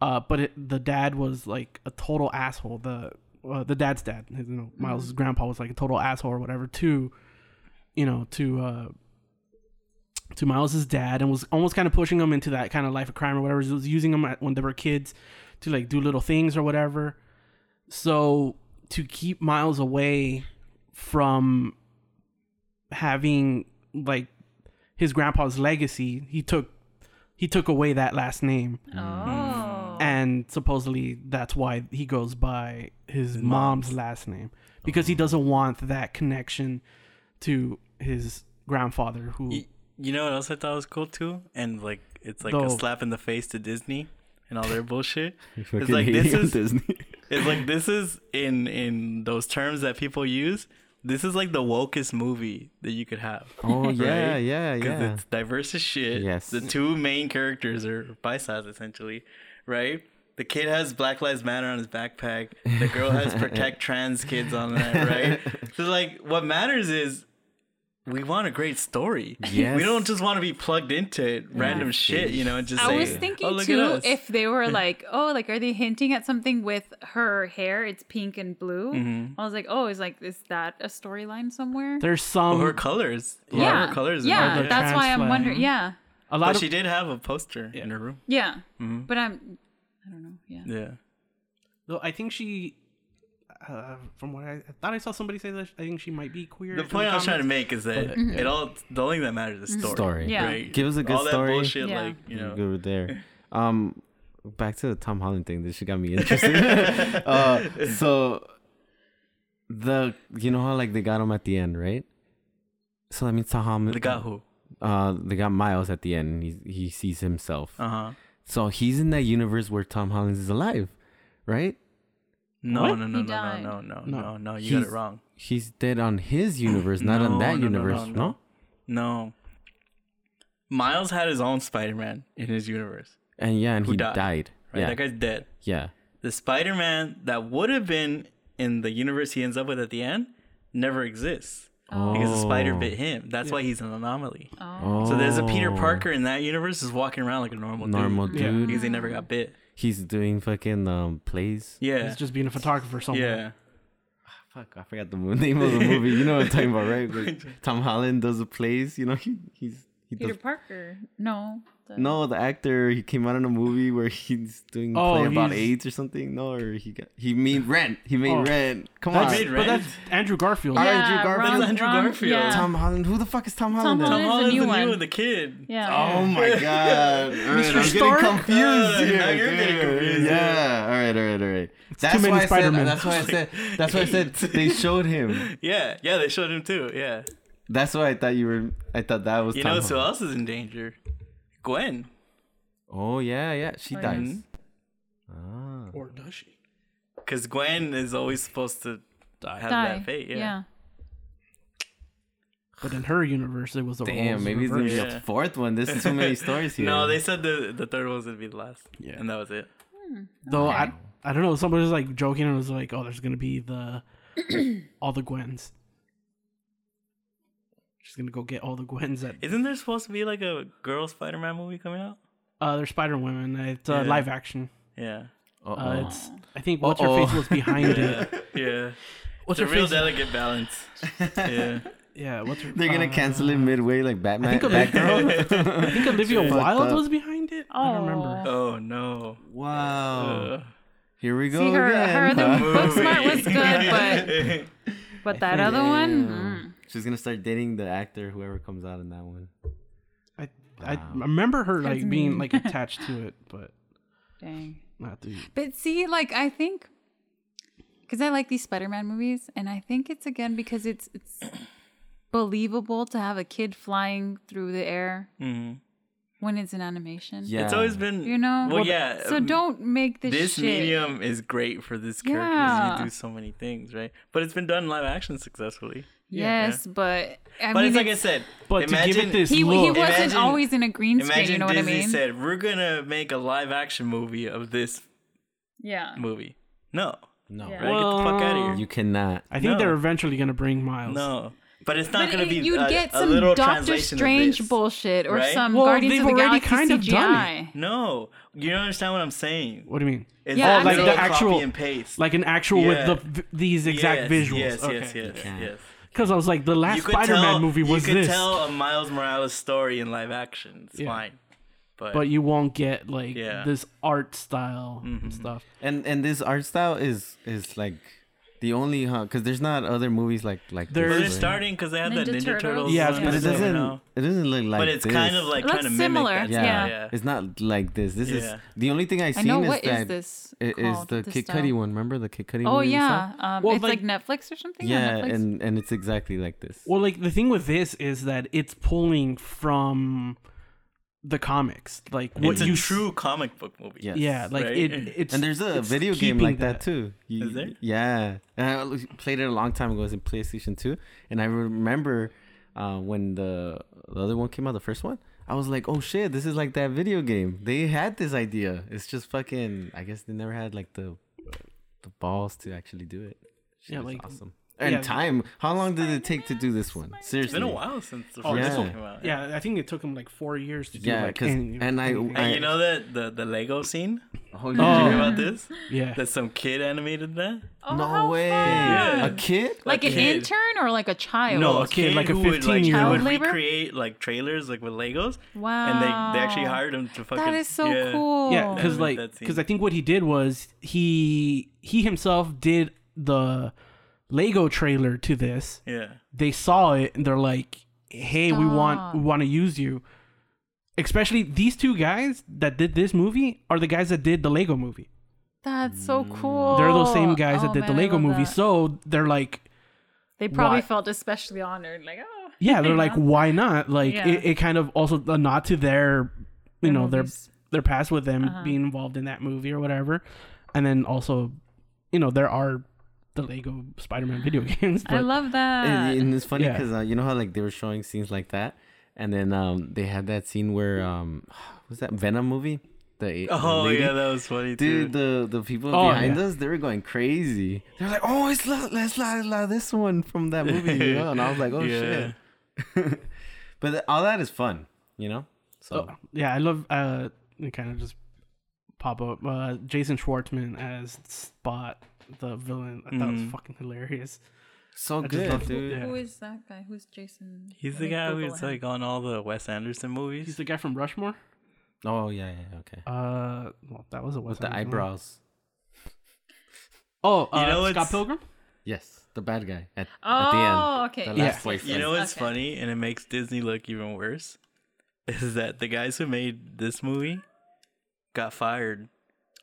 Speaker 4: uh, but it, the dad was like a total asshole. The uh, the dad's dad, you know, Miles' grandpa was like a total asshole or whatever to, you know, to uh, to Miles's dad and was almost kind of pushing him into that kind of life of crime or whatever. He was using them at, when they were kids to like do little things or whatever. So to keep Miles away from having like his grandpa's legacy, he took he took away that last name
Speaker 2: Mm-hmm.
Speaker 3: Oh.
Speaker 4: and supposedly that's why he goes by his, mom's last name because
Speaker 1: Oh.
Speaker 4: he doesn't want that connection to his grandfather who
Speaker 1: Y- You know what else I thought was cool too? And like, it's like
Speaker 4: No.
Speaker 1: a slap in the face to Disney and all their bullshit. It's
Speaker 2: Fucking
Speaker 1: like
Speaker 2: hate
Speaker 1: this
Speaker 2: *laughs* you,
Speaker 1: is
Speaker 2: Disney.
Speaker 1: it's like this is in in those terms that people use. This is like the wokest movie that you could have.
Speaker 2: Oh
Speaker 1: *laughs*
Speaker 2: yeah,
Speaker 1: Right?
Speaker 2: yeah,
Speaker 1: because
Speaker 2: yeah.
Speaker 1: it's diverse as shit.
Speaker 2: Yes.
Speaker 1: The two main characters are biceps essentially, right? The kid has Black Lives Matter on his backpack. The girl
Speaker 2: *laughs*
Speaker 1: has protect trans kids on that, right? So like what matters is we want a great story.
Speaker 2: Yes.
Speaker 1: We don't just want to be plugged into random shit, you know, and just
Speaker 3: I
Speaker 1: say,
Speaker 3: was
Speaker 1: "Oh,
Speaker 3: thinking
Speaker 1: look at
Speaker 3: too
Speaker 1: us."
Speaker 3: if
Speaker 1: *laughs*
Speaker 3: they were like, oh, like are they hinting at something with her hair? It's pink and blue.
Speaker 1: Mm-hmm.
Speaker 3: I was like, oh, is like is that a storyline somewhere?
Speaker 4: there's some
Speaker 1: Or her colors. A lot of
Speaker 3: yeah,
Speaker 1: her colors in
Speaker 3: yeah,
Speaker 1: there.
Speaker 4: the
Speaker 3: that's why I'm
Speaker 4: trans
Speaker 3: wondering.
Speaker 4: flag.
Speaker 3: Yeah,
Speaker 4: a lot
Speaker 1: But
Speaker 4: of
Speaker 1: she did have a poster in her room.
Speaker 3: yeah,
Speaker 1: Mm-hmm.
Speaker 3: but I'm, I don't know. Yeah,
Speaker 1: Yeah.
Speaker 4: though i think she uh, from what I, I thought i saw somebody say that i think she might be queer
Speaker 1: The
Speaker 4: in
Speaker 1: point I was trying to
Speaker 4: comments.
Speaker 1: make is that it all the only thing that matters is story.
Speaker 2: Story.
Speaker 3: Yeah.
Speaker 1: Right.
Speaker 2: Give us a good
Speaker 1: all
Speaker 2: story.
Speaker 1: That bullshit,
Speaker 3: Yeah.
Speaker 1: like, you know.
Speaker 2: Good
Speaker 1: *laughs*
Speaker 2: with there. Um, back to the Tom Holland thing. This shit got me
Speaker 1: *laughs*
Speaker 2: interested. *laughs* uh, so the you know how like they got him at the end, right? So that means Tom Holland.
Speaker 1: They got who?
Speaker 2: Uh, they got Miles at the end. And he he sees himself.
Speaker 1: Uh huh.
Speaker 2: So he's in that universe where Tom Holland is alive, right?
Speaker 1: No, no, no,
Speaker 3: He
Speaker 1: no,
Speaker 3: died.
Speaker 1: no, no, no,
Speaker 4: No.
Speaker 1: no, no. Oh, You got
Speaker 2: He's-
Speaker 1: it wrong.
Speaker 2: He's dead on
Speaker 1: *clears throat*
Speaker 2: his universe, not on
Speaker 1: No,
Speaker 2: that
Speaker 1: no, no,
Speaker 2: universe.
Speaker 1: no,
Speaker 2: No,
Speaker 1: no. No. Miles had his own Spider-Man in his universe.
Speaker 2: and yeah, and
Speaker 1: Who
Speaker 2: he
Speaker 1: died,
Speaker 2: died.
Speaker 1: Right?
Speaker 2: Yeah,
Speaker 1: That guy's dead.
Speaker 2: yeah.
Speaker 1: The Spider-Man that would have been in the universe he ends up with at the end never exists because the spider
Speaker 2: Oh.
Speaker 1: bit him. That's why he's an anomaly.
Speaker 2: Oh.
Speaker 1: So there's a Peter Parker in that universe is walking around like a normal,
Speaker 2: normal
Speaker 1: dude.
Speaker 2: dude.
Speaker 4: Yeah.
Speaker 1: because he never got bit.
Speaker 2: He's doing fucking um plays.
Speaker 1: Yeah.
Speaker 4: He's just being a photographer somewhere.
Speaker 1: yeah.
Speaker 2: Fuck, I forgot the mo- *laughs* name of the movie. You know what I'm talking about, right?
Speaker 1: *laughs*
Speaker 2: Like, Tom Holland does the plays. You know he he's he
Speaker 3: Peter
Speaker 2: does.
Speaker 3: Parker. No. the-
Speaker 2: No, the actor he came out in a movie where he's doing
Speaker 4: Oh,
Speaker 2: play about
Speaker 4: he's-
Speaker 2: AIDS or something. No, or he got he made Rent. He made
Speaker 4: Oh.
Speaker 2: Rent. Come on,
Speaker 4: That's,
Speaker 1: He made
Speaker 4: but
Speaker 1: Rent.
Speaker 4: that's Andrew Garfield.
Speaker 2: Yeah.
Speaker 3: Yeah,
Speaker 2: Andrew Garfield.
Speaker 3: wrong-
Speaker 1: Andrew
Speaker 3: wrong-
Speaker 1: Garfield.
Speaker 3: Yeah.
Speaker 2: Tom Holland. Who the fuck is Tom Holland?
Speaker 1: Tom
Speaker 3: Holland is the
Speaker 1: Holland's the
Speaker 3: Oh, new
Speaker 1: new
Speaker 3: one.
Speaker 1: one, the kid.
Speaker 3: yeah.
Speaker 2: Oh my
Speaker 1: *laughs*
Speaker 2: god! All right, I'm
Speaker 4: Stark?
Speaker 2: getting confused
Speaker 1: Uh,
Speaker 2: here.
Speaker 1: now you're getting
Speaker 2: dude.
Speaker 1: confused,
Speaker 2: Yeah. All right. All right. All right. That's
Speaker 4: too many
Speaker 2: why I said.
Speaker 4: Spider-Men.
Speaker 2: That's why I said. That's why
Speaker 1: *laughs*
Speaker 2: I said they showed him.
Speaker 1: Yeah, yeah, they showed him too. Yeah.
Speaker 2: That's why I thought you were. I thought that was.
Speaker 1: You
Speaker 2: Tom
Speaker 1: know who
Speaker 2: Holland.
Speaker 1: else is in danger? Gwen.
Speaker 2: Oh yeah, yeah. She
Speaker 3: Oh,
Speaker 2: dies.
Speaker 1: yeah.
Speaker 2: Ah.
Speaker 4: Or does she?
Speaker 1: Because Gwen is always supposed to have
Speaker 3: Die.
Speaker 1: Oh that fate. Yeah.
Speaker 3: yeah.
Speaker 4: But in her universe, it was the roles
Speaker 2: Damn. Maybe it's gonna
Speaker 4: reversed.
Speaker 2: be
Speaker 1: Yeah.
Speaker 2: a fourth one. There's too many stories *laughs*
Speaker 1: *laughs*
Speaker 2: here.
Speaker 1: No, they said the the third one was gonna be the last.
Speaker 4: Yeah.
Speaker 1: And that was it.
Speaker 4: Though I, I don't know. Somebody was like joking and was like, "Oh, there's gonna
Speaker 3: *clears throat*
Speaker 4: be the all the Gwens. She's gonna go get all the Gwens that
Speaker 1: Isn't there supposed to be like a girl Spider Man movie coming out?
Speaker 4: uh, they're Spider Women. It's uh,
Speaker 1: Yeah. Oh.
Speaker 4: live action.
Speaker 1: Yeah.
Speaker 4: Uh,
Speaker 2: Uh-oh.
Speaker 4: it's I think what's her face
Speaker 2: Uh-oh.
Speaker 4: was
Speaker 1: *laughs*
Speaker 4: behind
Speaker 1: Yeah.
Speaker 4: it.
Speaker 1: yeah.
Speaker 4: What's
Speaker 1: It's a
Speaker 4: her
Speaker 1: real
Speaker 4: face?
Speaker 1: delicate balance. Yeah.
Speaker 4: yeah, what's her?
Speaker 2: They're gonna
Speaker 4: uh,
Speaker 2: cancel it midway, like Batman.
Speaker 4: think
Speaker 2: back
Speaker 4: I think Olivia
Speaker 2: Fucked
Speaker 4: Wilde
Speaker 2: up.
Speaker 4: was behind it. I don't remember.
Speaker 3: Oh.
Speaker 1: Oh no.
Speaker 2: *laughs* Wow.
Speaker 1: Ugh.
Speaker 2: Here we go.
Speaker 3: See her,
Speaker 2: again.
Speaker 3: her other book smart was good,
Speaker 1: but
Speaker 3: but but that other one, mm.
Speaker 2: Damn. She's gonna start dating the actor, whoever comes out in that one.
Speaker 4: I
Speaker 1: Oh.
Speaker 4: I
Speaker 2: Wow.
Speaker 4: remember her like
Speaker 3: That's
Speaker 4: being
Speaker 3: mean. *laughs*
Speaker 4: like attached to it, but
Speaker 3: dang.
Speaker 4: not the
Speaker 3: But see, like I think, because I like these Spider-Man movies, and I think it's again because it's it's believable to have a kid flying through the air when it's an animation.
Speaker 2: Yeah.
Speaker 1: Mm-hmm. it's always been
Speaker 3: you know.
Speaker 1: Well, yeah.
Speaker 3: So
Speaker 1: um,
Speaker 3: don't make this.
Speaker 1: This
Speaker 3: shit.
Speaker 1: medium is great for this character. 'cause
Speaker 3: Yeah.
Speaker 1: You do so many things, right? But it's been done live action successfully.
Speaker 3: Yes, but I
Speaker 1: but
Speaker 3: mean,
Speaker 1: it's like I
Speaker 3: it's-
Speaker 1: said.
Speaker 4: But
Speaker 1: imagine,
Speaker 4: to give it this
Speaker 3: he he
Speaker 4: look,
Speaker 3: wasn't
Speaker 1: Imagine-
Speaker 3: always in a green screen.
Speaker 1: imagine
Speaker 3: You know what I
Speaker 1: Disney
Speaker 3: mean?
Speaker 1: said we're gonna make a live action movie of this
Speaker 3: yeah.
Speaker 1: movie. No,
Speaker 2: No,
Speaker 3: Yeah.
Speaker 1: right? Get the fuck out of here.
Speaker 2: you cannot.
Speaker 4: I think
Speaker 1: No.
Speaker 4: they're eventually gonna bring Miles.
Speaker 1: No, but it's not
Speaker 3: But
Speaker 1: gonna
Speaker 3: it-
Speaker 1: be
Speaker 3: you'd
Speaker 1: a,
Speaker 3: get
Speaker 1: a
Speaker 3: some
Speaker 1: little
Speaker 3: Doctor
Speaker 1: translation of
Speaker 3: Strange
Speaker 1: this.
Speaker 3: bullshit or
Speaker 1: right?
Speaker 3: some
Speaker 4: Well,
Speaker 3: Guardians of
Speaker 4: they've
Speaker 3: the
Speaker 4: already
Speaker 3: Galaxy
Speaker 4: kind of
Speaker 3: CGI.
Speaker 4: done
Speaker 1: No, you don't understand what I'm saying.
Speaker 4: What do you mean?
Speaker 1: It's
Speaker 3: Yeah,
Speaker 1: all
Speaker 3: I'm
Speaker 1: Oh, like
Speaker 3: saying-
Speaker 1: the
Speaker 3: Like
Speaker 1: actual copy and paste,
Speaker 4: Like an actual
Speaker 1: Yeah.
Speaker 4: with the v- these exact
Speaker 1: yes,
Speaker 4: visuals.
Speaker 1: Yes,
Speaker 4: okay.
Speaker 1: yes, yes,
Speaker 2: Yeah.
Speaker 1: yes.
Speaker 4: Because I was like, the last
Speaker 1: You could
Speaker 4: Spider-Man
Speaker 1: tell-
Speaker 4: movie was
Speaker 1: You could
Speaker 4: this,
Speaker 1: tell a Miles Morales story in live action. It's
Speaker 4: Yeah.
Speaker 1: fine, but,
Speaker 4: but you won't get like
Speaker 1: Yeah. Mm-hmm.
Speaker 4: this art style stuff.
Speaker 2: And and this art style is is like the only huh? Because there's not other movies like like.
Speaker 4: They're-
Speaker 1: But
Speaker 2: this,
Speaker 1: they're
Speaker 2: right?
Speaker 1: starting because they had that
Speaker 3: Ninja
Speaker 1: Ninja
Speaker 3: Turtles.
Speaker 1: Turtles.
Speaker 4: Yeah,
Speaker 1: one,
Speaker 2: but it
Speaker 4: Yeah.
Speaker 2: doesn't.
Speaker 1: you know?
Speaker 2: It doesn't look like.
Speaker 1: But it's
Speaker 2: this.
Speaker 1: kind of like
Speaker 3: It looks
Speaker 1: trying to
Speaker 3: similar,
Speaker 1: mimic that.
Speaker 2: Yeah.
Speaker 3: yeah.
Speaker 2: it's not like this. This is
Speaker 1: Yeah.
Speaker 2: the only thing I've
Speaker 3: I
Speaker 2: seen
Speaker 3: know
Speaker 2: is
Speaker 3: what
Speaker 2: that
Speaker 3: is this?
Speaker 2: it is
Speaker 3: called,
Speaker 2: the
Speaker 3: this
Speaker 2: Kid
Speaker 3: style?
Speaker 2: Cudi one. Remember the Kid Cudi one?
Speaker 3: Oh
Speaker 2: we
Speaker 3: yeah,
Speaker 2: saw?
Speaker 3: um,
Speaker 4: Well,
Speaker 3: it's
Speaker 4: like-
Speaker 3: like, Netflix or something.
Speaker 2: yeah,
Speaker 3: on Netflix?
Speaker 2: and and it's exactly like this.
Speaker 4: Well, like the thing with this is that it's pulling from the comics, like what
Speaker 1: It's
Speaker 4: you
Speaker 1: a
Speaker 4: s-
Speaker 1: true comic book movie.
Speaker 2: Yes.
Speaker 4: Yeah, like
Speaker 1: Right?
Speaker 4: it. It's
Speaker 2: and there's a
Speaker 4: it's
Speaker 2: video game
Speaker 4: keeping
Speaker 2: like that, too. You,
Speaker 1: Is there?
Speaker 2: Yeah, and I l- played it a long time ago. It was in PlayStation Two, and I remember uh, when the the other one came out, the first one. I was like, oh shit, this is like that video game. They had this idea. It's just fucking. I guess they never had like the the balls to actually do it. Shit
Speaker 4: Yeah,
Speaker 2: is
Speaker 4: like-
Speaker 2: awesome. And
Speaker 4: yeah.
Speaker 2: time. How long did it take to do this one?
Speaker 1: It's
Speaker 2: Seriously.
Speaker 1: been a while since the first
Speaker 4: Oh,
Speaker 2: yeah.
Speaker 1: one came out.
Speaker 4: Yeah, I think it took him like four years to do
Speaker 2: Yeah,
Speaker 4: like
Speaker 2: 'cause-
Speaker 4: any-
Speaker 2: and I-
Speaker 4: anything.
Speaker 1: And you know that the, the Lego scene?
Speaker 2: Oh,
Speaker 1: Did you hear
Speaker 2: yeah.
Speaker 1: about this?
Speaker 4: yeah.
Speaker 1: That some kid animated that?
Speaker 3: oh,
Speaker 2: no
Speaker 3: how
Speaker 2: way.
Speaker 3: fun.
Speaker 1: Yeah.
Speaker 2: A kid?
Speaker 3: Like an
Speaker 1: kid.
Speaker 3: intern or like a child?
Speaker 1: No,
Speaker 4: a
Speaker 1: a
Speaker 4: kid,
Speaker 1: Oh, kid
Speaker 4: like a
Speaker 1: who would like
Speaker 4: 15-year-old.
Speaker 1: who
Speaker 3: Child
Speaker 1: would
Speaker 3: labor?
Speaker 1: recreate like trailers like with Legos.
Speaker 3: Wow.
Speaker 1: And they, they actually hired him to fucking.
Speaker 3: Ah, That is so
Speaker 1: yeah.
Speaker 3: cool.
Speaker 4: yeah because
Speaker 1: Animate
Speaker 4: like
Speaker 1: that scene.
Speaker 4: because i think what he did was he he himself did the lego trailer to this
Speaker 1: Yeah.
Speaker 4: they saw it and they're like hey we want
Speaker 3: Stop.
Speaker 4: we want to use you especially these two guys that did this movie are the guys that did the lego movie
Speaker 3: that's so cool.
Speaker 4: they're those same guys
Speaker 3: Oh,
Speaker 4: that did the
Speaker 3: man, I
Speaker 4: lego
Speaker 3: love
Speaker 4: movie
Speaker 3: that.
Speaker 4: so they're like
Speaker 3: they probably
Speaker 4: why-
Speaker 3: felt especially honored. Like oh.
Speaker 4: yeah they're like why not like
Speaker 3: Yeah.
Speaker 4: it, it kind of also a nod to their you
Speaker 3: Their
Speaker 4: know
Speaker 3: movies. Uh-huh.
Speaker 4: their their past with them being involved in that movie or whatever and then also you know there are the lego spider-man video *laughs* games but
Speaker 3: I love that.
Speaker 2: and, and it's funny
Speaker 4: Yeah.
Speaker 2: because uh, you know how like they were showing scenes like that, and then um they had that scene where um *sighs* was that Venom movie? The the
Speaker 1: Oh,
Speaker 2: lady?
Speaker 1: yeah, that was funny too.
Speaker 2: Dude, the the people
Speaker 4: Oh,
Speaker 2: behind
Speaker 4: yeah.
Speaker 2: us, they were going crazy. They're like, "Oh, it's la, let's la, la this one from that movie," you know? and I was like, "Oh
Speaker 1: Yeah.
Speaker 2: shit!" *laughs* but th- all that is fun, you know. So
Speaker 4: oh, yeah i love uh it kind of just pop up uh jason schwartzman as spot the villain i thought it was fucking hilarious
Speaker 2: so
Speaker 4: I just
Speaker 2: good,
Speaker 4: love-
Speaker 2: dude.
Speaker 4: yeah.
Speaker 3: Who is that guy? Who's Jason?
Speaker 1: He's
Speaker 3: Let
Speaker 1: the
Speaker 3: me
Speaker 1: guy
Speaker 3: Google
Speaker 1: who's
Speaker 3: him.
Speaker 1: like on all the Wes Anderson movies.
Speaker 4: he's the guy from rushmore
Speaker 2: Oh yeah, yeah, okay.
Speaker 4: uh well that was a
Speaker 2: With
Speaker 4: Wes
Speaker 2: the
Speaker 4: Anderson one.
Speaker 2: eyebrows,
Speaker 4: oh uh,
Speaker 1: You know,
Speaker 4: scott
Speaker 1: it's-
Speaker 4: pilgrim
Speaker 2: yes, the bad guy at,
Speaker 3: Oh,
Speaker 2: at the
Speaker 3: okay.
Speaker 2: end. The
Speaker 3: Yeah.
Speaker 2: last boyfriend.
Speaker 1: You know what's
Speaker 3: Okay.
Speaker 1: funny, and it makes Disney look even worse, *laughs* is that the guys who made this movie got fired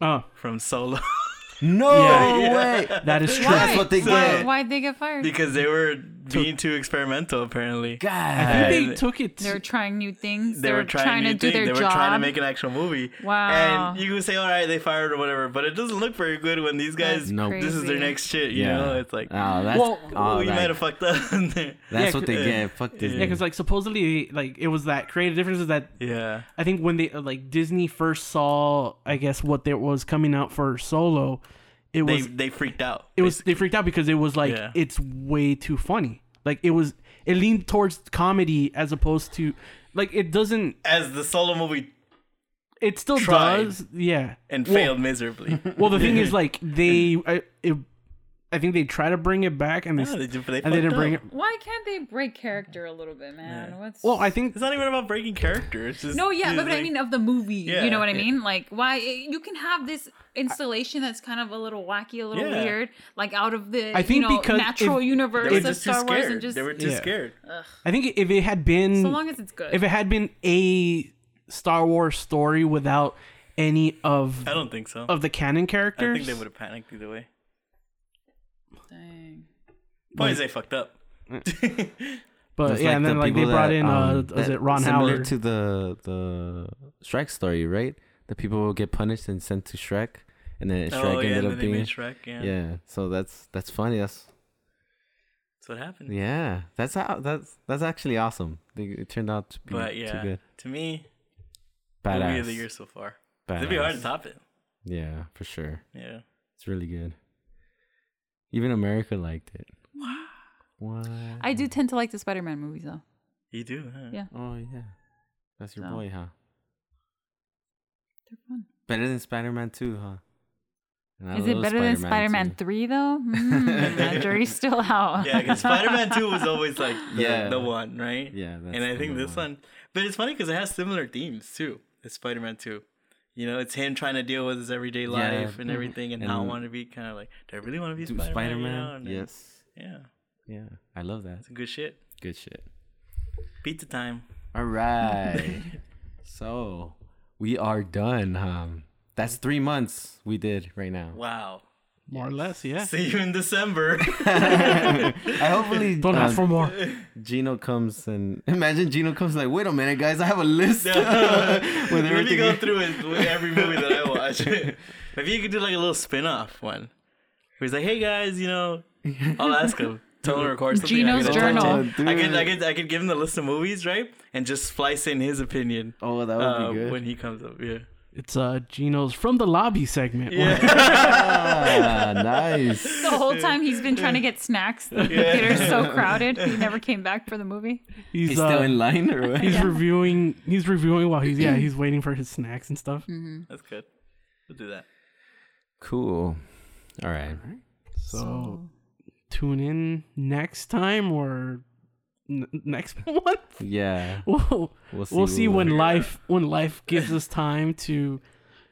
Speaker 4: oh
Speaker 1: from Solo *laughs*
Speaker 2: No
Speaker 4: Yeah.
Speaker 2: way.
Speaker 4: that is true
Speaker 2: That's what they
Speaker 3: Why?
Speaker 2: get.
Speaker 3: Why'd they get fired?
Speaker 1: because they were being too experimental. Apparently,
Speaker 4: I
Speaker 2: God.
Speaker 4: think they took it
Speaker 3: they were trying new things.
Speaker 1: they were trying,
Speaker 3: to
Speaker 1: new
Speaker 3: do
Speaker 1: things.
Speaker 3: their
Speaker 1: They were
Speaker 3: job.
Speaker 1: trying to make an actual movie.
Speaker 3: Wow.
Speaker 1: And you can say, all right, they fired or whatever, but it doesn't look very good when these guys.
Speaker 3: That's
Speaker 2: Nope.
Speaker 1: This is their
Speaker 3: crazy.
Speaker 1: next shit. You know, it's like.
Speaker 2: oh, that's
Speaker 4: Well,
Speaker 2: all
Speaker 1: Oh, you
Speaker 2: that-
Speaker 1: might have fucked up. *laughs* in there.
Speaker 2: That's
Speaker 4: Yeah,
Speaker 2: what they
Speaker 1: uh,
Speaker 2: get. Fuck Disney.
Speaker 4: Yeah, because like supposedly, like it was that creative difference is that
Speaker 1: yeah.
Speaker 4: I think when they uh, like Disney first saw, I guess what there was coming out for Solo, it
Speaker 1: They
Speaker 4: was
Speaker 1: they freaked out.
Speaker 4: it was they freaked out because it was like
Speaker 1: Yeah.
Speaker 4: it's way too funny. Like it was it leaned towards comedy as opposed to like it doesn't.
Speaker 1: as the solo movie
Speaker 4: It still
Speaker 1: Tried.
Speaker 4: does, yeah.
Speaker 1: and *laughs*
Speaker 4: Well-
Speaker 1: failed miserably.
Speaker 4: Well, the thing is, like they, I, it, I think they try to bring it back, and they,
Speaker 1: No,
Speaker 4: s-
Speaker 1: they, did- but they
Speaker 4: and they didn't
Speaker 1: fucked
Speaker 4: bring it.
Speaker 1: up.
Speaker 3: Why can't they break character a little bit, man? What's
Speaker 4: Well, I think
Speaker 1: It's not even about breaking character. It's just
Speaker 3: no, yeah,
Speaker 1: it's
Speaker 3: but, but I
Speaker 1: like-
Speaker 3: mean of the movie.
Speaker 1: Yeah,
Speaker 3: you know what I
Speaker 1: yeah.
Speaker 3: mean? Like why eh, you can have this installation that's kind of a little wacky, a little
Speaker 1: Yeah.
Speaker 3: weird, like out of the
Speaker 4: I think
Speaker 3: you know,
Speaker 4: because
Speaker 3: natural
Speaker 4: if-
Speaker 1: they
Speaker 3: universe
Speaker 1: were
Speaker 3: of
Speaker 1: just too
Speaker 3: Star Wars and
Speaker 1: scared.
Speaker 3: just
Speaker 1: They were too
Speaker 4: Yeah.
Speaker 1: scared.
Speaker 4: I think if it had been
Speaker 3: so long as it's good.
Speaker 4: if it had been a Star Wars story without any of
Speaker 1: I don't think so.
Speaker 4: of the canon
Speaker 1: I
Speaker 4: characters,
Speaker 1: think they would have panicked either way.
Speaker 3: Dang.
Speaker 1: Point is they fucked up. *laughs*
Speaker 4: But
Speaker 2: Just
Speaker 4: yeah,
Speaker 2: like
Speaker 4: and then
Speaker 2: the
Speaker 4: like they
Speaker 2: people
Speaker 4: brought
Speaker 2: that,
Speaker 4: in uh,
Speaker 2: um,
Speaker 4: was
Speaker 2: that-
Speaker 4: it Ron
Speaker 2: similar
Speaker 4: Howard?
Speaker 2: to the the Shrek story, right? The people will get punished and sent to Shrek, and then Shrek
Speaker 1: oh yeah,
Speaker 2: ended
Speaker 1: and
Speaker 2: up
Speaker 1: then they
Speaker 2: being
Speaker 1: made Shrek. Yeah.
Speaker 2: yeah. So that's that's funny. That's
Speaker 1: that's what happened.
Speaker 2: yeah. That's how that's that's actually awesome. They, it turned out to be
Speaker 1: but
Speaker 2: too
Speaker 1: yeah,
Speaker 2: good.
Speaker 1: to me,
Speaker 2: Badass.
Speaker 1: movie of the year so far. It'd be
Speaker 2: Badass.
Speaker 1: hard to top it.
Speaker 2: Yeah, for sure.
Speaker 1: Yeah.
Speaker 2: It's really good. Even America liked it. What?
Speaker 3: I do tend to like the Spider Man movies though.
Speaker 1: You do, huh?
Speaker 3: Yeah.
Speaker 2: Oh yeah, that's your
Speaker 3: So.
Speaker 2: boy, huh?
Speaker 3: They're fun.
Speaker 2: Better than Spider Man Two, huh? And I
Speaker 3: Is it
Speaker 2: love
Speaker 3: better than Spider Man
Speaker 2: 2.
Speaker 3: three though?
Speaker 1: *laughs*
Speaker 3: Hmm, that jury's still out.
Speaker 1: Yeah, because Spider Man 2 was always like the,
Speaker 2: Yeah.
Speaker 1: the one, right?
Speaker 2: Yeah, that's
Speaker 1: and I
Speaker 2: the
Speaker 1: think
Speaker 2: number
Speaker 1: this one, but it's funny because it has similar themes too. It's Spider Man 2. You know, it's him trying to deal with his everyday life and
Speaker 2: mm,
Speaker 1: everything, and, how I
Speaker 2: and-
Speaker 1: want to be kind of like, do I really want to be
Speaker 2: Do
Speaker 1: Spider Man?
Speaker 2: Spider Man? Yes.
Speaker 1: Yeah,
Speaker 2: Yeah, I love that.
Speaker 1: it's good shit.
Speaker 2: Good shit.
Speaker 1: Pizza time.
Speaker 2: All right. so we are done. Um, that's three months we did right now.
Speaker 1: Wow.
Speaker 4: More or less, yeah.
Speaker 1: See you in December.
Speaker 2: *laughs*
Speaker 1: *laughs*
Speaker 2: I hopefully
Speaker 4: Don't ask
Speaker 2: um,
Speaker 4: for more.
Speaker 2: Gino comes and *laughs* imagine Gino comes like, wait a minute, guys, I have
Speaker 1: *laughs*
Speaker 2: a list *laughs* with
Speaker 1: Let me
Speaker 2: everything.
Speaker 1: go *laughs* through it with every movie that I watch. *laughs* Maybe you could do like a little spin off one. Where he's like, hey guys, you *laughs* know, I'll ask him. Tell him to record something. and I
Speaker 3: Gino's
Speaker 1: could attach
Speaker 3: journal.
Speaker 1: it. I could, I could, I could give him the list of movies, right? And just splice in his opinion
Speaker 2: Oh, that would
Speaker 1: uh,
Speaker 2: be good.
Speaker 1: when he comes up. Yeah.
Speaker 4: It's uh Gino's from the lobby segment.
Speaker 2: *laughs* ah, nice.
Speaker 3: The whole time he's been trying to get snacks. The theater's so crowded.
Speaker 1: *laughs*
Speaker 3: He never came back for the movie.
Speaker 4: *laughs*
Speaker 3: *laughs*
Speaker 4: He's,
Speaker 2: He's
Speaker 4: uh,
Speaker 2: still in line or what?
Speaker 4: he's reviewing. He's reviewing while he's yeah he's waiting for his snacks and stuff.
Speaker 1: That's good. We'll do that.
Speaker 2: Cool. All right.
Speaker 4: So, tune in next time or n- next *laughs* month.
Speaker 2: Yeah.
Speaker 4: We'll,
Speaker 2: We'll see.
Speaker 4: we'll see
Speaker 2: what-
Speaker 4: when life when life gives us time to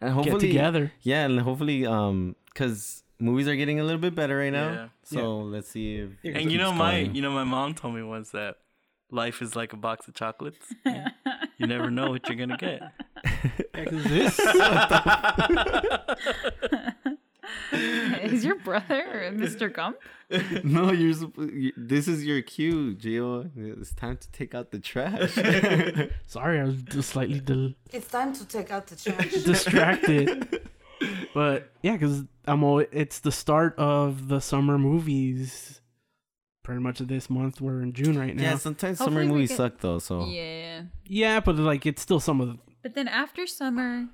Speaker 2: and hopefully,
Speaker 4: get together.
Speaker 2: Yeah, and hopefully, um, because movies are getting a little bit better right now.
Speaker 1: Yeah.
Speaker 2: So let's see if. it
Speaker 1: And you know
Speaker 2: keeps
Speaker 1: my,
Speaker 2: going.
Speaker 1: you know my mom told me once that life is like a box of
Speaker 3: *laughs*
Speaker 1: chocolates. Yeah. you never know what you're gonna *laughs* get. *laughs*
Speaker 3: Is your brother Mr. Gump?
Speaker 2: *laughs* no, you're. supp- you- This is your cue, Gio. It's time to take out
Speaker 1: *laughs*
Speaker 2: the trash. *laughs*
Speaker 4: Sorry, I was just slightly del-
Speaker 5: It's time to take out the trash.
Speaker 4: distracted. but yeah, because I'm all, it's the start of the summer movies. Pretty much this month we're in June right now.
Speaker 2: yeah, sometimes
Speaker 3: Hopefully
Speaker 2: summer
Speaker 3: we
Speaker 2: movies
Speaker 3: get-
Speaker 2: suck though. So
Speaker 3: Yeah.
Speaker 4: Yeah, but like it's still some of the
Speaker 3: But then after summer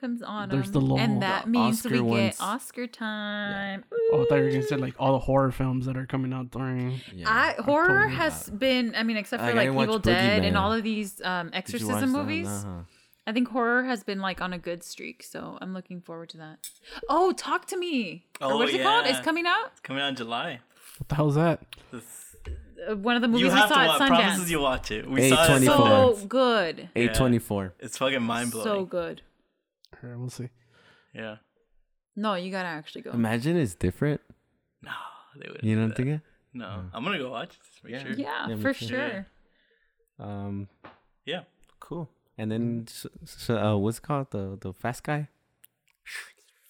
Speaker 3: comes on,
Speaker 4: There's the long-
Speaker 3: and that
Speaker 2: The
Speaker 3: means we
Speaker 2: Oscar ones.
Speaker 3: get Oscar time.
Speaker 4: oh, I thought you were
Speaker 3: Ooh.
Speaker 4: gonna say like all the horror films that are coming out during.
Speaker 2: yeah.
Speaker 3: I, horror
Speaker 4: totally
Speaker 3: has been, I mean, except
Speaker 2: I
Speaker 3: for
Speaker 2: gotta
Speaker 3: like
Speaker 2: watch
Speaker 3: Evil Dead and
Speaker 2: Boogeyman.
Speaker 3: all of these um,
Speaker 2: Did you watch
Speaker 3: exorcism
Speaker 2: that?
Speaker 3: movies.
Speaker 2: Uh-huh.
Speaker 3: I think horror has been like on a good streak, so I'm looking forward to that. Oh, Talk to Me. Or
Speaker 1: Oh,
Speaker 3: what is it called?
Speaker 1: yeah.
Speaker 3: It's coming out.
Speaker 1: Coming out in July.
Speaker 4: What the hell's that?
Speaker 3: Uh, One of the
Speaker 1: You
Speaker 3: movies we
Speaker 1: have to
Speaker 3: saw
Speaker 1: watch.
Speaker 3: at Sundance.
Speaker 1: Promises you watch it. We saw it.
Speaker 2: 8:24.
Speaker 1: So,
Speaker 3: so good.
Speaker 2: Eight twenty four.
Speaker 1: it's fucking mind blowing.
Speaker 3: So good.
Speaker 4: Alright, we'll see.
Speaker 1: yeah.
Speaker 3: No, you gotta actually go.
Speaker 2: Imagine it's different.
Speaker 1: No, they would.
Speaker 2: You know what I'm thinking?
Speaker 1: No, I'm gonna go watch it. Just make sure.
Speaker 3: Yeah,
Speaker 2: Yeah, me
Speaker 3: for
Speaker 2: too.
Speaker 1: *laughs*
Speaker 3: sure.
Speaker 2: Um,
Speaker 1: Yeah.
Speaker 2: cool. And then s s- uh, what's it called the the fast guy,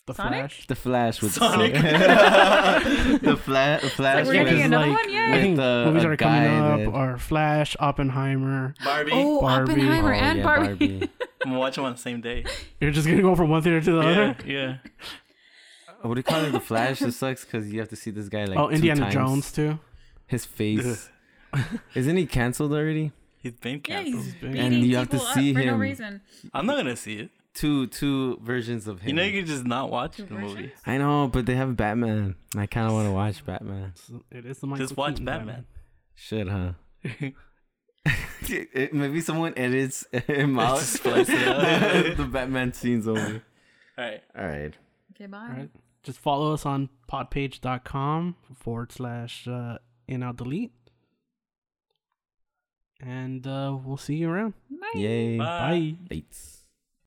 Speaker 4: The
Speaker 3: Sonic?
Speaker 4: Flash.
Speaker 2: the Flash with
Speaker 1: Sonic. *laughs*
Speaker 2: *laughs* the fla- Flash.
Speaker 3: Like, we're
Speaker 2: with-
Speaker 3: gonna get
Speaker 4: 'cause,
Speaker 3: another
Speaker 4: like,
Speaker 3: one?
Speaker 4: I
Speaker 3: Yay!
Speaker 4: think
Speaker 2: With, uh,
Speaker 4: movies
Speaker 2: a
Speaker 4: that are coming
Speaker 2: guy
Speaker 4: up
Speaker 2: that-
Speaker 4: are Flash, Oppenheimer.
Speaker 1: Barbie.
Speaker 3: Oh,
Speaker 4: Barbie.
Speaker 3: Oppenheimer
Speaker 2: Oh,
Speaker 3: and
Speaker 2: yeah,
Speaker 3: Barbie. *laughs*
Speaker 1: I'm gonna watch them on the same day.
Speaker 4: You're just gonna go from one theater to the
Speaker 1: Yeah,
Speaker 4: other.
Speaker 1: yeah.
Speaker 2: *laughs* What do you call it? The Flash. It sucks because you have to see this guy like.
Speaker 4: oh,
Speaker 2: two
Speaker 4: Indiana
Speaker 2: times.
Speaker 4: Jones too.
Speaker 2: His
Speaker 1: *laughs*
Speaker 2: face. Isn't he canceled already?
Speaker 1: He's been
Speaker 3: Yeah,
Speaker 1: canceled.
Speaker 3: he's
Speaker 4: big.
Speaker 3: beating
Speaker 2: And you have to
Speaker 3: people up
Speaker 2: see
Speaker 3: for no
Speaker 2: him.
Speaker 3: reason.
Speaker 1: I'm not gonna see it.
Speaker 2: Two two versions of him.
Speaker 1: You know, you could just not watch the
Speaker 3: versions?
Speaker 1: movie.
Speaker 2: I know, but they have Batman. I kind of want to watch Batman.
Speaker 4: It is the Michael
Speaker 1: Just watch
Speaker 4: Keaton
Speaker 1: Batman.
Speaker 2: Shit, huh? It- *laughs* Maybe someone edits him out.
Speaker 1: Just splice it out.
Speaker 2: *laughs* the Batman scenes only.
Speaker 1: All right.
Speaker 2: All right.
Speaker 3: Okay, bye.
Speaker 4: Alright. just follow us on podpage.com forward slash uh, in out delete. And uh, we'll see you around.
Speaker 3: Bye.
Speaker 2: Yay.
Speaker 1: Bye.
Speaker 4: Bye.
Speaker 2: Bates.